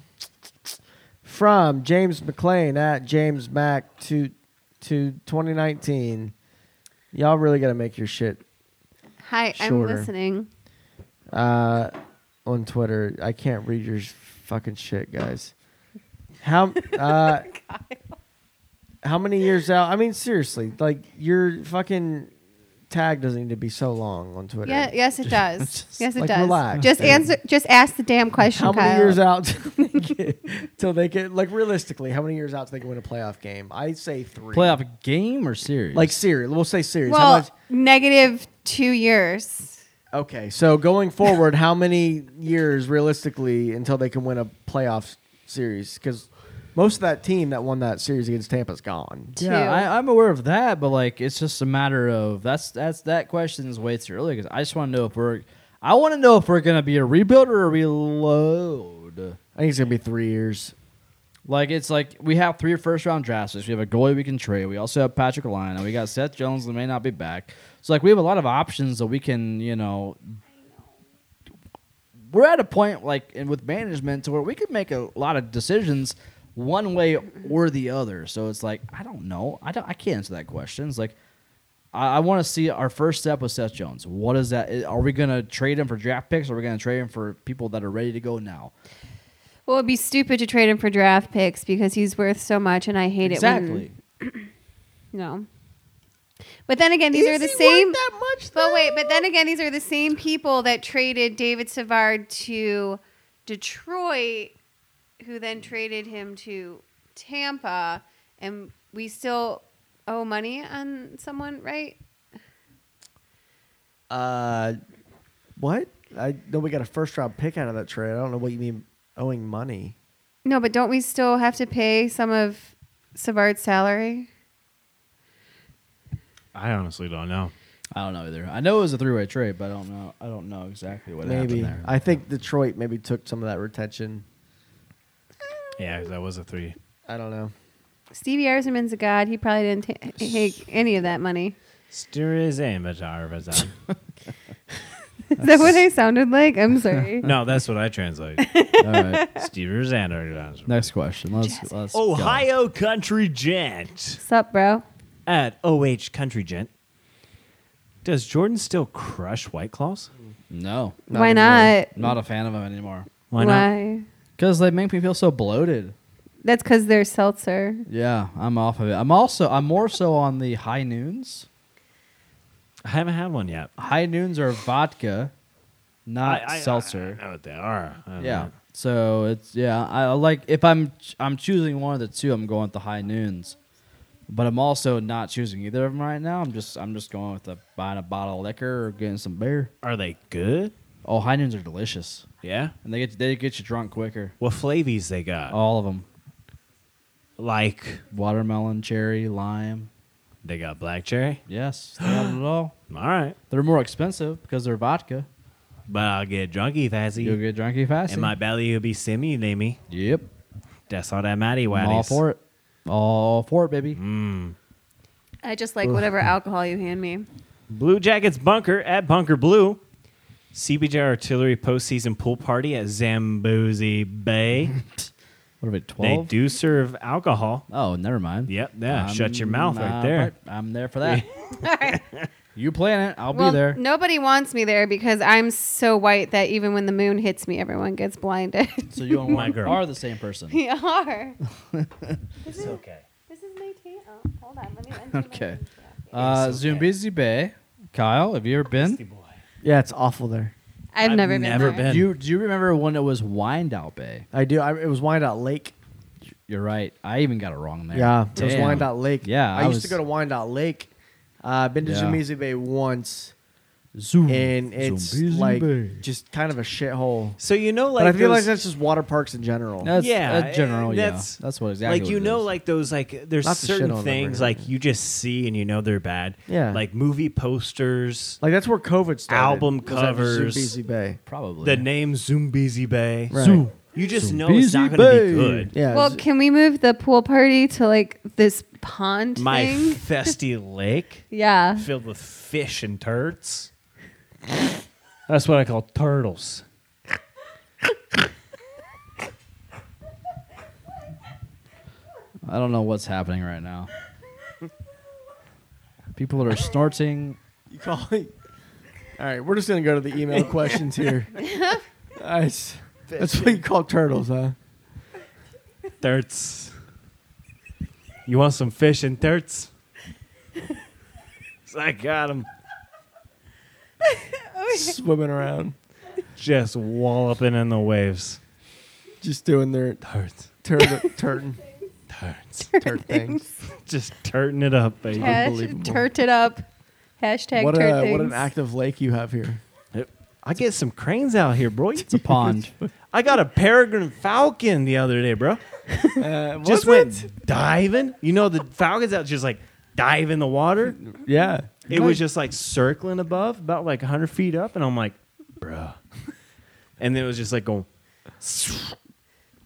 C: from James McLean at James Mac to to 2019. Y'all really gotta make your shit
E: Hi,
C: Shorter.
E: I'm listening.
C: uh, on Twitter. I can't read your fucking shit, guys. How uh, how many years out? I mean, seriously, like your fucking tag doesn't need to be so long on Twitter.
E: Yeah,
C: (laughs)
E: yes, it does. yes, it
C: like,
E: does.
C: relax,
E: just
C: dude.
E: answer. Just ask the damn question,
C: How
E: Kyle.
C: many years out (laughs) till they, get, till they get like realistically? How many years out till they can win a playoff game? I say three.
A: Playoff game or series?
C: like serious. We'll say serious. how
E: well,
C: much?
E: negative two years.
C: Okay, so going forward, how many years realistically until they can win a playoff series? Because most of that team that won that series against Tampa's gone.
A: yeah,
E: two.
A: I, I'm aware of that, but like it's just a matter of that's that's that question is way too early because I just want to know if we're. I want to know if we're gonna be a rebuild or a reload.
C: I think it's gonna be three years.
A: Like it's like we have three first round draft picks. We have a goalie we can trade. We also have Patrick Line. We got Seth Jones that may not be back. So like we have a lot of options that we can you know. We're at a point like and with management to where we could make a lot of decisions one way or the other. So it's like I don't know. I don't. I can't answer that question. It's like. I, I want to see our first step with Seth Jones. What is that? i- Are we going to trade him for draft picks? Or are we going to trade him for people that are ready to go now?
E: Well, it'd be stupid to trade him for draft picks because he's worth so much, and I hate it.
A: exactly.
E: when- No. But then again, these are the same. But wait, but then again, these are the same people that traded David Savard to Detroit, who then traded him to Tampa, and we still owe money on someone, right?
C: Uh, what? I know we got a first round pick out of that trade. I don't know what you mean owing money.
E: No, but don't we still have to pay some of Savard's salary?
B: I honestly don't know.
A: I don't know either. I know it was a three way trade, but I don't know. I don't know exactly what
C: Maybe
A: happened there.
C: I think Detroit maybe took some of that retention.
B: Yeah, 'cause that was a three.
C: I don't know.
E: Stevie Eiserman's a god. He probably didn't ta- take any of that money. (laughs)
B: Sturiz Amatar Vazan.
E: Is that what I sounded like? I'm (laughs)
B: (laughs)
E: sorry.
B: No, that's what I (laughs) translate.
A: All right.
B: Sturiz Amatar.
A: Next question. Let's, let's go.
B: Ohio Country Gent
E: Sup, bro?
B: at OH Country Gent. Does Jordan still crush White Claws?
A: No,
E: Why not?
A: I'm not a fan of them anymore.
B: Why, not?
A: Because they make me feel so bloated.
E: That's because they're seltzer.
A: Yeah, I'm off of it. I'm also I'm more so on the high noons.
B: I haven't had one yet.
A: High noons are vodka, not
B: I- I-
A: seltzer.
B: I know what they are. I don't
A: yeah.
B: know.
A: So it's yeah, I I like if I'm ch- I'm choosing one of the two, I'm going with the high noons. But I'm also not choosing either of them right now. I'm just I'm just going with the buying a bottle of liquor or getting some beer.
B: Are they good?
A: Oh, high noons are delicious,
B: Yeah.
A: and they get they get you drunk quicker.
B: What flavies they got?
A: All of them:
B: Like
A: watermelon, cherry, lime.
B: they got black cherry.
A: Yes, they got it all.
B: All right,
A: They're more expensive because they're vodka.
B: but I'll get drunky fazzy,
A: You'll get drunky fast.
B: and my belly will be simulating me.
A: yep.
B: That's all that matty
A: I'm all for it. All for it, baby.
B: Mm.
E: I just like whatever alcohol you hand me.
B: Blue Jackets Bunker at Bunker Blue. CBJ Artillery postseason pool party at
A: (laughs)
B: Zamboozy Bay.
A: What are we
B: They
A: twelve?
B: do serve alcohol.
A: Oh, never mind.
B: Yep, yeah.
A: I'm-
B: Ah, shut your mouth right
A: I'm
B: there.
A: I'm there for that.
B: (laughs)
A: (laughs) you plan it. I'll
E: Well,
A: be
C: (laughs)
A: there.
E: nobody wants me there because I'm so white that even when the moon hits me, everyone gets blinded. (laughs)
A: So you and
B: My
A: Juan
B: girl.
A: are the same
C: (laughs)
A: person.
E: we are.
B: It's okay.
E: This is my tea. Oh, hold on. Let me undo
B: (laughs)
E: my
A: Okay.
E: tea.
A: Uh,
B: It's okay.
A: Zumbizi Bay. Kyle, have you ever been?
C: Yeah, it's awful there.
E: I've,
B: I've
E: never been.
B: never
E: there.
B: been.
A: Do you, do you remember when it was Windout Bay?
C: I do. I, it was Wyandotte Lake.
A: You're right. I even got it wrong there.
C: Yeah, it was
A: Damn.
C: Wyandotte Lake.
A: Yeah,
C: I,
A: I
C: used
A: was-
C: to go to Wyandotte Lake. Uh, I've been to
A: Yeah. Mm.
C: Zumizi Bay once,
A: Zoom.
C: and it's
A: Zumbizi
C: like
A: Bay.
C: just kind of a shithole.
B: So you know, like
C: but I feel like
B: those-
C: that's just water parks in general.
A: That's,
B: yeah,
A: that's general.
B: eh,
A: That's, yeah, that's what exactly.
B: Like
A: what
B: you
A: it
B: know,
A: is.
B: like those like there's
C: Lots of shit on
B: certain
C: them
B: things
C: right
B: like you just see and you know they're bad.
C: Yeah.
B: like movie posters,
C: like that's where COVID started.
B: Album
C: was at
B: covers.
C: Zumizi Bay.
A: probably
B: the name Zumbizi Bay.
C: Right.
A: Zoom.
B: You just know it's not
A: Zumbizi
B: going to
A: Bay.
B: be good.
C: Yeah.
E: Well,
C: Z-
E: can we move the pool party to like this pond
B: My
E: thing? (laughs)
B: festy lake (laughs)
E: yeah.
B: filled with fish and turds. That's what I call turtles.
A: I don't know what's happening right
B: (laughs)
A: now. People are snorting.
C: you call it. All right, we're just gonna go to the email questions here. I s- That's what you call turtles, huh?
B: Turds. You want some fish and turds? So I got them
C: Swimming around,
B: just walloping in the waves.
C: just doing their
B: Turds.
C: turtle turtin
B: Turds.
C: turt things.
B: (laughs) Just turning it up, baby.
E: Hash,
C: Unbelievable.
E: turt it up. Hashtag
C: What
E: turt
C: a
E: things.
C: what an active lake you have here.
B: I get some cranes out here, bro.
A: It's a
B: (laughs)
A: pond.
B: I got a peregrine falcon the other day, bro.
C: Uh,
B: Just went diving. You know the falcons out just like dive in the water.
C: yeah.
B: It was just like circling above, about like 100 feet up, and I'm like, bro. (laughs) And then it was just like going.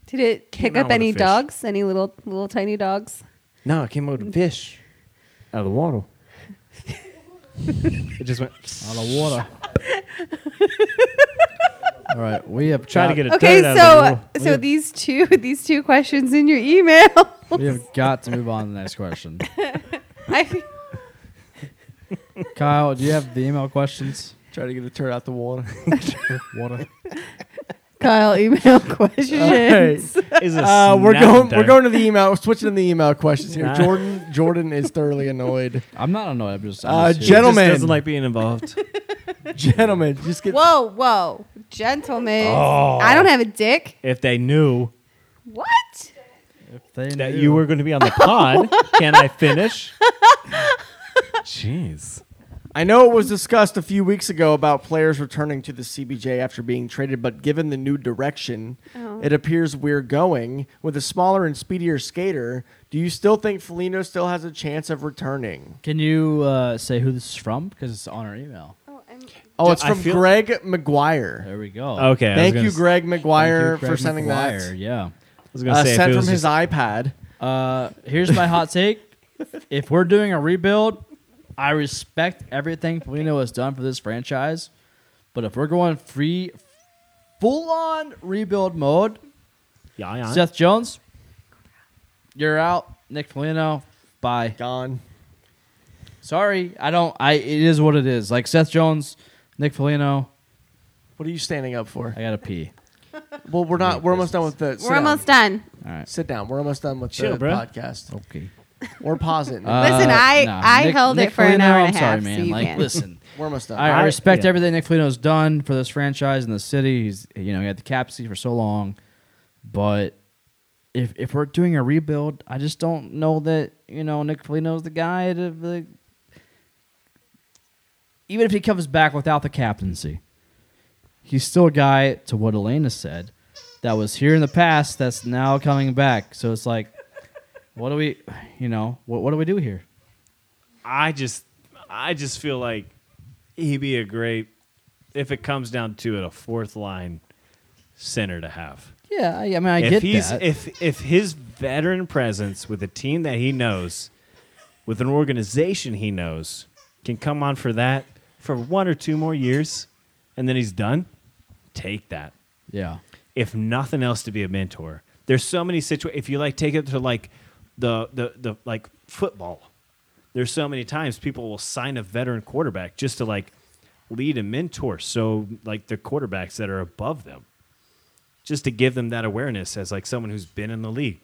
E: Did it
B: Came
E: pick
B: out
E: up
B: with a
E: any
B: fish.
E: dogs? Any little little tiny dogs?
B: No, it came out with a fish out of the water. (laughs) it just went.
A: out of water. (laughs) All right, we have
B: Try to
A: got-
B: get a
E: Okay,
B: turd out of
E: so
B: the water.
E: so these two (laughs) these two questions in your email. (laughs)
A: We have got to move on to the next
B: (laughs)
A: question.
E: I,
A: Kyle, do you have the email questions?
C: Try to get a turd out the (laughs) water.
A: Water.
E: Kyle, email (laughs)
B: It's
E: questions.
B: a
C: Uh, we're
B: snap
C: going. We're
B: turd.
C: going to the email. We're switching to the email questions here.
B: Nah.
C: Jordan. Jordan is thoroughly annoyed.
A: I'm not annoyed. I'm just.
C: Uh,
A: I'm just
B: He just
A: here.
C: gentlemen.
B: doesn't like being involved.
C: (laughs) Gentlemen, just get.
E: Whoa, whoa, gentlemen! I don't have a dick.
B: if they knew
E: What?
A: If they
B: that
A: knew-
B: you were going to be on the pod, can I finish?
C: (laughs)
B: Jeez.
C: I know it was discussed a few weeks ago about players returning to the CBJ after being traded, but given the new direction,
E: No.
C: it appears we're going with a smaller and speedier skater. Do you still think Felino still has a chance of returning?
A: Can you uh, say who this is from? Because it's on our email.
E: Oh, I'm,
C: Oh, it's
B: I
C: from
B: feel-
C: Greg McGuire.
A: There we go.
B: Okay. I was
C: Thank
B: gonna
C: you,
B: s-
C: Greg McGuire,
A: Thank you,
C: for
A: Greg
C: sending
A: McGuire. Yeah.
B: I was
C: that.
B: gonna
C: Uh,
B: say if
C: sent
B: it
C: from
B: was
C: his
B: just-
C: iPad.
A: Uh, here's my hot
B: (laughs)
A: take. If we're doing a rebuild, I respect everything Polino has done for this franchise. But if we're going free, full on rebuild mode,
B: yeah, yeah.
A: Seth Jones, you're out. Nick Polino, bye.
C: Gone.
A: Sorry, I don't. I it is what it is. Like Seth Jones, Nick Polino,
C: What are you standing up for?
A: I gotta pee.
C: Well, we're not. We're almost done with the. sit
E: we're
C: down.
E: almost done.
A: All right.
C: Sit down. We're almost done with
B: Chill,
C: the
B: bro. Uh,
C: podcast.
A: Okay.
C: We're pausing.
A: Uh,
E: Listen, I- I held it for an hour and a half,
A: I'm sorry, man.
E: so you
A: like,
E: can.
A: listen.
C: we're almost done.
A: I, I
B: I-
A: respect
B: yeah.
A: everything Nick Felino's done for this franchise and the city. He's you know he had the cap seat for so long, but if if we're doing a rebuild, I just don't know that you know Nick Felino's the guy to the. Even if he comes back without the captaincy, he's still a guy to what Elena said that was here in the past that's now coming back. So it's like, what do we, you know, what what do we do here?
B: I just I just feel like he'd be a great if it comes down to it a fourth line center to have.
A: Yeah, I, I mean I
B: if
A: get
B: he's
A: that.
B: if if his veteran presence with a team that he knows, with an organization he knows, can come on for that for one or two more years, and then he's done, take that.
A: yeah.
B: If nothing else, to be a mentor. There's so many situations. If you like take it to like the the the like football, there's so many times people will sign a veteran quarterback just to like lead and mentor. So like the quarterbacks that are above them just to give them that awareness as like someone who's been in the league.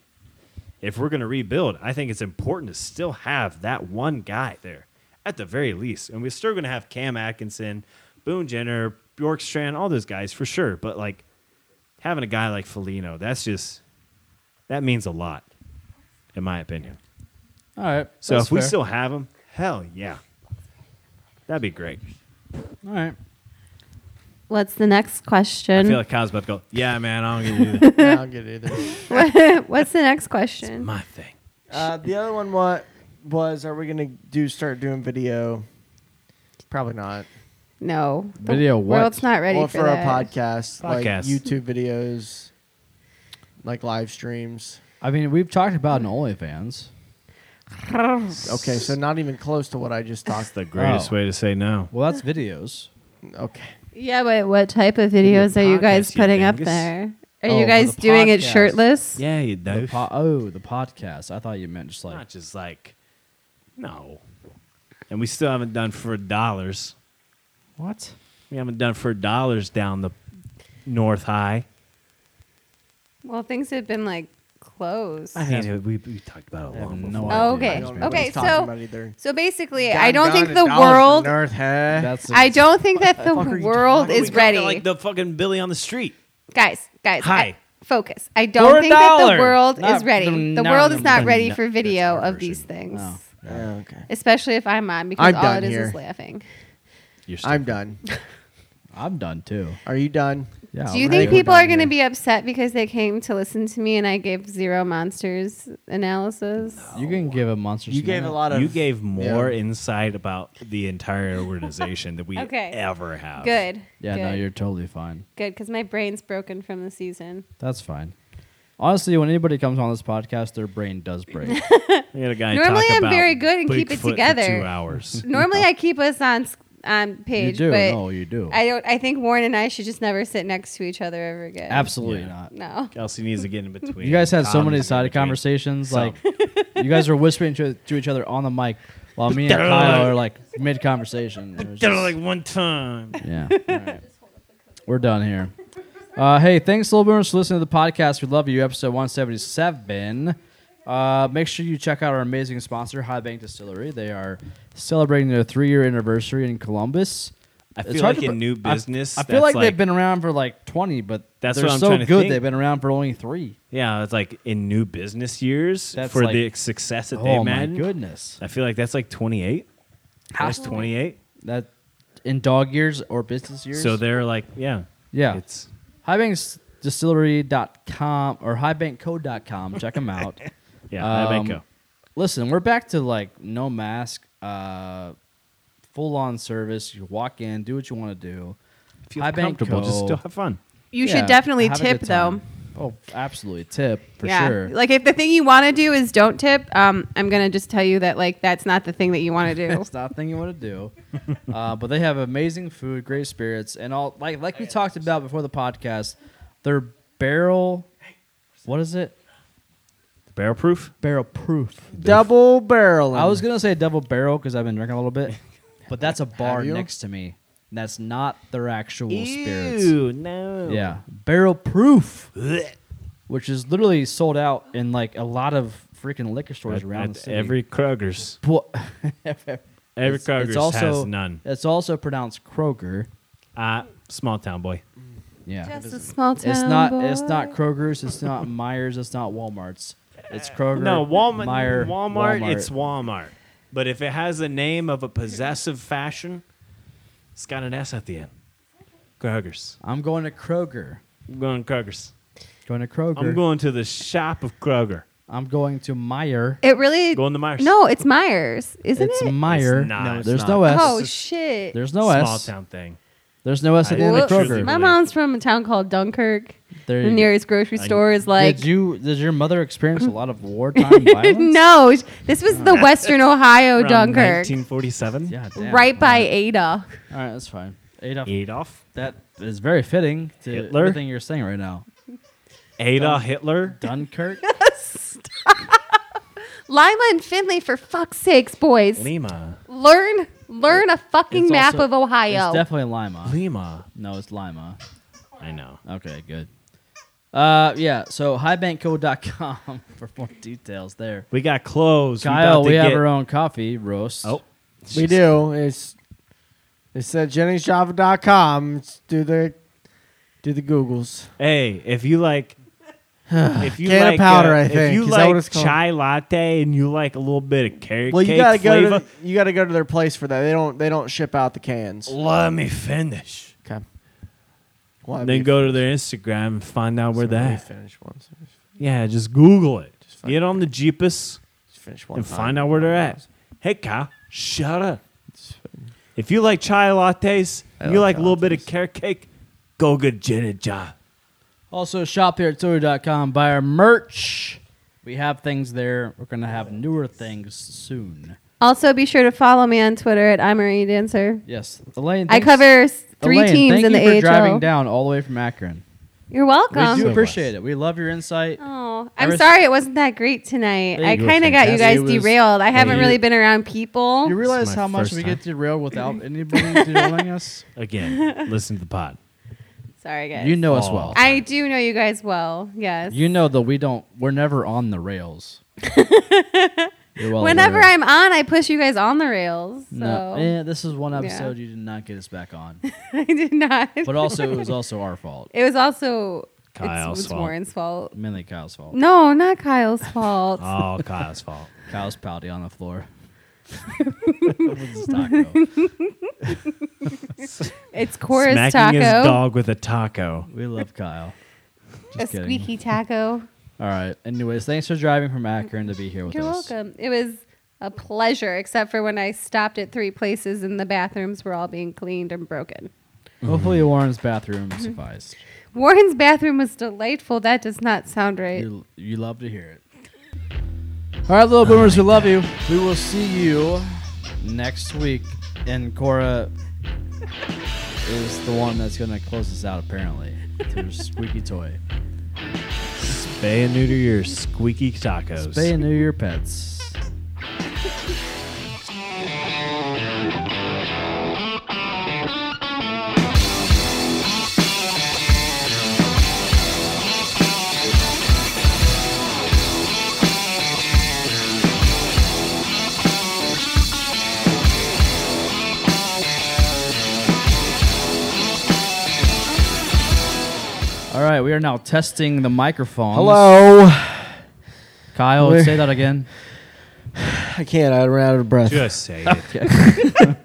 B: If we're going to rebuild, I think it's important to still have that one guy there at the very least. And we're still going to have Cam Atkinson, Boone Jenner, Bjorkstrand, all those guys for sure. But like having a guy like Felino, that's just, that means a lot, in my opinion.
A: All right.
B: So
A: that's
B: if we
A: fair.
B: still have him, hell yeah. That'd be great.
A: All right.
E: What's the next
B: I
E: question?
B: feel like Kyle's about to go, yeah, man, I don't give
C: (laughs)
B: you
C: I don't get it either.
E: (laughs) What's the next question?
B: my thing.
C: Uh, the other one what was are we gonna do start doing video? Probably not.
E: no. The
A: Video what?
E: World's not ready
C: well,
E: for,
C: for, our
E: that.
C: podcast, like
B: Podcast.
C: YouTube videos, like live streams.
A: I mean, we've talked about an OnlyFans.
C: Okay, so not even close to what I just
B: That's
C: talked.
B: the greatest
A: Oh.
B: way to say no.
A: Well, that's videos.
C: Okay,
E: Yeah, but what type of videos
B: The
E: are you guys
B: podcast, you
E: putting up
B: dingus.
E: there? Are
A: Oh,
E: you
A: for
E: guys
A: the
E: doing it
A: podcast.
E: shirtless?
B: Yeah, you
A: The
B: do.
A: po- oh, the podcast. I thought you meant just like
B: Not just like, no. And we still haven't done for dollars.
A: what?
B: We haven't done for dollars down the North High.
E: Well, things have been like closed.
B: I mean, we, we talked about it
A: I have
B: long
A: no idea.
B: before.
C: I
E: Oh, okay.
C: don't know what
E: Okay,
C: he's talking
E: so-
C: about either.
E: So basically, I don't
C: Down
E: think
C: to
E: the
C: dollars
E: world.
C: from Earth, hey?
A: That's
E: I don't think that the
C: fuck are you
E: world
C: talking-
E: is
B: We got the-
E: ready,
B: Like the fucking Billy on the street.
E: guys. Guys,
B: Hi.
E: I- focus. I don't
A: a
E: think that
A: dollar.
E: the world
A: Not
E: is ready.
A: the-
E: The
A: no,
E: world
A: no,
E: is not
B: no,
E: ready
B: no.
E: for
B: That's
E: video
B: our
E: of these
B: version.
E: things,
A: Oh.
C: Yeah, okay,
E: especially if I'm on, because
C: I'm
E: all
C: done
E: it is
C: here.
E: is laughing.
B: You're still-
C: I'm done.
B: (laughs)
A: I'm done too.
C: Are you done?
A: Yeah.
E: Do you
A: we're-
E: think
C: we're
E: people are
C: done
E: going to
C: here.
E: be upset because they came to listen to me and I gave zero monsters analysis?
A: you can give a monster?
C: You gave a lot of.
B: you gave more
C: Yeah.
B: insight about the entire organization that we
E: (laughs) Okay.
B: ever have.
E: Good.
A: Yeah.
E: Good.
A: No, you're totally fine.
E: good because my brain's broken from the season.
A: That's fine. Honestly, when anybody comes on this podcast, their brain
E: (laughs)
A: does break.
B: We had a guy
E: Normally
B: talk
E: I'm
B: about
E: very good and keep it
B: Bigfoot for
E: together.
B: two
E: (laughs)
B: hours.
E: Normally, I keep us on s- on
A: you
E: page,
A: do.
E: but
A: No, you do.
E: I don't. I think Warren and I should just never sit next to each other ever again.
A: Absolutely
B: Yeah.
A: not.
E: No.
B: Kelsey needs to get in between.
A: You guys had so many
B: Tom's in
A: side
B: between.
A: conversations.
B: So-
A: Like, you guys are whispering to, to each other on the mic while me and Kyle are like mid conversation.
B: Did it like one time.
A: (laughs) Yeah. We're done here. Uh, hey, thanks, Little Boomers, for listening to the podcast. We love you. Episode 177. Uh, make sure you check out our amazing sponsor, High Bank Distillery. They are celebrating their three year anniversary in Columbus.
B: I
A: It's
B: feel
A: hard
B: like
A: to
B: in
A: be-
B: new
A: I-
B: business,
A: I, feel
B: that's
A: like,
B: like-
A: they've been around for like 20, but
B: That's
A: they're
B: what I'm
A: so
B: trying to
A: good
B: think.
A: they've been around for only three.
B: Yeah, it's like in new business years
A: That's
B: for
A: like-
B: the success that
A: Oh,
B: they've
A: my
B: had.
A: goodness.
B: I feel like that's like 28. That's 28.
A: That in dog years or business years?
B: So they're like, yeah,
A: yeah.
B: it's
A: High Bank's distillery.com or highbankcode.com. Check them
B: (laughs)
A: out.
B: Yeah, I
A: Um,
B: bet go.
A: Listen, we're back to like no mask, uh, full on service. You walk in, do what you want to do.
B: Feel
A: High Bank
B: comfortable. Just
A: Co.
B: still have fun.
E: You
A: Yeah,
E: should definitely
A: have a
E: tip
A: good
E: though.
A: time. Oh, absolutely. Tip for
E: yeah.
A: sure.
E: Like if the thing you want to do is don't tip, um, I'm gonna just tell you that like that's not the thing that
A: (laughs)
E: you want to do.
A: It's not a thing you want to do. uh, but they have amazing food, great spirits, and all like like we talked about before the podcast. Their barrel, what is it?
B: Barrel proof.
A: Barrel proof.
C: (laughs) Double barrel.
A: I was gonna say double barrel because I've been drinking a little
B: (laughs)
A: bit, but that's a bar
C: you?
A: next to me. And that's not their actual spirits.
B: Ew, no.
A: Yeah, barrel proof, which is literally sold out in like a lot of freaking liquor stores
B: At,
A: around
B: at
A: the city. (laughs)
B: every Kroger's.
A: Bo- (laughs)
B: Every
A: it's,
B: Kroger's
A: it's also,
B: has none.
A: It's also pronounced Kroger.
B: Ah, small town boy.
A: Yeah,
E: Just a small town.
A: It's not.
E: boy.
A: It's not Kroger's. It's not Myers. It's not Walmart's. It's Kroger.
B: (laughs) No, Walmart.
A: Meijer,
B: Walmart, It's Walmart. But if it has a name of a possessive fashion, it's got an S at the end. Kroger's.
A: I'm going to Kroger.
B: I'm going Kroger's.
A: Going to Kroger.
B: I'm going to the shop of Kroger.
A: I'm going to Meyer.
E: It really.
B: Going to Myers.
E: No, it's Myers, isn't
A: It's
E: it?
A: Meyer.
B: It's not. No, it's
A: there's
B: not.
A: no S.
E: oh shit.
A: there's no
B: small
A: S.
B: town thing.
A: There's no S at the end of
E: Whoops.
B: Truly
A: Kroger.
E: My
B: believe.
E: mom's from a town called Dunkirk.
A: There
E: the
A: you go.
E: nearest grocery store is like (laughs)
A: did you? Did your mother experience a lot of wartime violence?
E: no. sh- This was the Western Ohio
B: Around
E: Dunkirk,
B: 1947.
A: Yeah. Damn.
E: right by Ada.
A: All right. That's fine. Adolf.
B: Adolf.
A: That is very fitting to
B: Hitler?
A: everything you're saying right now.
B: Adolf Hitler.
A: Dunkirk.
E: (laughs) Lima and Finley, for fuck's sakes, boys,
B: Lima.
E: learn learn a fucking
A: It's
E: map
A: also-
E: of Ohio.
A: It's definitely Lima.
B: Lima.
A: No, it's Lima.
B: I know.
A: Okay, good. Uh, yeah. So highbankco.com (laughs) for more details there.
B: We got clothes.
A: Kyle,
B: about
A: we
B: to
A: have
B: get-
A: our own coffee roast.
B: Oh,
C: We do. It's it's at jenningsjava.com. It's do the do the Googles.
B: Hey, if you like, if you
C: (sighs) Can of
B: like uh,
C: powder, I
B: if
C: think,
B: you
C: is that what
B: like
C: it's called?
B: chai latte and you like a little bit of carrot
C: Well, you
B: cake
C: gotta go.
B: flavor,
C: To, you gotta go to their place for that. They don't. They don't ship out the cans.
B: let me finish.
C: Okay. Well, that'd
B: Then
C: be-
B: go to their Instagram and find out where
C: so let me
B: that.
C: Finish one. so Just
B: Yeah, just Google it.
C: find
B: Get on the Jeepus
C: just finish one.
B: and
C: time.
B: find out where they're at. Hey, Kyle, shut up. If you like chai lattes, you like
C: like
B: a little bit of carrot cake, go get Gin and Jai.
A: Also, shop here at Tory.com. Buy our merch. We have things there. We're gonna have newer things soon.
E: also, be sure to follow me on Twitter at I'm Marie Dancer.
A: Yes, Elaine.
E: I
A: thanks-
E: cover s- three
A: Elaine,
E: teams
A: thank
E: in
A: you
E: the
A: for
E: AHL.
A: driving down all the way from Akron.
E: You're
A: We
E: welcome.
A: do appreciate it. We love your insight.
E: Oh, I'm
A: Ever-
E: sorry it wasn't that great tonight.
A: Hey,
E: I
A: you
B: were
E: kind of got you
B: fantastic.
E: guys
B: It was-
E: derailed. I haven't
B: you-
E: really been around people.
A: You realize
B: my
A: how much
B: first
A: we
B: time.
A: get derailed without anybody derailing
B: (laughs)
A: us?
C: (laughs)
B: Again, listen to the pod.
E: sorry, guys.
A: You know us
B: Aw.
A: well.
E: I do know you guys well. Yes.
A: You know that we don't. We're never on the
E: (laughs)
A: rails. You're well
E: Whenever
A: aware.
E: I'm on, I push you guys on the rails. So
A: No, eh, this is one episode you did not get us back on,
E: (laughs) I did not.
A: but also it was also our fault,
E: It was also
B: Kyle's
E: it's, it's
B: fault.
E: Warren's fault.
A: mainly Kyle's fault.
E: No, not Kyle's fault.
B: All Kyle's fault.
A: Kyle's pouty on the floor. With his taco.
E: It's Cora's
B: Smacking
E: taco.
B: his dog with a taco.
A: We love Kyle.
E: a
A: kidding.
E: squeaky taco.
A: All right. Anyways, thanks for driving from Akron to be here with
E: You're
A: us.
E: welcome. It was a pleasure, except for when I stopped at three places and the bathrooms were all being cleaned and broken.
A: Hopefully, Warren's bathroom
E: Mm-hmm.
A: sufficed.
E: Warren's bathroom was delightful. That does not sound right.
A: You, you love to hear it. All right, little boomers, we love you. We will see you next week. And Cora is the one that's going to close us out, apparently. To her squeaky toy.
B: Spay and neuter your squeaky tacos. (laughs)
A: Spay and neuter your pets. All right, we are now testing the microphones.
C: Hello.
A: Kyle,
C: We're-
A: say that again.
C: I can't. I ran out of breath.
B: Just say it.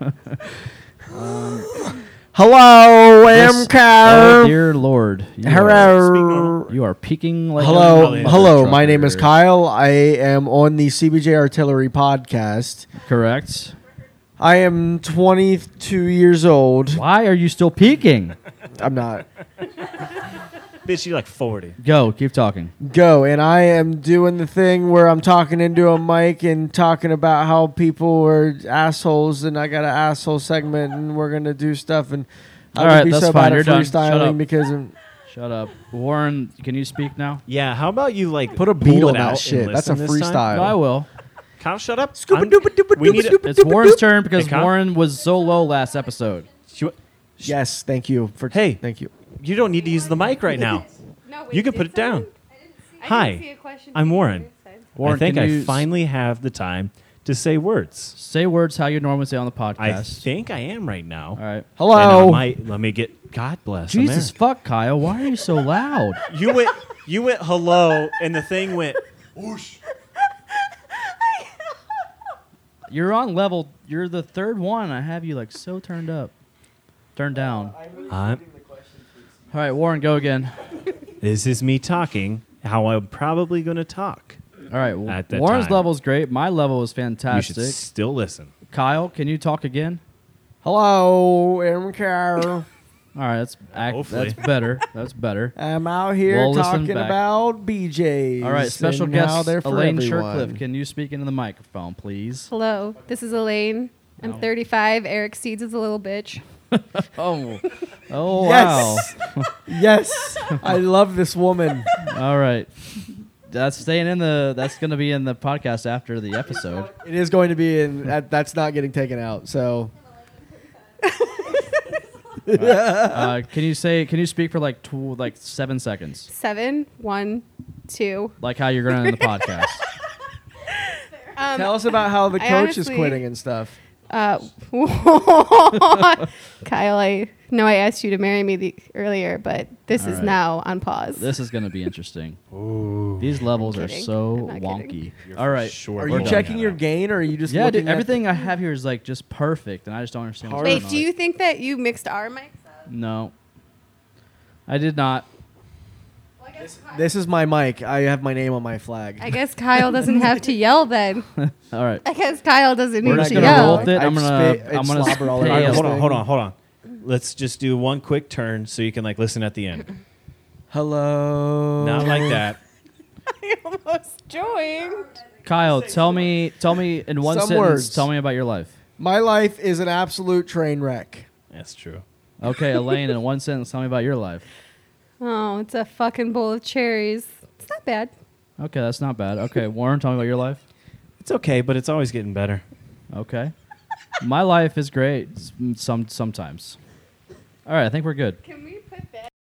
C: Hello,
A: Yes. Oh,
C: MCAR.
A: dear Lord. You Are,
C: Hello.
A: you are peaking like.
C: Hello,
A: a-
C: hello. My name is
A: trucker.
C: Kyle. I am on the CBJ Artillery podcast.
A: Correct.
C: I am 22 years old.
A: Why are you still peaking?
C: I'm not.
B: Bitch, you like 40.
A: Go, keep talking.
C: Go. And I am doing the thing where I'm talking into a mic and talking about how people are assholes, and I got an asshole segment, and we're gonna do stuff. And
A: All
C: I'll just
A: right,
C: be
A: that's
C: so
A: fine.
C: bad
A: You're
C: at
A: done. Shut
C: freestyling
A: up.
C: because I'm.
A: Shut up, Warren. Can you speak now?
B: Yeah, how about you like
C: Put a
B: pull
C: beat
B: it out
C: on that
B: and
C: shit. That's a
B: listen this time?
A: No, I
C: freestyle.
A: will.
B: Kyle, shut up.
C: Scooba
B: I'm-
C: dooba dooba
B: we
C: dooba
B: need a-
C: dooba
A: It's Warren's
C: doop.
A: turn because
B: Hey, Kyle?
A: Warren was so low last episode.
B: She-
C: Yes, thank you for.
B: Hey.
C: thank you.
B: You don't need to use the mic right
E: (laughs)
B: now.
E: No, wait,
B: You can
E: did
B: put it down.
E: someone- I didn't see- I
B: Hi,
E: didn't see a question.
B: I'm Warren.
A: Warren,
B: I think
A: can
B: I
A: you s-
B: finally have the time to say words.
A: Say words how you normally say on the
B: I
A: podcast.
B: think I am right now.
A: All right.
B: And I
C: Hello.
B: might- let me get. God bless.
A: Jesus
B: America.
A: fuck, Kyle. Why are you so loud?
B: You went. You went hello, and the thing went.
A: You're on level. You're the third one. I have you like so turned up, turned down.
B: I'm,
A: All right, Warren, go again.
B: this is me talking. How I'm probably going to talk.
A: All right, w-
B: At that
A: Warren's
B: time.
A: level is great. My level is
B: You should
A: fantastic.
B: still listen.
A: Kyle, can you talk again?
C: Hello, MCAR.
A: All right, that's ac
B: Hopefully.
A: that's (laughs) better. That's better.
C: I'm out here
A: Well, listen
C: talking
A: back.
C: about BJ's.
A: All right, special
C: and how
A: guest
C: they're for
A: Elaine
C: everyone.
A: Shercliffe. Can you speak into the microphone,
C: (laughs)
A: please?
E: Hello, this is Elaine. I'm 35. Eric Seeds is a little bitch.
A: Oh, oh wow!
C: Yes. (laughs) yes, I love this woman.
A: All right, that's staying in the. That's gonna be in the podcast after the episode.
C: It is going to be in. That, that's not getting taken out. So
A: Uh, can you say? Can you speak for like tw- like seven seconds?
E: Seven, one, two.
A: Like how you're gonna end the
C: (laughs)
A: podcast?
E: Um,
C: tell us about how the
E: I
C: coach is
E: honestly-
C: quitting and stuff.
E: Uh, (laughs) Kyle, I know I asked you to marry me the, earlier, but this
A: All
E: is
A: right.
E: now on pause.
A: This is gonna be interesting. These levels are
E: kidding.
A: so
E: I'm not kidding.
A: wonky. All right.
B: Sure.
C: Are
A: we're
C: you
A: done.
C: checking your gain, or are you just
A: Yeah,
C: looking
A: dude,
C: at-
A: everything I have here is like just perfect, and I just don't understand. what's
E: Wait,
A: going
E: do
A: on.
E: you think that you mixed our mics up?
A: No, I did not.
E: Well, I, guess Kyle,
C: This is my mic. I have my name on my flag.
E: I guess Kyle doesn't have to yell then.
A: All right.
E: I guess Kyle doesn't
A: We're
E: need
A: just
E: to
A: gonna roll
E: yell. (laughs)
A: with it.
C: I
A: I'm gonna.
C: spit and
A: I'm gonna.
C: slobber all
A: pay
C: over
B: All right,
A: us.
B: hold on,
C: thing.
B: hold on, hold on. Let's just do one quick turn so you can like listen at the end.
C: Hello.
B: Not (laughs) like that.
E: I almost joined.
A: Kyle, tell me, tell me in one
C: Some
A: sentence.
C: words.
A: Tell me about your life.
C: My life is an absolute train wreck.
B: That's true.
C: (laughs)
A: Okay, Elaine, in one sentence, tell me about your life.
E: Oh, it's a fucking bowl of cherries. It's not bad.
A: Okay, that's not bad. Okay, Warren, tell me about your life.
B: It's okay, but it's always getting better.
A: Okay, my life is great. s- Some sometimes. All right, I think we're good.
E: Can we put that?